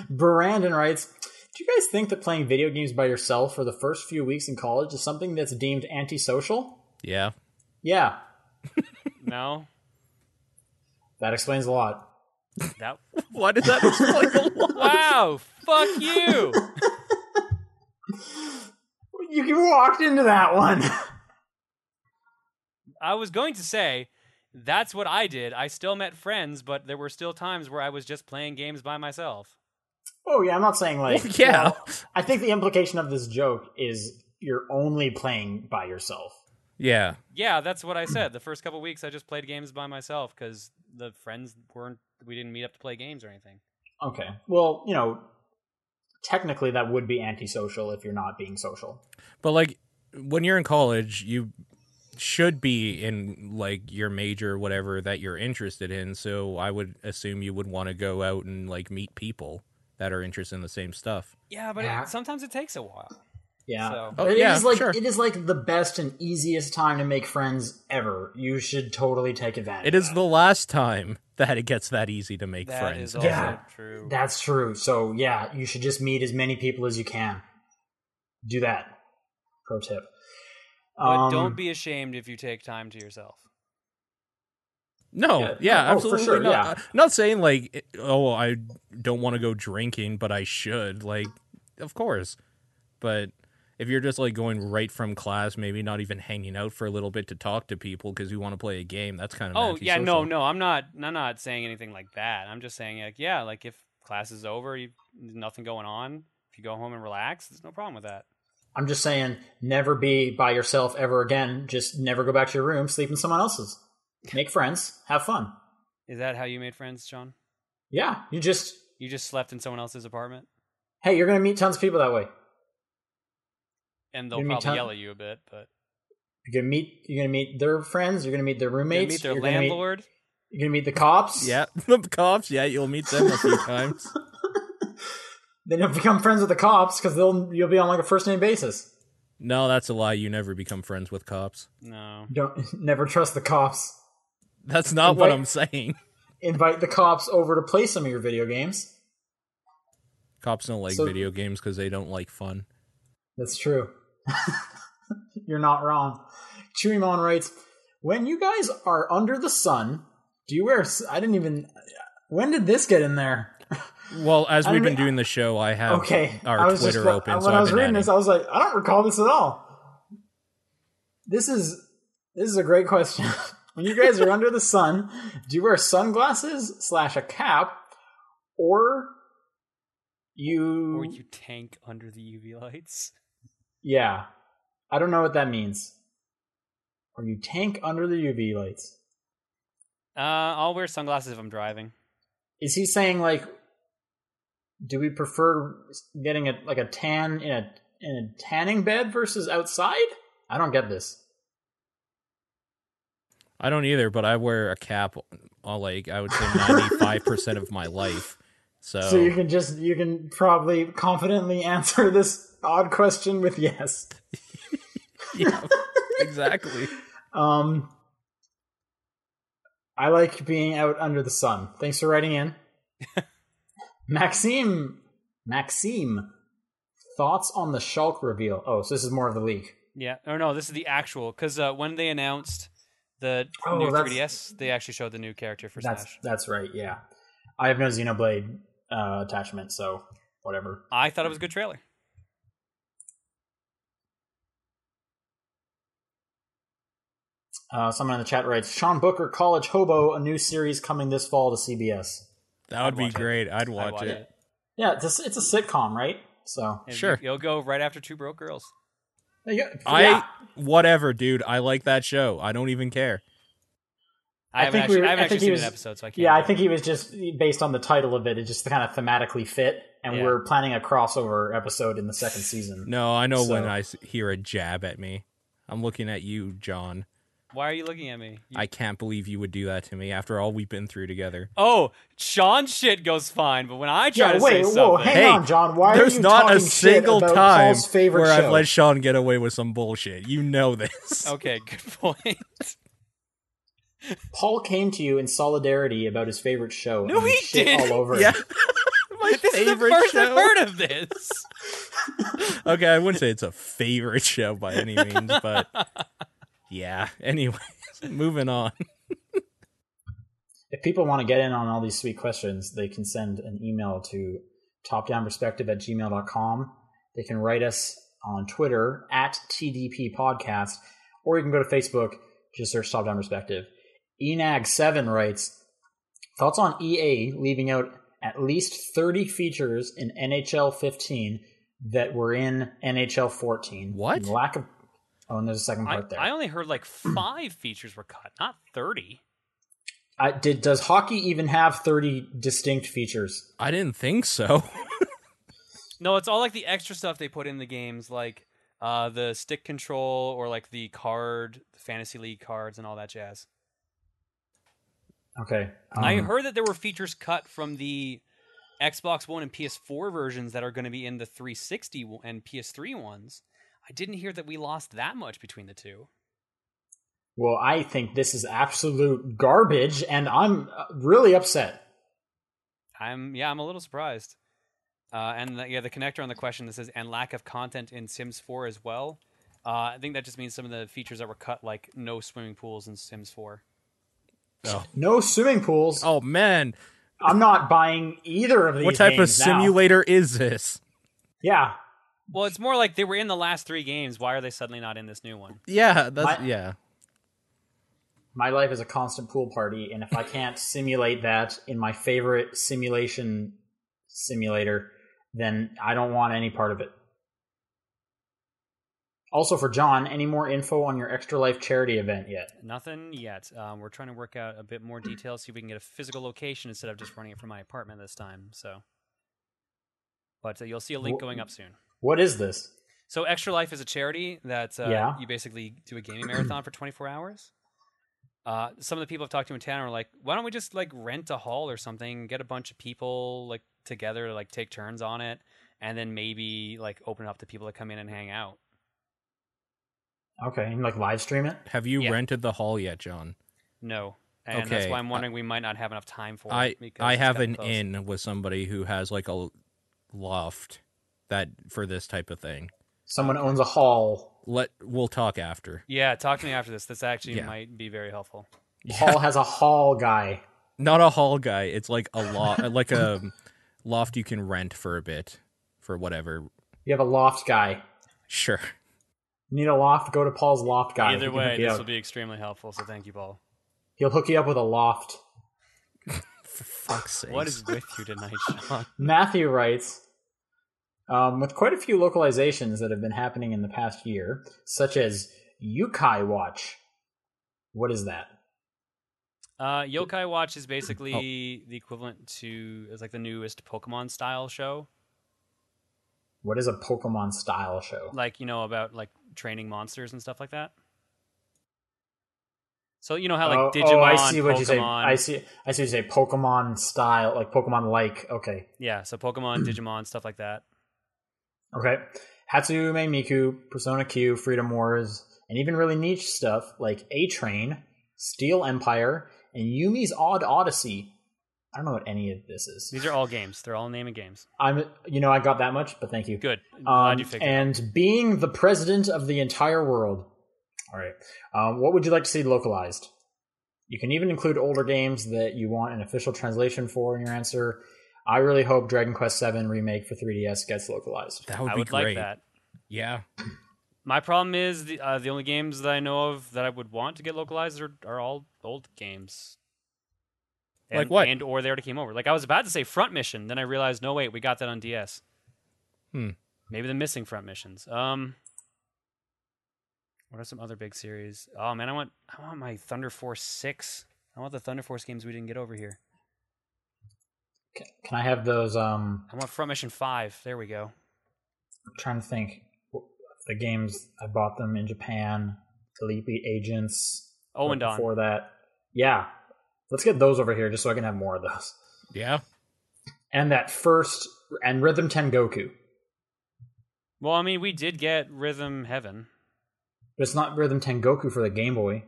S1: Brandon writes, "Do you guys think that playing video games by yourself for the first few weeks in college is something that's deemed antisocial?"
S3: Yeah.
S1: Yeah,
S2: No,
S1: that explains a lot.
S2: that. (laughs)
S3: Why does that (laughs) explain a lot?
S2: Wow, fuck you.
S1: You you walked into that one. (laughs)
S2: I was going to say that's what I did. I still met friends, but there were still times where I was just playing games by myself.
S1: oh yeah, I'm not saying like (laughs)
S3: yeah.
S1: well, I think the implication of this joke is you're only playing by yourself.
S3: Yeah.
S2: Yeah, that's (clears throat) what I said. The first couple weeks, I just played games by myself because the friends weren't. We didn't meet up to play games or anything.
S1: Okay. Well, you know, technically that would be antisocial if you're not being social.
S3: But like when you're in college, you should be in like your major whatever that you're interested in. So I would assume you would want to go out and like meet people that are interested in the same stuff.
S2: Yeah, but
S1: Yeah.
S2: It, sometimes it takes a while.
S1: Yeah.
S2: So
S3: Oh,
S1: It
S3: yeah,
S1: is like
S3: sure.
S1: it is like the best and easiest time to make friends ever. You should totally take advantage.
S3: It is the last time that it gets that easy to make
S2: that is
S3: friends.
S2: also
S1: Yeah.
S2: true.
S1: That's true. So yeah, you should just meet as many people as you can. Do that. Pro tip.
S2: but
S1: Um,
S2: don't be ashamed if you take time to yourself.
S3: No,
S1: Yeah,
S3: yeah,
S1: no, oh, for
S3: absolutely
S1: sure,
S3: not.
S1: yeah.
S3: Uh, Not saying like, it- oh, I don't want to go drinking, but I should. Like, of course. But if you're just like going right from class, maybe not even hanging out for a little bit to talk to people because you want to play a game, that's kind of
S2: Oh yeah, no,
S3: antisocial.
S2: no, I'm not. I'm not saying anything like that. I'm just saying like yeah, like if class is over, you, nothing going on. If you go home and relax, there's no problem with that.
S1: I'm just saying, never be by yourself ever again. Just never go back to your room. Sleep in someone else's. Make friends. Have fun.
S2: Is that how you made friends, John?
S1: Yeah, you just
S2: You just slept in someone else's apartment,
S1: hey, you're gonna meet tons of people that way.
S2: and they'll
S1: You mean
S2: probably
S1: Tom-
S2: yell at you a bit, but
S1: You're gonna meet you're gonna meet their friends. You're gonna meet their
S2: you
S1: roommates.
S2: meet their
S1: you're gonna meet-
S2: landlord.
S1: you're gonna meet the cops.
S3: Yeah, (laughs) the cops. Yeah, you'll meet them a few times.
S1: Then you'll become friends with the cops because they'll you'll be on like a first name basis.
S3: No, that's a lie. You never become friends with cops.
S2: No,
S1: Don't (laughs) never trust the cops.
S3: That's not what
S1: Invite-
S3: I'm saying.
S1: Invite the cops over to play some of your video games.
S3: Cops don't like
S1: So-
S3: video games because they don't like fun.
S1: That's true. (laughs) You're not wrong. Chewymon writes, "When you guys are under the sun, do you wear? s- I didn't even. When did this get in there?
S3: Well, as
S1: I
S3: we've
S1: mean-
S3: been doing the show, I have
S1: Okay, I
S3: our
S1: was just-
S3: Twitter open.
S1: When
S3: so
S1: I
S3: I've
S1: was
S3: been
S1: reading
S3: adding.
S1: this, I was like, I don't recall this at all. This is this is a great question. (laughs) when you guys are under the sun, do you wear sunglasses slash a cap, or you,
S2: Or you tank under the UV lights.
S1: yeah, I don't know what that means. Or you tank under the UV lights.
S2: Uh, I'll wear sunglasses if I'm driving.
S1: Is he saying like, do we prefer getting a like a tan in a in a tanning bed versus outside? I don't get this.
S3: I don't either, but I wear a cap all like I would say ninety five percent of my life. So,
S1: So you can just you can probably confidently (laughs) answer this odd question with yes.
S3: (laughs) yeah, exactly.
S1: Um I like being out under the sun. Thanks for writing in. Maxime Maxime thoughts on the Shulk reveal. Oh, so this is more of the leak.
S2: Yeah. Or no, this is the actual because uh, when they announced the
S1: Oh,
S2: new
S1: that's-
S2: 3DS, they actually showed the new character for
S1: That's
S2: Smash.
S1: that's right, yeah. I have no Xenoblade uh attachment, so whatever.
S2: I thought it was a good trailer.
S1: Uh someone in the chat writes Sean Booker College Hobo, a new series coming this fall to CBS.
S3: That would be
S2: watch it.
S3: great. I'd watch,
S2: watch
S3: it.
S2: it.
S1: Yeah, it's a, it's a sitcom, right? So
S2: And
S3: Sure.
S2: You'll go right after Two Broke Girls.
S1: There you go.
S3: I
S1: Yeah.
S3: whatever, dude. I like that show. I don't even care.
S2: I,
S1: I
S2: haven't
S1: think
S2: actually,
S1: we were-
S2: I haven't
S1: I think
S2: actually
S1: he
S2: seen
S1: was-
S2: an episode, so I can't.
S1: Yeah, I
S2: judge.
S1: think he was just based on the title of it. It just kind of thematically fit, and
S2: Yeah.
S1: we're planning a crossover episode in the second season.
S3: No, I know when
S1: So-
S3: I s- hear a jab at me. I'm looking at you, John.
S2: Why are you looking at me? You-
S3: I can't believe you would do that to me after all we've been through together.
S2: oh, Sean's shit goes fine, but when I try
S1: yeah,
S2: to
S1: wait,
S2: say
S1: whoa,
S2: something,
S1: hang
S3: Hey,
S1: on, John. Why are
S3: There's
S1: you
S3: not
S1: talking
S3: a
S1: shit
S3: single
S1: about
S3: time
S1: Paul's favorite
S3: where
S1: show?
S3: I've let Sean get away with some bullshit. You
S2: (laughs)
S3: know this.
S2: okay, good (laughs) point.
S1: Paul came to you in solidarity about his favorite show.
S2: No,
S1: and you
S2: he
S1: shit
S2: didn't.
S1: all over. him.
S3: (laughs) Yeah. My
S2: this is the
S3: favorite
S2: first I've
S3: show.
S2: heard of this.
S3: Okay, I wouldn't say it's a favorite show by any means, (laughs) but yeah. Anyways, (laughs) moving on.
S1: If people want to get in on all these sweet questions, they can send an email to topdownperspective at gmail.com. They can write us on Twitter at TDP Podcast, or you can go to Facebook, just search Top Down Perspective. Enag7 writes Thoughts on EA leaving out at least 30 features in NHL 15 that were in NHL 14.
S3: What?
S1: And lack of. Oh, and there's a second
S2: I,
S1: part there.
S2: I only heard like five features were cut, not thirty.
S1: I, did, does hockey even have 30 distinct features?
S3: I didn't think so.
S2: No, it's all like the extra stuff they put in the games, like uh, the stick control or like the card, the fantasy league cards, and all that jazz.
S1: Okay.
S2: I
S1: um,
S2: heard that there were features cut from the Xbox One and PS4 versions that are going to be in the 360 w- and PS3 ones. I didn't hear that we lost that much between the two.
S1: Well, I think this is absolute garbage, and I'm uh, really upset.
S2: I'm yeah, I'm a little surprised. Uh, and the, yeah, the connector on the question that says and lack of content in Sims 4 as well. Uh, I think that just means some of the features that were cut, like no swimming pools in Sims 4.
S3: (laughs) Oh,
S1: No swimming pools.
S3: oh man.
S1: I'm not buying either of these.
S3: What type of
S1: games now.
S3: simulator is this?
S1: Yeah,
S2: Well, it's more like they were in the last three games. Why are they suddenly not in this new one?
S3: Yeah, that's
S1: My-
S3: yeah.
S1: my life is a constant pool party, and if I can't simulate that in my favorite simulation simulator, then I don't want any part of it. Also, for John, any more info on your Extra Life charity event yet?
S2: Nothing yet. Um, we're trying to work out a bit more details, see if we can get a physical location instead of just running it from my apartment this time. So, but uh, you'll see a link
S1: Wh-
S2: going up soon.
S1: What is this?
S2: So, Extra Life is a charity that uh,
S1: Yeah.
S2: you basically do a gaming marathon for 24 hours. Uh, some of the people I've talked to in town are like, "Why don't we just like rent a hall or something? Get a bunch of people like together, to, like take turns on it, and then maybe like open it up to people that come in and hang out."
S1: Okay, and like live stream it.
S3: Have you
S2: Yeah.
S3: rented the hall yet, John?
S2: No, and that's
S3: Okay,
S2: why I'm
S3: I-
S2: wondering we might not have enough time for
S3: I
S2: it. because
S3: I
S2: it's
S3: have
S2: gotten
S3: an
S2: close.
S3: in with somebody who has like a loft that for this type of thing.
S1: Someone owns a hall
S3: Let we'll talk after.
S2: Yeah, talk to me after this. This actually
S3: Yeah.
S2: might be very helpful.
S1: (laughs) Paul has a hall guy.
S3: Not a hall guy. It's like a (laughs) loft, like a um, loft you can rent for a bit for whatever.
S1: You have a loft guy.
S3: Sure.
S1: Need a loft? Go to Paul's loft guy. He
S2: Either
S1: can
S2: way,
S1: hook you
S2: this
S1: up.
S2: will be extremely helpful. So thank you, Paul.
S1: He'll hook you up with a loft.
S3: For fuck's
S2: (sighs)
S3: sake.
S2: What is with you tonight, (laughs) Sean?
S1: Matthew writes um, With quite a few localizations that have been happening in the past year, such as Yukai Watch. What is that?
S2: Uh, Yokai Watch is basically
S1: Oh.
S2: the equivalent to it's like the newest Pokemon style show,
S1: What is a Pokemon style show?
S2: like you know about like training monsters and stuff like that. So you know how like Digimon,
S1: Oh, I see what
S2: Pokemon,
S1: you say. I see. I see what you say. Pokemon style, like Pokemon like. Okay,
S2: yeah,
S1: (clears throat)
S2: so Pokemon, Digimon, stuff like that.
S1: okay. Hatsume Miku, Persona Q, Freedom Wars, and even really niche stuff like A Train, Steel Empire, and Yumi's Odd Odyssey. I don't know what any of this is.
S2: These are all games. They're all naming games.
S1: I'm, you know, I got that much, but thank you.
S2: Good.
S1: Um,
S2: Glad you figured. it out.
S1: and being the president of the entire world. All right. Um, what would you like to see localized? You can even include older games that you want an official translation for in your answer. I really hope Dragon Quest VII Remake for 3DS gets localized.
S3: that would
S2: I
S3: be
S2: would like
S3: great.
S2: that.
S3: Yeah.
S2: My problem is the uh, the only games that I know of that I would want to get localized are, are all old games. And,
S3: Like what?
S2: And or they already came over. Like I was about to say Front Mission, then I realized no wait, we got that on DS.
S3: Hmm.
S2: Maybe the missing Front Missions. Um. What are some other big series? Oh man, I want I want my Thunder Force six. I want the Thunder Force games we didn't get over here.
S1: Ca- Can I have those? Um,
S2: I want Front Mission five. There we go.
S1: I'm trying to think. The games I bought them in Japan, Telepi Agents.
S2: Oh
S1: right
S2: and Don.
S1: Before that. Yeah. Let's get those over here just so I can have more of those.
S3: Yeah.
S1: And that first, and Rhythm 10 Goku.
S2: Well, I mean, we did get Rhythm Heaven.
S1: But it's not Rhythm Tengoku for the Game Boy.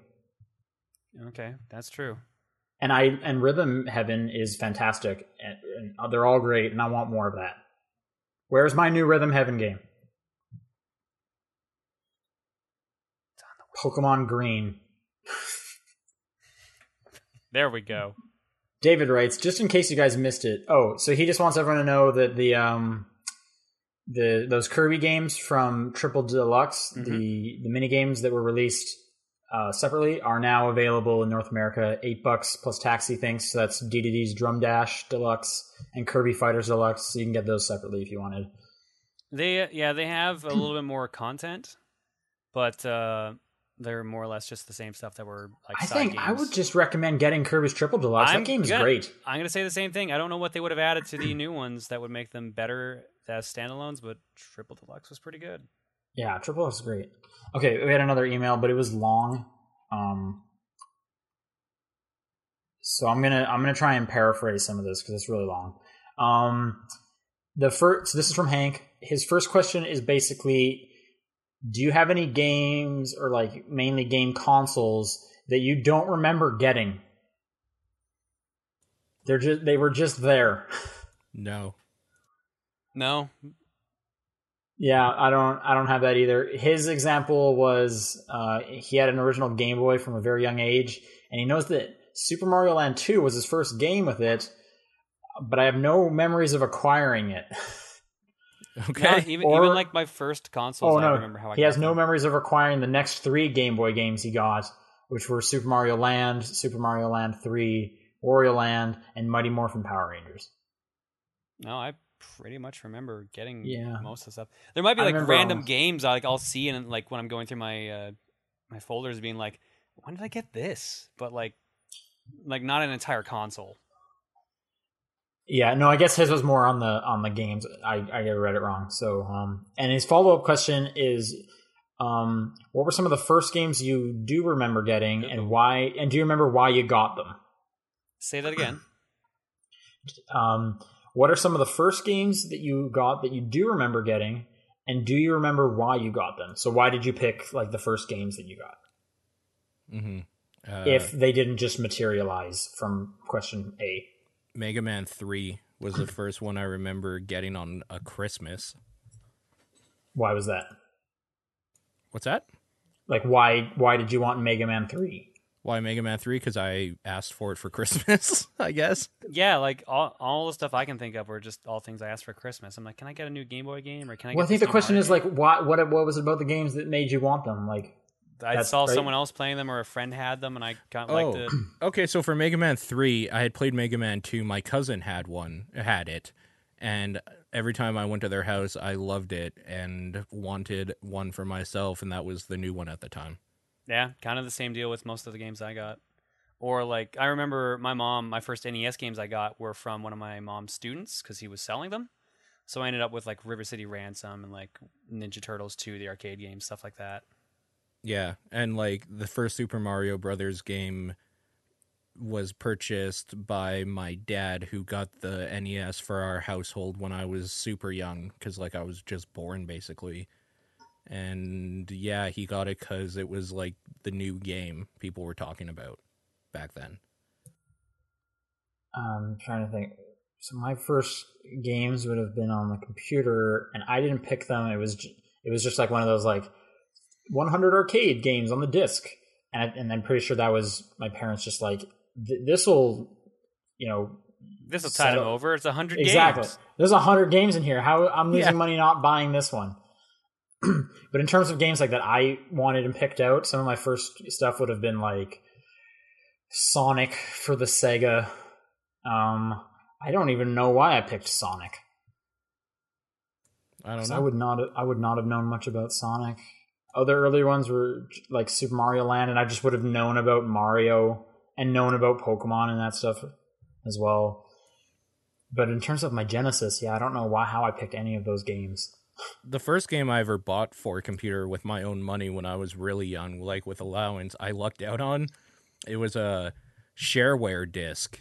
S2: Okay, that's true.
S1: And I and Rhythm Heaven is fantastic, and, and they're all great, and I want more of that. Where's my new Rhythm Heaven game? Pokemon Green.
S2: There we go.
S1: David writes, just in case you guys missed it. Oh, so he just wants everyone to know that the um the those Kirby games from Triple Deluxe, the the mini games that were released uh, separately are now available in North America. Eight bucks plus taxi things. So that's DDD's Drum Dash Deluxe and Kirby Fighters Deluxe. So you can get those separately if you wanted.
S2: They yeah, they have
S1: (clears throat)
S2: a little bit more content, but uh they're more or less just the same stuff that were like
S1: I
S2: side
S1: think
S2: games.
S1: I would just recommend getting Kirby's Triple Deluxe.
S2: I'm
S1: that game is
S2: gonna-
S1: great.
S2: I'm gonna say the same thing. I don't know what they would have added to the new ones that would make them better as standalones, but Triple Deluxe was pretty good.
S1: Yeah, triple X is great. Okay, we had another email, but it was long. Um, so I'm gonna I'm gonna try and paraphrase some of this because it's really long. Um, the first so this is from Hank. His first question is basically, do you have any games or like mainly game consoles that you don't remember getting? They're just they were just there.
S3: No.
S2: No,
S1: Yeah, I don't I don't have that either. His example was uh, he had an original Game Boy from a very young age, and he knows that Super Mario Land 2 was his first game with it, but I have no memories of acquiring it. (laughs)
S2: (laughs)
S3: Okay.
S2: Not even
S1: or-
S2: even like my first consoles.
S1: oh
S2: I
S1: no,
S2: remember how I
S1: he has
S2: got
S1: no
S2: them.
S1: memories of acquiring the next three Game Boy games he got, which were Super Mario Land, Super Mario Land 3, Wario Land, and Mighty Morphin Power Rangers.
S2: No, I pretty much remember getting
S1: Yeah.
S2: most of the stuff. There might be
S1: I
S2: like
S1: remember um,
S2: random
S1: almost-
S2: games I like I'll see and like when I'm going through my uh my folders being like, when did I get this? But like like not an entire console.
S1: Yeah, no, I guess his was more on the on the games. I I read it wrong. So, um, and his follow up question is, um, what were some of the first games you do remember getting, and why? And do you remember why you got them?
S2: Say
S1: (clears throat)
S2: that again.
S1: Um, what are some of the first games that you got that you do remember getting, and do you remember why you got them? So, why did you pick like the first games that you got
S3: hmm Uh,
S1: if they didn't just materialize from question A?
S3: Mega Man 3 was
S2: (laughs)
S3: the first one I remember getting on a Christmas.
S1: Why was that?
S3: What's that?
S1: Like, why why did you want Mega Man Three?
S3: Why Mega Man 3? Because I asked for it for (laughs) Christmas, I guess.
S2: yeah, like all, all the stuff I can think of were just all things I asked for Christmas. I'm like, can I get a new Game Boy game or can I?
S1: well, I think
S2: get
S1: the
S2: this new
S1: question
S2: Mario
S1: is like, what what what was it about the games that made you want them? Like,
S2: game?" I
S1: That's
S2: saw
S1: great.
S2: someone else playing them or a friend had them, and I kind of
S3: Oh.
S2: liked it.
S3: Okay, so for Mega Man 3, I had played Mega Man 2. My cousin had one, had it. And every time I went to their house, I loved it and wanted one for myself. And that was the new one at the time.
S2: Yeah, kind of the same deal with most of the games I got. Or like I remember my mom, my first NES games I got were from one of my mom's students because he was selling them. So I ended up with like River City Ransom and like Ninja Turtles 2, the arcade game, stuff like that.
S3: Yeah. And like the first Super Mario Brothers game was purchased by my dad who got the NES for our household when I was super young cuz like I was just born basically. And yeah, he got it cuz it was like the new game people were talking about back then.
S1: I'm trying to think. So my first games would have been on the computer, and I didn't pick them. It was ju- it was just like one of those like 100 arcade games on the disc, and I, and I'm pretty sure that was my parents just like this will, you know,
S2: This will tide him
S1: So-
S2: over. It's 100
S1: exactly.
S2: games.
S1: There's 100 games in here. How I'm losing
S3: Yeah.
S1: money not buying this one. (clears throat) but in terms of games like that, I wanted and picked out some of my first stuff would have been like Sonic for the Sega. Um, I don't even know why I picked Sonic.
S3: I don't
S1: 'Cause
S3: know.
S1: I, would not I would not have known much about Sonic. Other earlier ones were like Super Mario Land, and I just would have known about Mario and known about Pokemon and that stuff as well. But in terms of my Genesis, yeah, I don't know why how I picked any of those games.
S3: the first game I ever bought for a computer with my own money when I was really young, like with allowance, I lucked out on. It was a shareware disc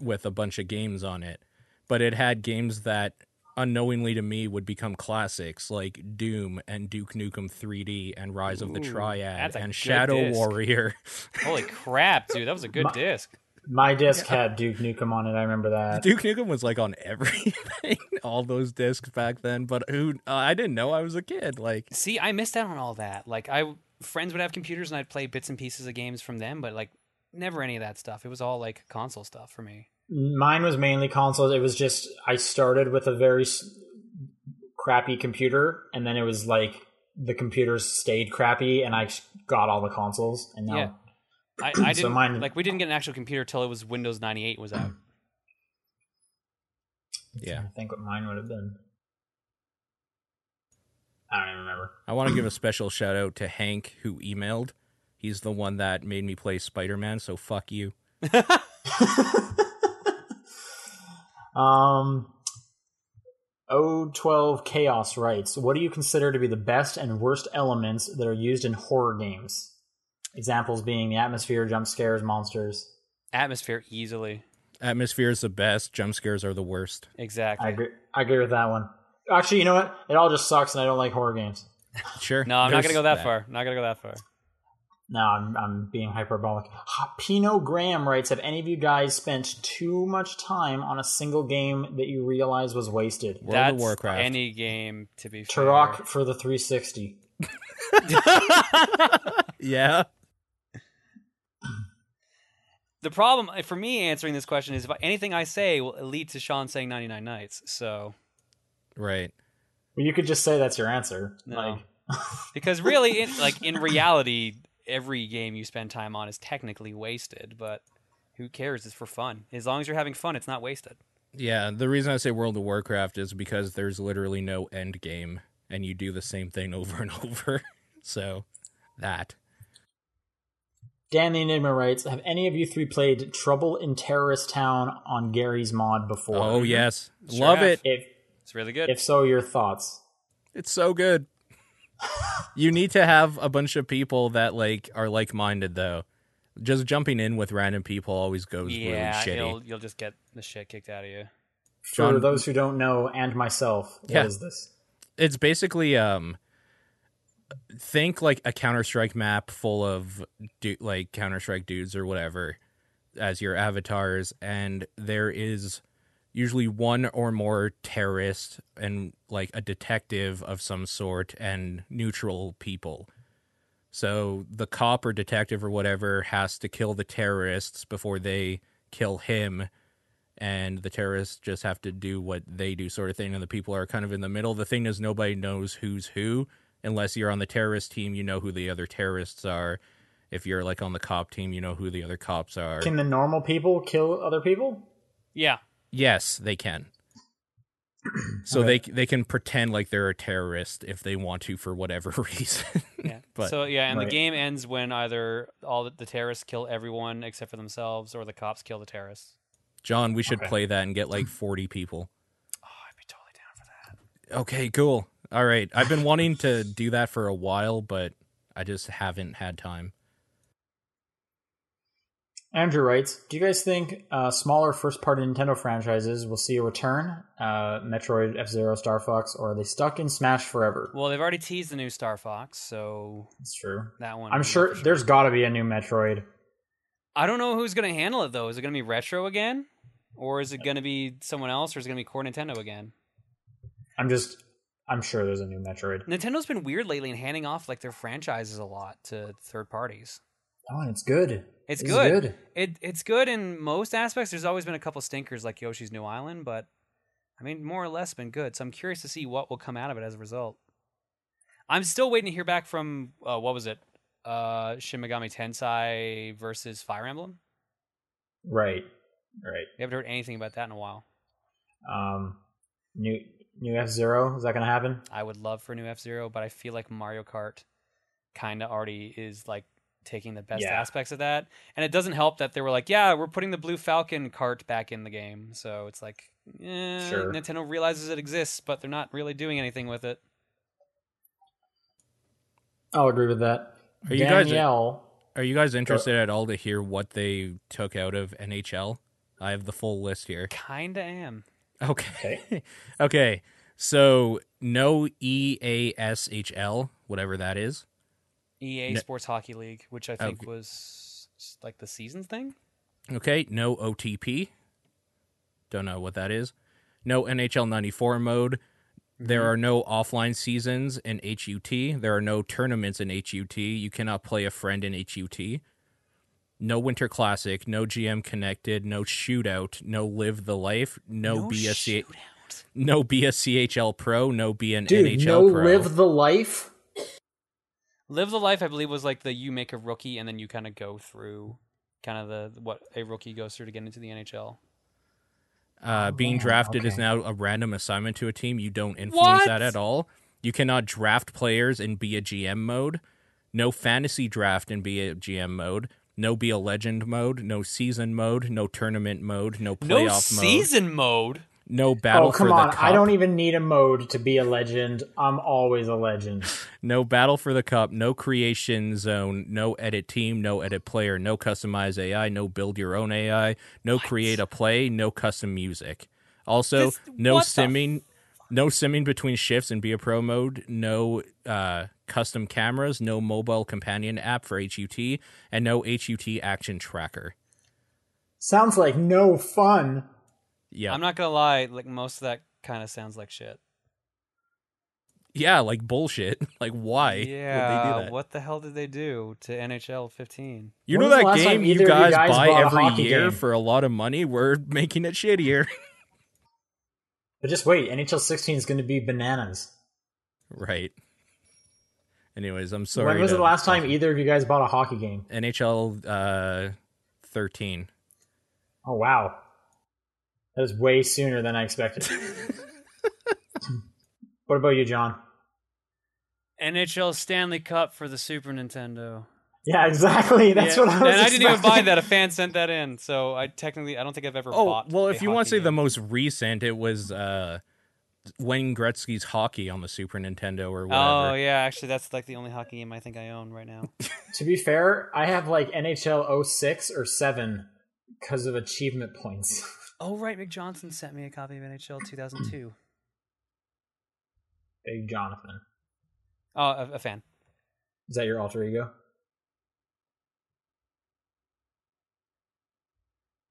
S3: with a bunch of games on it, but it had games that unknowingly to me would become classics like Doom and Duke Nukem 3D and Rise of the
S2: Ooh,
S3: Triad
S2: that's a
S3: and
S2: good
S3: Shadow
S2: disc.
S3: Warrior. (laughs)
S2: Holy crap, dude. That was a good
S1: My-
S2: disc.
S1: My disc had Duke Nukem on it. I remember that.
S3: Duke Nukem was like on (laughs) everything, all those discs back then, but who I didn't know I was a kid. Like
S2: See, I missed out on all that. Like I friends would have computers and I'd play bits and pieces of games from them, but like never any of that stuff. It was all like console stuff for me.
S1: Mine was mainly consoles. It was just I started with a very s- crappy computer, and then it was like the computers stayed crappy, and I got all the consoles, and now
S2: Yeah. I, I
S1: (clears throat)
S2: didn't
S1: So mine-
S2: like we didn't get an actual computer till it was Windows 98 was out.
S3: Yeah.
S1: I think what mine would have been. I don't even remember. (laughs)
S3: I want to give a special shout out to Hank who emailed. He's the one that made me play Spider Man, so fuck you.
S1: um, O12 Chaos writes, "What do you consider to be the best and worst elements that are used in horror games? Examples being the atmosphere, jump scares, monsters."
S2: Atmosphere easily.
S3: Atmosphere is the best, jump scares are the worst.
S2: Exactly.
S1: I agree. I agree with that one. Actually, you know what? It all just sucks, and I don't like horror games.
S3: Sure.
S2: No, I'm not
S3: there's
S2: gonna go that, far. Not gonna go that far.
S1: No, I'm, I'm being hyperbolic. Ha- Pino Graham writes Have any of you guys spent too much time on a single game that you realize was wasted?
S3: World
S2: That's
S3: of Warcraft.
S2: any game to be fair.
S1: Turok for the 360.
S3: Yeah.
S2: the problem uh, for me answering this question is if anything I say will lead to Sean saying 99 nights. So
S3: Right.
S1: Well, you could just say that's your answer.
S2: No.
S1: Like,
S2: because really in, like in reality every game you spend time on is technically wasted but who cares it's for fun as long as you're having fun it's not wasted
S3: Yeah. The reason I say World of Warcraft is because there's literally no end game and you do the same thing (laughs) over and over. so that.
S1: Dan the Enigma writes Have any of you three played Trouble in Terrorist Town on Gary's mod before?
S3: Oh yes.
S2: Sure
S3: Love
S2: have.
S3: it.
S1: If,
S2: it's really good
S1: if so, your thoughts.
S3: It's so good. you need to have a bunch of people that like are like minded though. Just jumping in with random people always goes
S2: yeah
S3: really shitty.
S2: you'll, you'll just get the shit kicked out of you
S1: For
S3: John-
S1: those who don't know, and myself, what is
S3: Yeah.
S1: this?
S3: It's basically um think like a Counter-Strike map full of du- like Counter-Strike dudes or whatever as your avatars and there is usually one or more terrorist and like a detective of some sort and neutral people. So the cop or detective or whatever has to kill the terrorists before they kill him and the terrorists just have to do what they do sort of thing and the people are kind of in the middle. The thing is nobody knows who's who unless you're on the terrorist team, you know who the other terrorists are. If you're like on the cop team, you know who the other cops are.
S1: Can the normal people kill other people?
S2: Yeah.
S3: yes, they can. so they they can pretend like they're a terrorist if they want to for whatever (laughs) reason.
S2: Yeah.
S1: (laughs)
S3: But-
S2: so yeah, and
S1: Right.
S2: the game ends when either all the, the terrorists kill everyone except for themselves, or the cops kill the terrorists.
S3: John, we should
S1: Okay.
S3: play that and get like 40 people.
S2: Oh, I'd be totally down for that.
S3: Okay, cool. All right. I've been wanting to do that for a while, but I just haven't had time.
S1: Andrew writes, "Do you guys think uh, smaller first-party Nintendo franchises will see a return? Uh, Metroid, F Zero, Star Fox, or are they stuck in Smash forever?"
S2: Well, they've already teased the new Star Fox, so
S1: That's true.
S2: that one.
S1: I'm
S2: not
S1: sure
S2: for
S1: there's got to be a new Metroid.
S2: I don't know who's going to handle it though. Is it going to be retro again, or is it going to be someone else, or is it going to be core Nintendo again?
S1: I'm just, I'm sure there's a new Metroid.
S2: Nintendo's been weird lately in handing off like their franchises a lot to third parties.
S1: Oh, and it's good.
S2: It's
S1: This is
S2: good. It it's good in most aspects. There's always been a couple stinkers like Yoshi's New Island, but I mean, more or less been good. So I'm curious to see what will come out of it as a result. I'm still waiting to hear back from uh, what was it, uh, Shin Megami Tensei versus Fire Emblem.
S1: Right. Right.
S2: We haven't heard anything about that in a while.
S1: Um, new new F Zero is that gonna happen?
S2: I would love for a new F Zero, but I feel like Mario Kart kind of already is like taking the best
S1: Yeah.
S2: aspects of that, and it doesn't help that they were like, "Yeah, we're putting the Blue Falcon cart back in the game," so it's like, eh,
S1: Sure.
S2: Nintendo realizes it exists, but they're not really doing anything with it.
S1: I'll agree with that.
S3: Are you guys-
S1: Danielle?
S3: Are you guys interested at all to hear what they took out of NHL? I have the full list here. (laughs)
S2: Kinda am.
S3: Okay. (laughs) Okay. So, no E EASHL, whatever that is.
S2: EA
S3: No.
S2: E Sports Hockey League, which I think
S3: Okay.
S2: was s- like the season thing.
S3: Okay. No OTP. Don't know what that is. No NHL 94 mode. There
S1: Mm-hmm.
S3: are no offline seasons in HUT. There are no tournaments in HUT. You cannot play a friend in HUT. No Winter Classic, no GM Connected, no Shootout, no Live the Life, no, BSC,
S2: shootout.
S3: no BSCHL Pro, no BN
S1: Dude,
S3: NHL
S1: no
S3: Pro.
S1: live the life.
S2: Live the Life, I believe, was like the you make a rookie and then you kind of go through kind of the what a rookie goes through to get into the NHL.
S3: uh, being
S1: man,
S3: drafted is
S1: Oh, okay.
S3: now a random assignment to a team. You don't influence that
S2: What?
S3: at all. You cannot draft players and be a GM mode. No fantasy draft and be a GM mode. No be a legend mode. No season mode. No tournament mode. No playoff
S2: no season mode.
S3: mode. No battle
S1: oh come
S3: for
S1: on!
S3: the cup.
S1: I don't even need a mode to be a legend. I'm always a legend.
S3: No battle for the cup. No creation zone. No edit team. No edit player. No customize AI. No build your own AI. No create a play. No custom music. Also,
S2: This-
S3: no
S2: what the
S3: simming. No simming between shifts and be a pro mode. No uh, custom cameras. No mobile companion app for HUT, and no HUT action tracker.
S1: Sounds like no fun.
S3: Yeah,
S2: I'm not gonna lie, like most of that kind of sounds like shit.
S3: yeah, like bullshit. (laughs) Like why? would they do
S2: yeah,
S3: that?
S2: what the hell did they do to NHL 15?
S3: You
S1: When
S3: know
S1: was the
S3: that
S1: last time
S3: game you
S1: either of you
S3: guys,
S1: guys
S3: buy
S1: bought a
S3: every
S1: hockey
S3: year
S1: game?
S3: for a lot of money. We're (laughs) making it shittier,
S1: But just wait, NHL 16 is going to be bananas.
S3: right? Anyways, I'm sorry.
S1: when was
S3: to-
S1: the last time either of you guys bought a hockey game?
S3: NHL uh, 13?
S1: Oh wow, that is way sooner than I
S2: (laughs)
S1: expected. what about you, John?
S2: NHL Stanley Cup for the Super Nintendo.
S1: Yeah, exactly. (laughs) That's
S2: Yeah,
S1: what I was.
S2: and I didn't even buy
S1: expecting.
S2: that. A fan sent that in, so I technically I don't think I've ever
S3: Oh,
S2: bought.
S3: well,
S2: a
S3: if you want to
S2: hockey
S3: say the
S2: game.
S3: most recent, it was uh, Wayne Gretzky's hockey on the Super Nintendo or
S2: Oh
S3: whatever.
S2: yeah, actually that's like the only hockey game I think I own right
S3: (laughs)
S2: now.
S1: To be fair, I have like NHL 06 or seven because of achievement points. (laughs)
S2: oh right, Mick Johnson sent me a copy of NHL 2002.
S1: Big Jonathan,
S2: oh, a, a fan.
S1: is that your alter ego?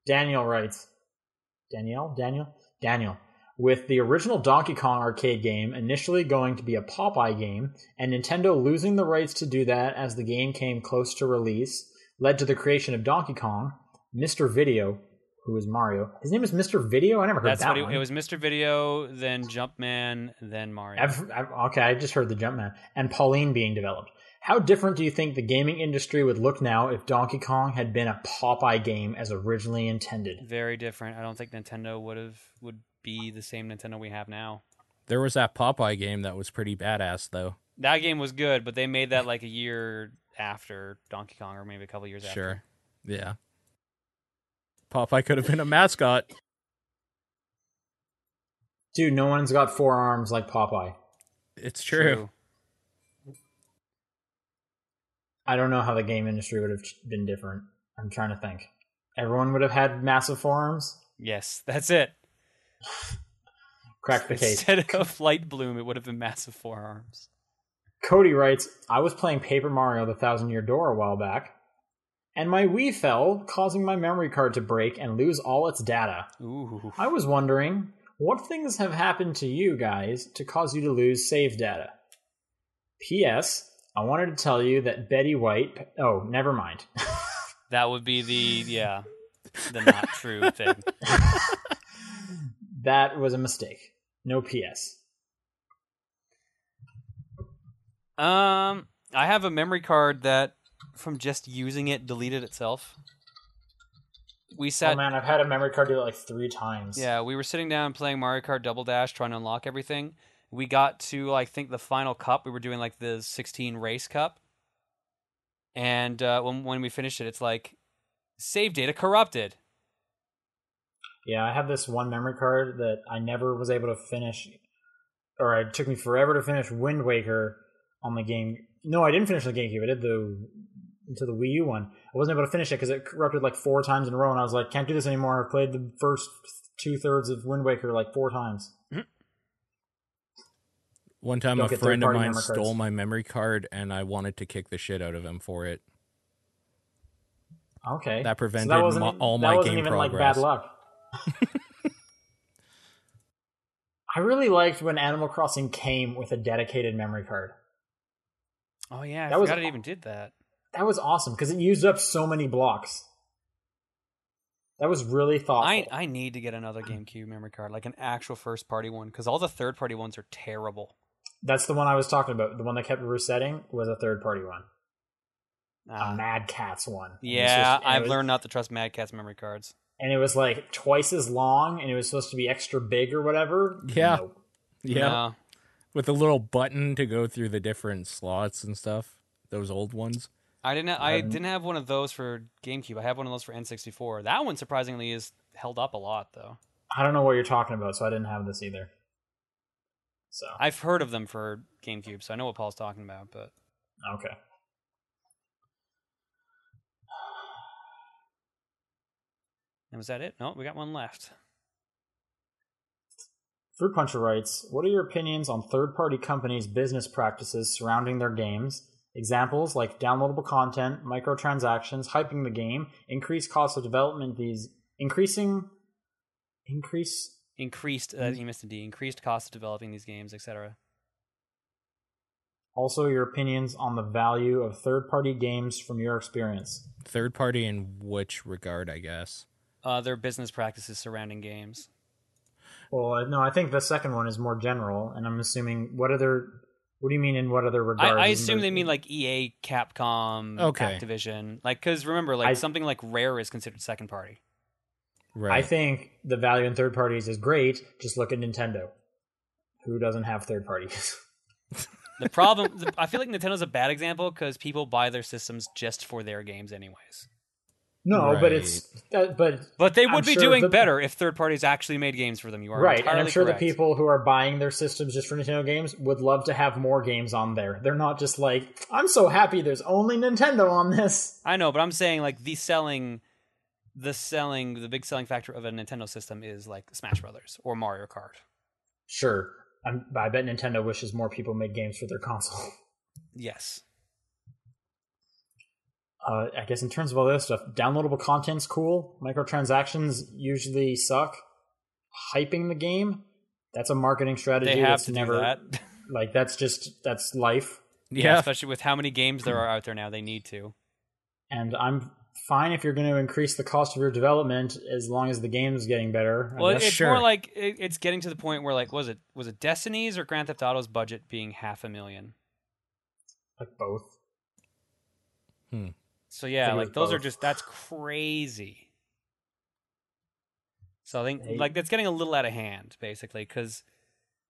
S1: Daniel writes. Danielle? Daniel? Daniel. With the original Donkey Kong arcade game initially going to be a Popeye game, and Nintendo losing the rights to do that as the game came close to release, led to the creation of Donkey Kong, Mr. Video, who is Mario. His name is Mr. Video. I never heard
S2: That's
S1: that
S2: what
S1: one.
S2: it, it was. Mr. Video, then Jumpman, then Mario.
S1: I've, I've, okay, I just heard the Jumpman and Pauline being developed. How different do you think the gaming industry would look now if Donkey Kong had been a Popeye game as originally intended?
S2: Very different. I don't think Nintendo would have would be the same Nintendo we have now.
S3: There was that Popeye game that was pretty badass though.
S2: That game was good, but they made that like a year after Donkey Kong, or maybe a couple years after.
S3: Sure. Yeah. Popeye could have been a mascot.
S1: Dude, no one's got four arms like Popeye.
S3: It's true.
S1: I don't know how the game industry would have been different. I'm trying to think. Everyone would have had massive forearms.
S2: Yes, that's it.
S1: Crack the case.
S2: Instead of Light Bloom, it would have been massive forearms.
S1: Cody writes, I was playing Paper Mario the Thousand Year Door a while back, and my Wii fell, causing my memory card to break and lose all its data.
S2: Ooh.
S1: I was wondering, what things have happened to you guys to cause you to lose save data? P.S. I wanted to tell you that Betty White. Oh, never mind. (laughs)
S2: That would be the yeah, the not true thing.
S1: that was a mistake. No P.S.
S2: Um, I have a memory card that from just using it deleted itself. We
S1: Oh
S2: sat
S1: man, I've had a memory card do that like three times.
S2: Yeah, we were sitting down playing Mario Kart Double Dash, trying to unlock everything. We got to, I think, the final cup. We were doing like the 16 race cup. And uh, when, when we finished it, it's like, save data corrupted.
S1: Yeah, I have this one memory card that I never was able to finish, or it took me forever to finish Wind Waker on the game. No, I didn't finish the GameCube. I did the into the Wii U one. I wasn't able to finish it because it corrupted like four times in a row, and I was like, "Can't do this anymore." I played the first two thirds of Wind Waker like four times.
S3: One time
S1: Don't
S3: a
S1: get
S3: friend of
S1: third-party
S3: mine
S1: memory cards.
S3: stole my memory card and I wanted to kick the shit out of him for it.
S1: Okay,
S3: That prevented
S1: that wasn't,
S3: my- all
S1: that
S3: my
S1: wasn't
S3: game
S1: even like
S3: progress.
S1: bad
S3: (laughs)
S1: luck. I really liked when Animal Crossing came with a dedicated memory card.
S2: Oh, yeah, I
S1: That was-
S2: forgot it even did that.
S1: That was awesome because it used up so many blocks. That was really thoughtful.
S2: I, I need to get another GameCube memory card, like an actual first party one, because all the third party ones are terrible.
S1: That's the one I was talking about. The one that kept resetting was a third party one,
S2: Ah.
S1: a Mad Cats one. And it was
S2: yeah,
S1: supposed to- and it
S2: I've
S1: was-
S2: learned not to trust Mad Cat's memory cards.
S1: And it was like twice as long, and it was supposed to be extra big or whatever.
S3: Yeah.
S1: No.
S3: Yeah.
S2: No.
S3: With a little button to go through the different slots and stuff. Those old ones.
S2: I didn't. I
S1: hadn't-
S2: didn't have one of those for GameCube. I have one of those for N64. That one surprisingly is held up a lot, though.
S1: I don't know what you're talking about, so I didn't have this either. So
S2: I've heard of them for GameCube, so I know what Paul's talking about. But
S1: okay.
S2: and was that it? No, we got one left.
S1: Fruit Puncher writes, What are your opinions on third party companies' business practices surrounding their games? Examples like downloadable content, microtransactions, hyping the game, increased cost of development fees, increasing increase
S2: Increased. Uh, you missed a D. Increased cost of developing these games, etc.
S1: also your opinions on the value of third party games from your experience.
S3: Third party in which regard, I guess.
S2: Uh, their business practices surrounding games.
S1: Well, I- no, I think the second one is more general, and I'm assuming what other what do you mean in what other
S2: I,
S1: regards?
S2: I
S1: Isn't
S2: assume
S1: there-
S2: they mean like EA, Capcom,
S3: Okay.
S2: Activision. Like, because remember, like
S1: I-
S2: something like Rare is considered second party.
S3: Right.
S1: I think the value in third parties is great. Just look at Nintendo, who doesn't have third parties.
S2: The problem, the, I feel like Nintendo's a bad example because people buy their systems just for their games, anyways.
S1: no, but
S3: Right.
S1: it's that, Uh, but
S2: But they
S1: I'm
S2: would be
S1: sure
S2: doing
S1: the-
S2: better if third parties actually made games for them. You are
S1: right, and
S2: entirely
S1: I'm sure
S2: correct.
S1: the people who are buying their systems just for Nintendo games would love to have more games on there. They're not just like, I'm so happy there's only Nintendo on this.
S2: I know, but I'm saying like the selling, the selling, the big selling factor of a Nintendo system is like Smash Brothers or Mario Kart.
S1: Sure, I'm, but I bet Nintendo wishes more people make games for their console.
S2: Yes,
S1: Uh, I guess in terms of all this stuff, downloadable content's cool. Microtransactions usually suck. Hyping the game, that's a marketing strategy.
S2: they have
S1: that's
S2: to
S1: never
S2: do that. (laughs)
S1: like that's just that's life.
S3: yeah.
S2: especially with how many games there are out there now, they need to.
S1: And I'm fine if you're going to increase the cost of your development as long as the game's getting better. I
S2: Well,
S1: guess.
S2: it's
S3: Uh, Sure.
S2: more like it, it's getting to the point where like was it was it Destiny's or Grand Theft Auto's budget being half a million?
S1: like both.
S2: So
S1: I
S2: yeah,
S1: think it
S2: like
S1: was
S2: those are
S1: both.
S2: just that's crazy. So I think
S1: Hey.
S2: like that's getting a little out of hand basically because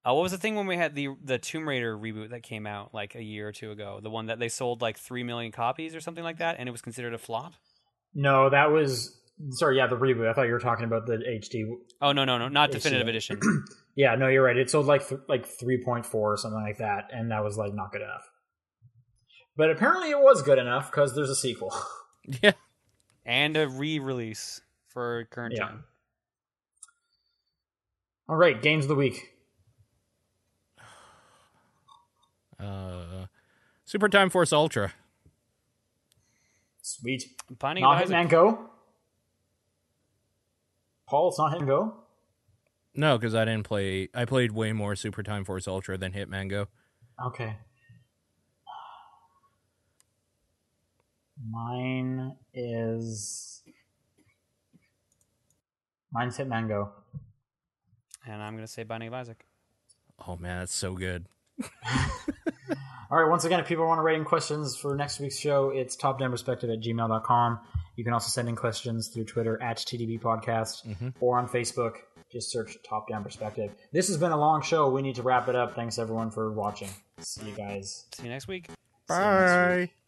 S2: uh, what was the thing when we had the the Tomb Raider reboot that came out like a year or two ago, the one that they sold like three million copies or something like that, and it was considered a flop.
S1: No, that was sorry. Yeah, the reboot. I thought you were talking about the HD.
S2: Oh no no no, not
S1: Yeah, see
S2: definitive
S1: that.
S2: edition.
S1: (clears throat) Yeah, no, you're right. It sold like th- like three point four or something like that, and that was like not good enough. But apparently, it was good enough because there's a sequel. (laughs)
S3: Yeah.
S2: and a re-release for current
S1: Yeah.
S2: gen.
S1: All right, games of the week.
S3: (laughs) Uh, Super Time Force Ultra.
S1: Sweet.
S2: I'm finding
S1: Not
S2: out Isaac-
S1: Hitman Go. Paul, it's not Hitman Go.
S3: No, because I didn't play. I played way more Super Time Force Ultra than Hitman Go.
S1: Okay. Mine is. Mine's Hitman Go.
S2: and I'm gonna say Binding of Isaac.
S3: Oh man, that's so good.
S1: All right, once again, if people want to write in questions for next week's show, it's topdownperspective at gmail.com. You can also send in questions through Twitter at TDB Podcast or on Facebook. Just search Top Down Perspective. This has been a long show. We need to wrap it up. Thanks, everyone, for watching. See you guys.
S2: See you next week.
S1: See you next week.
S3: Bye.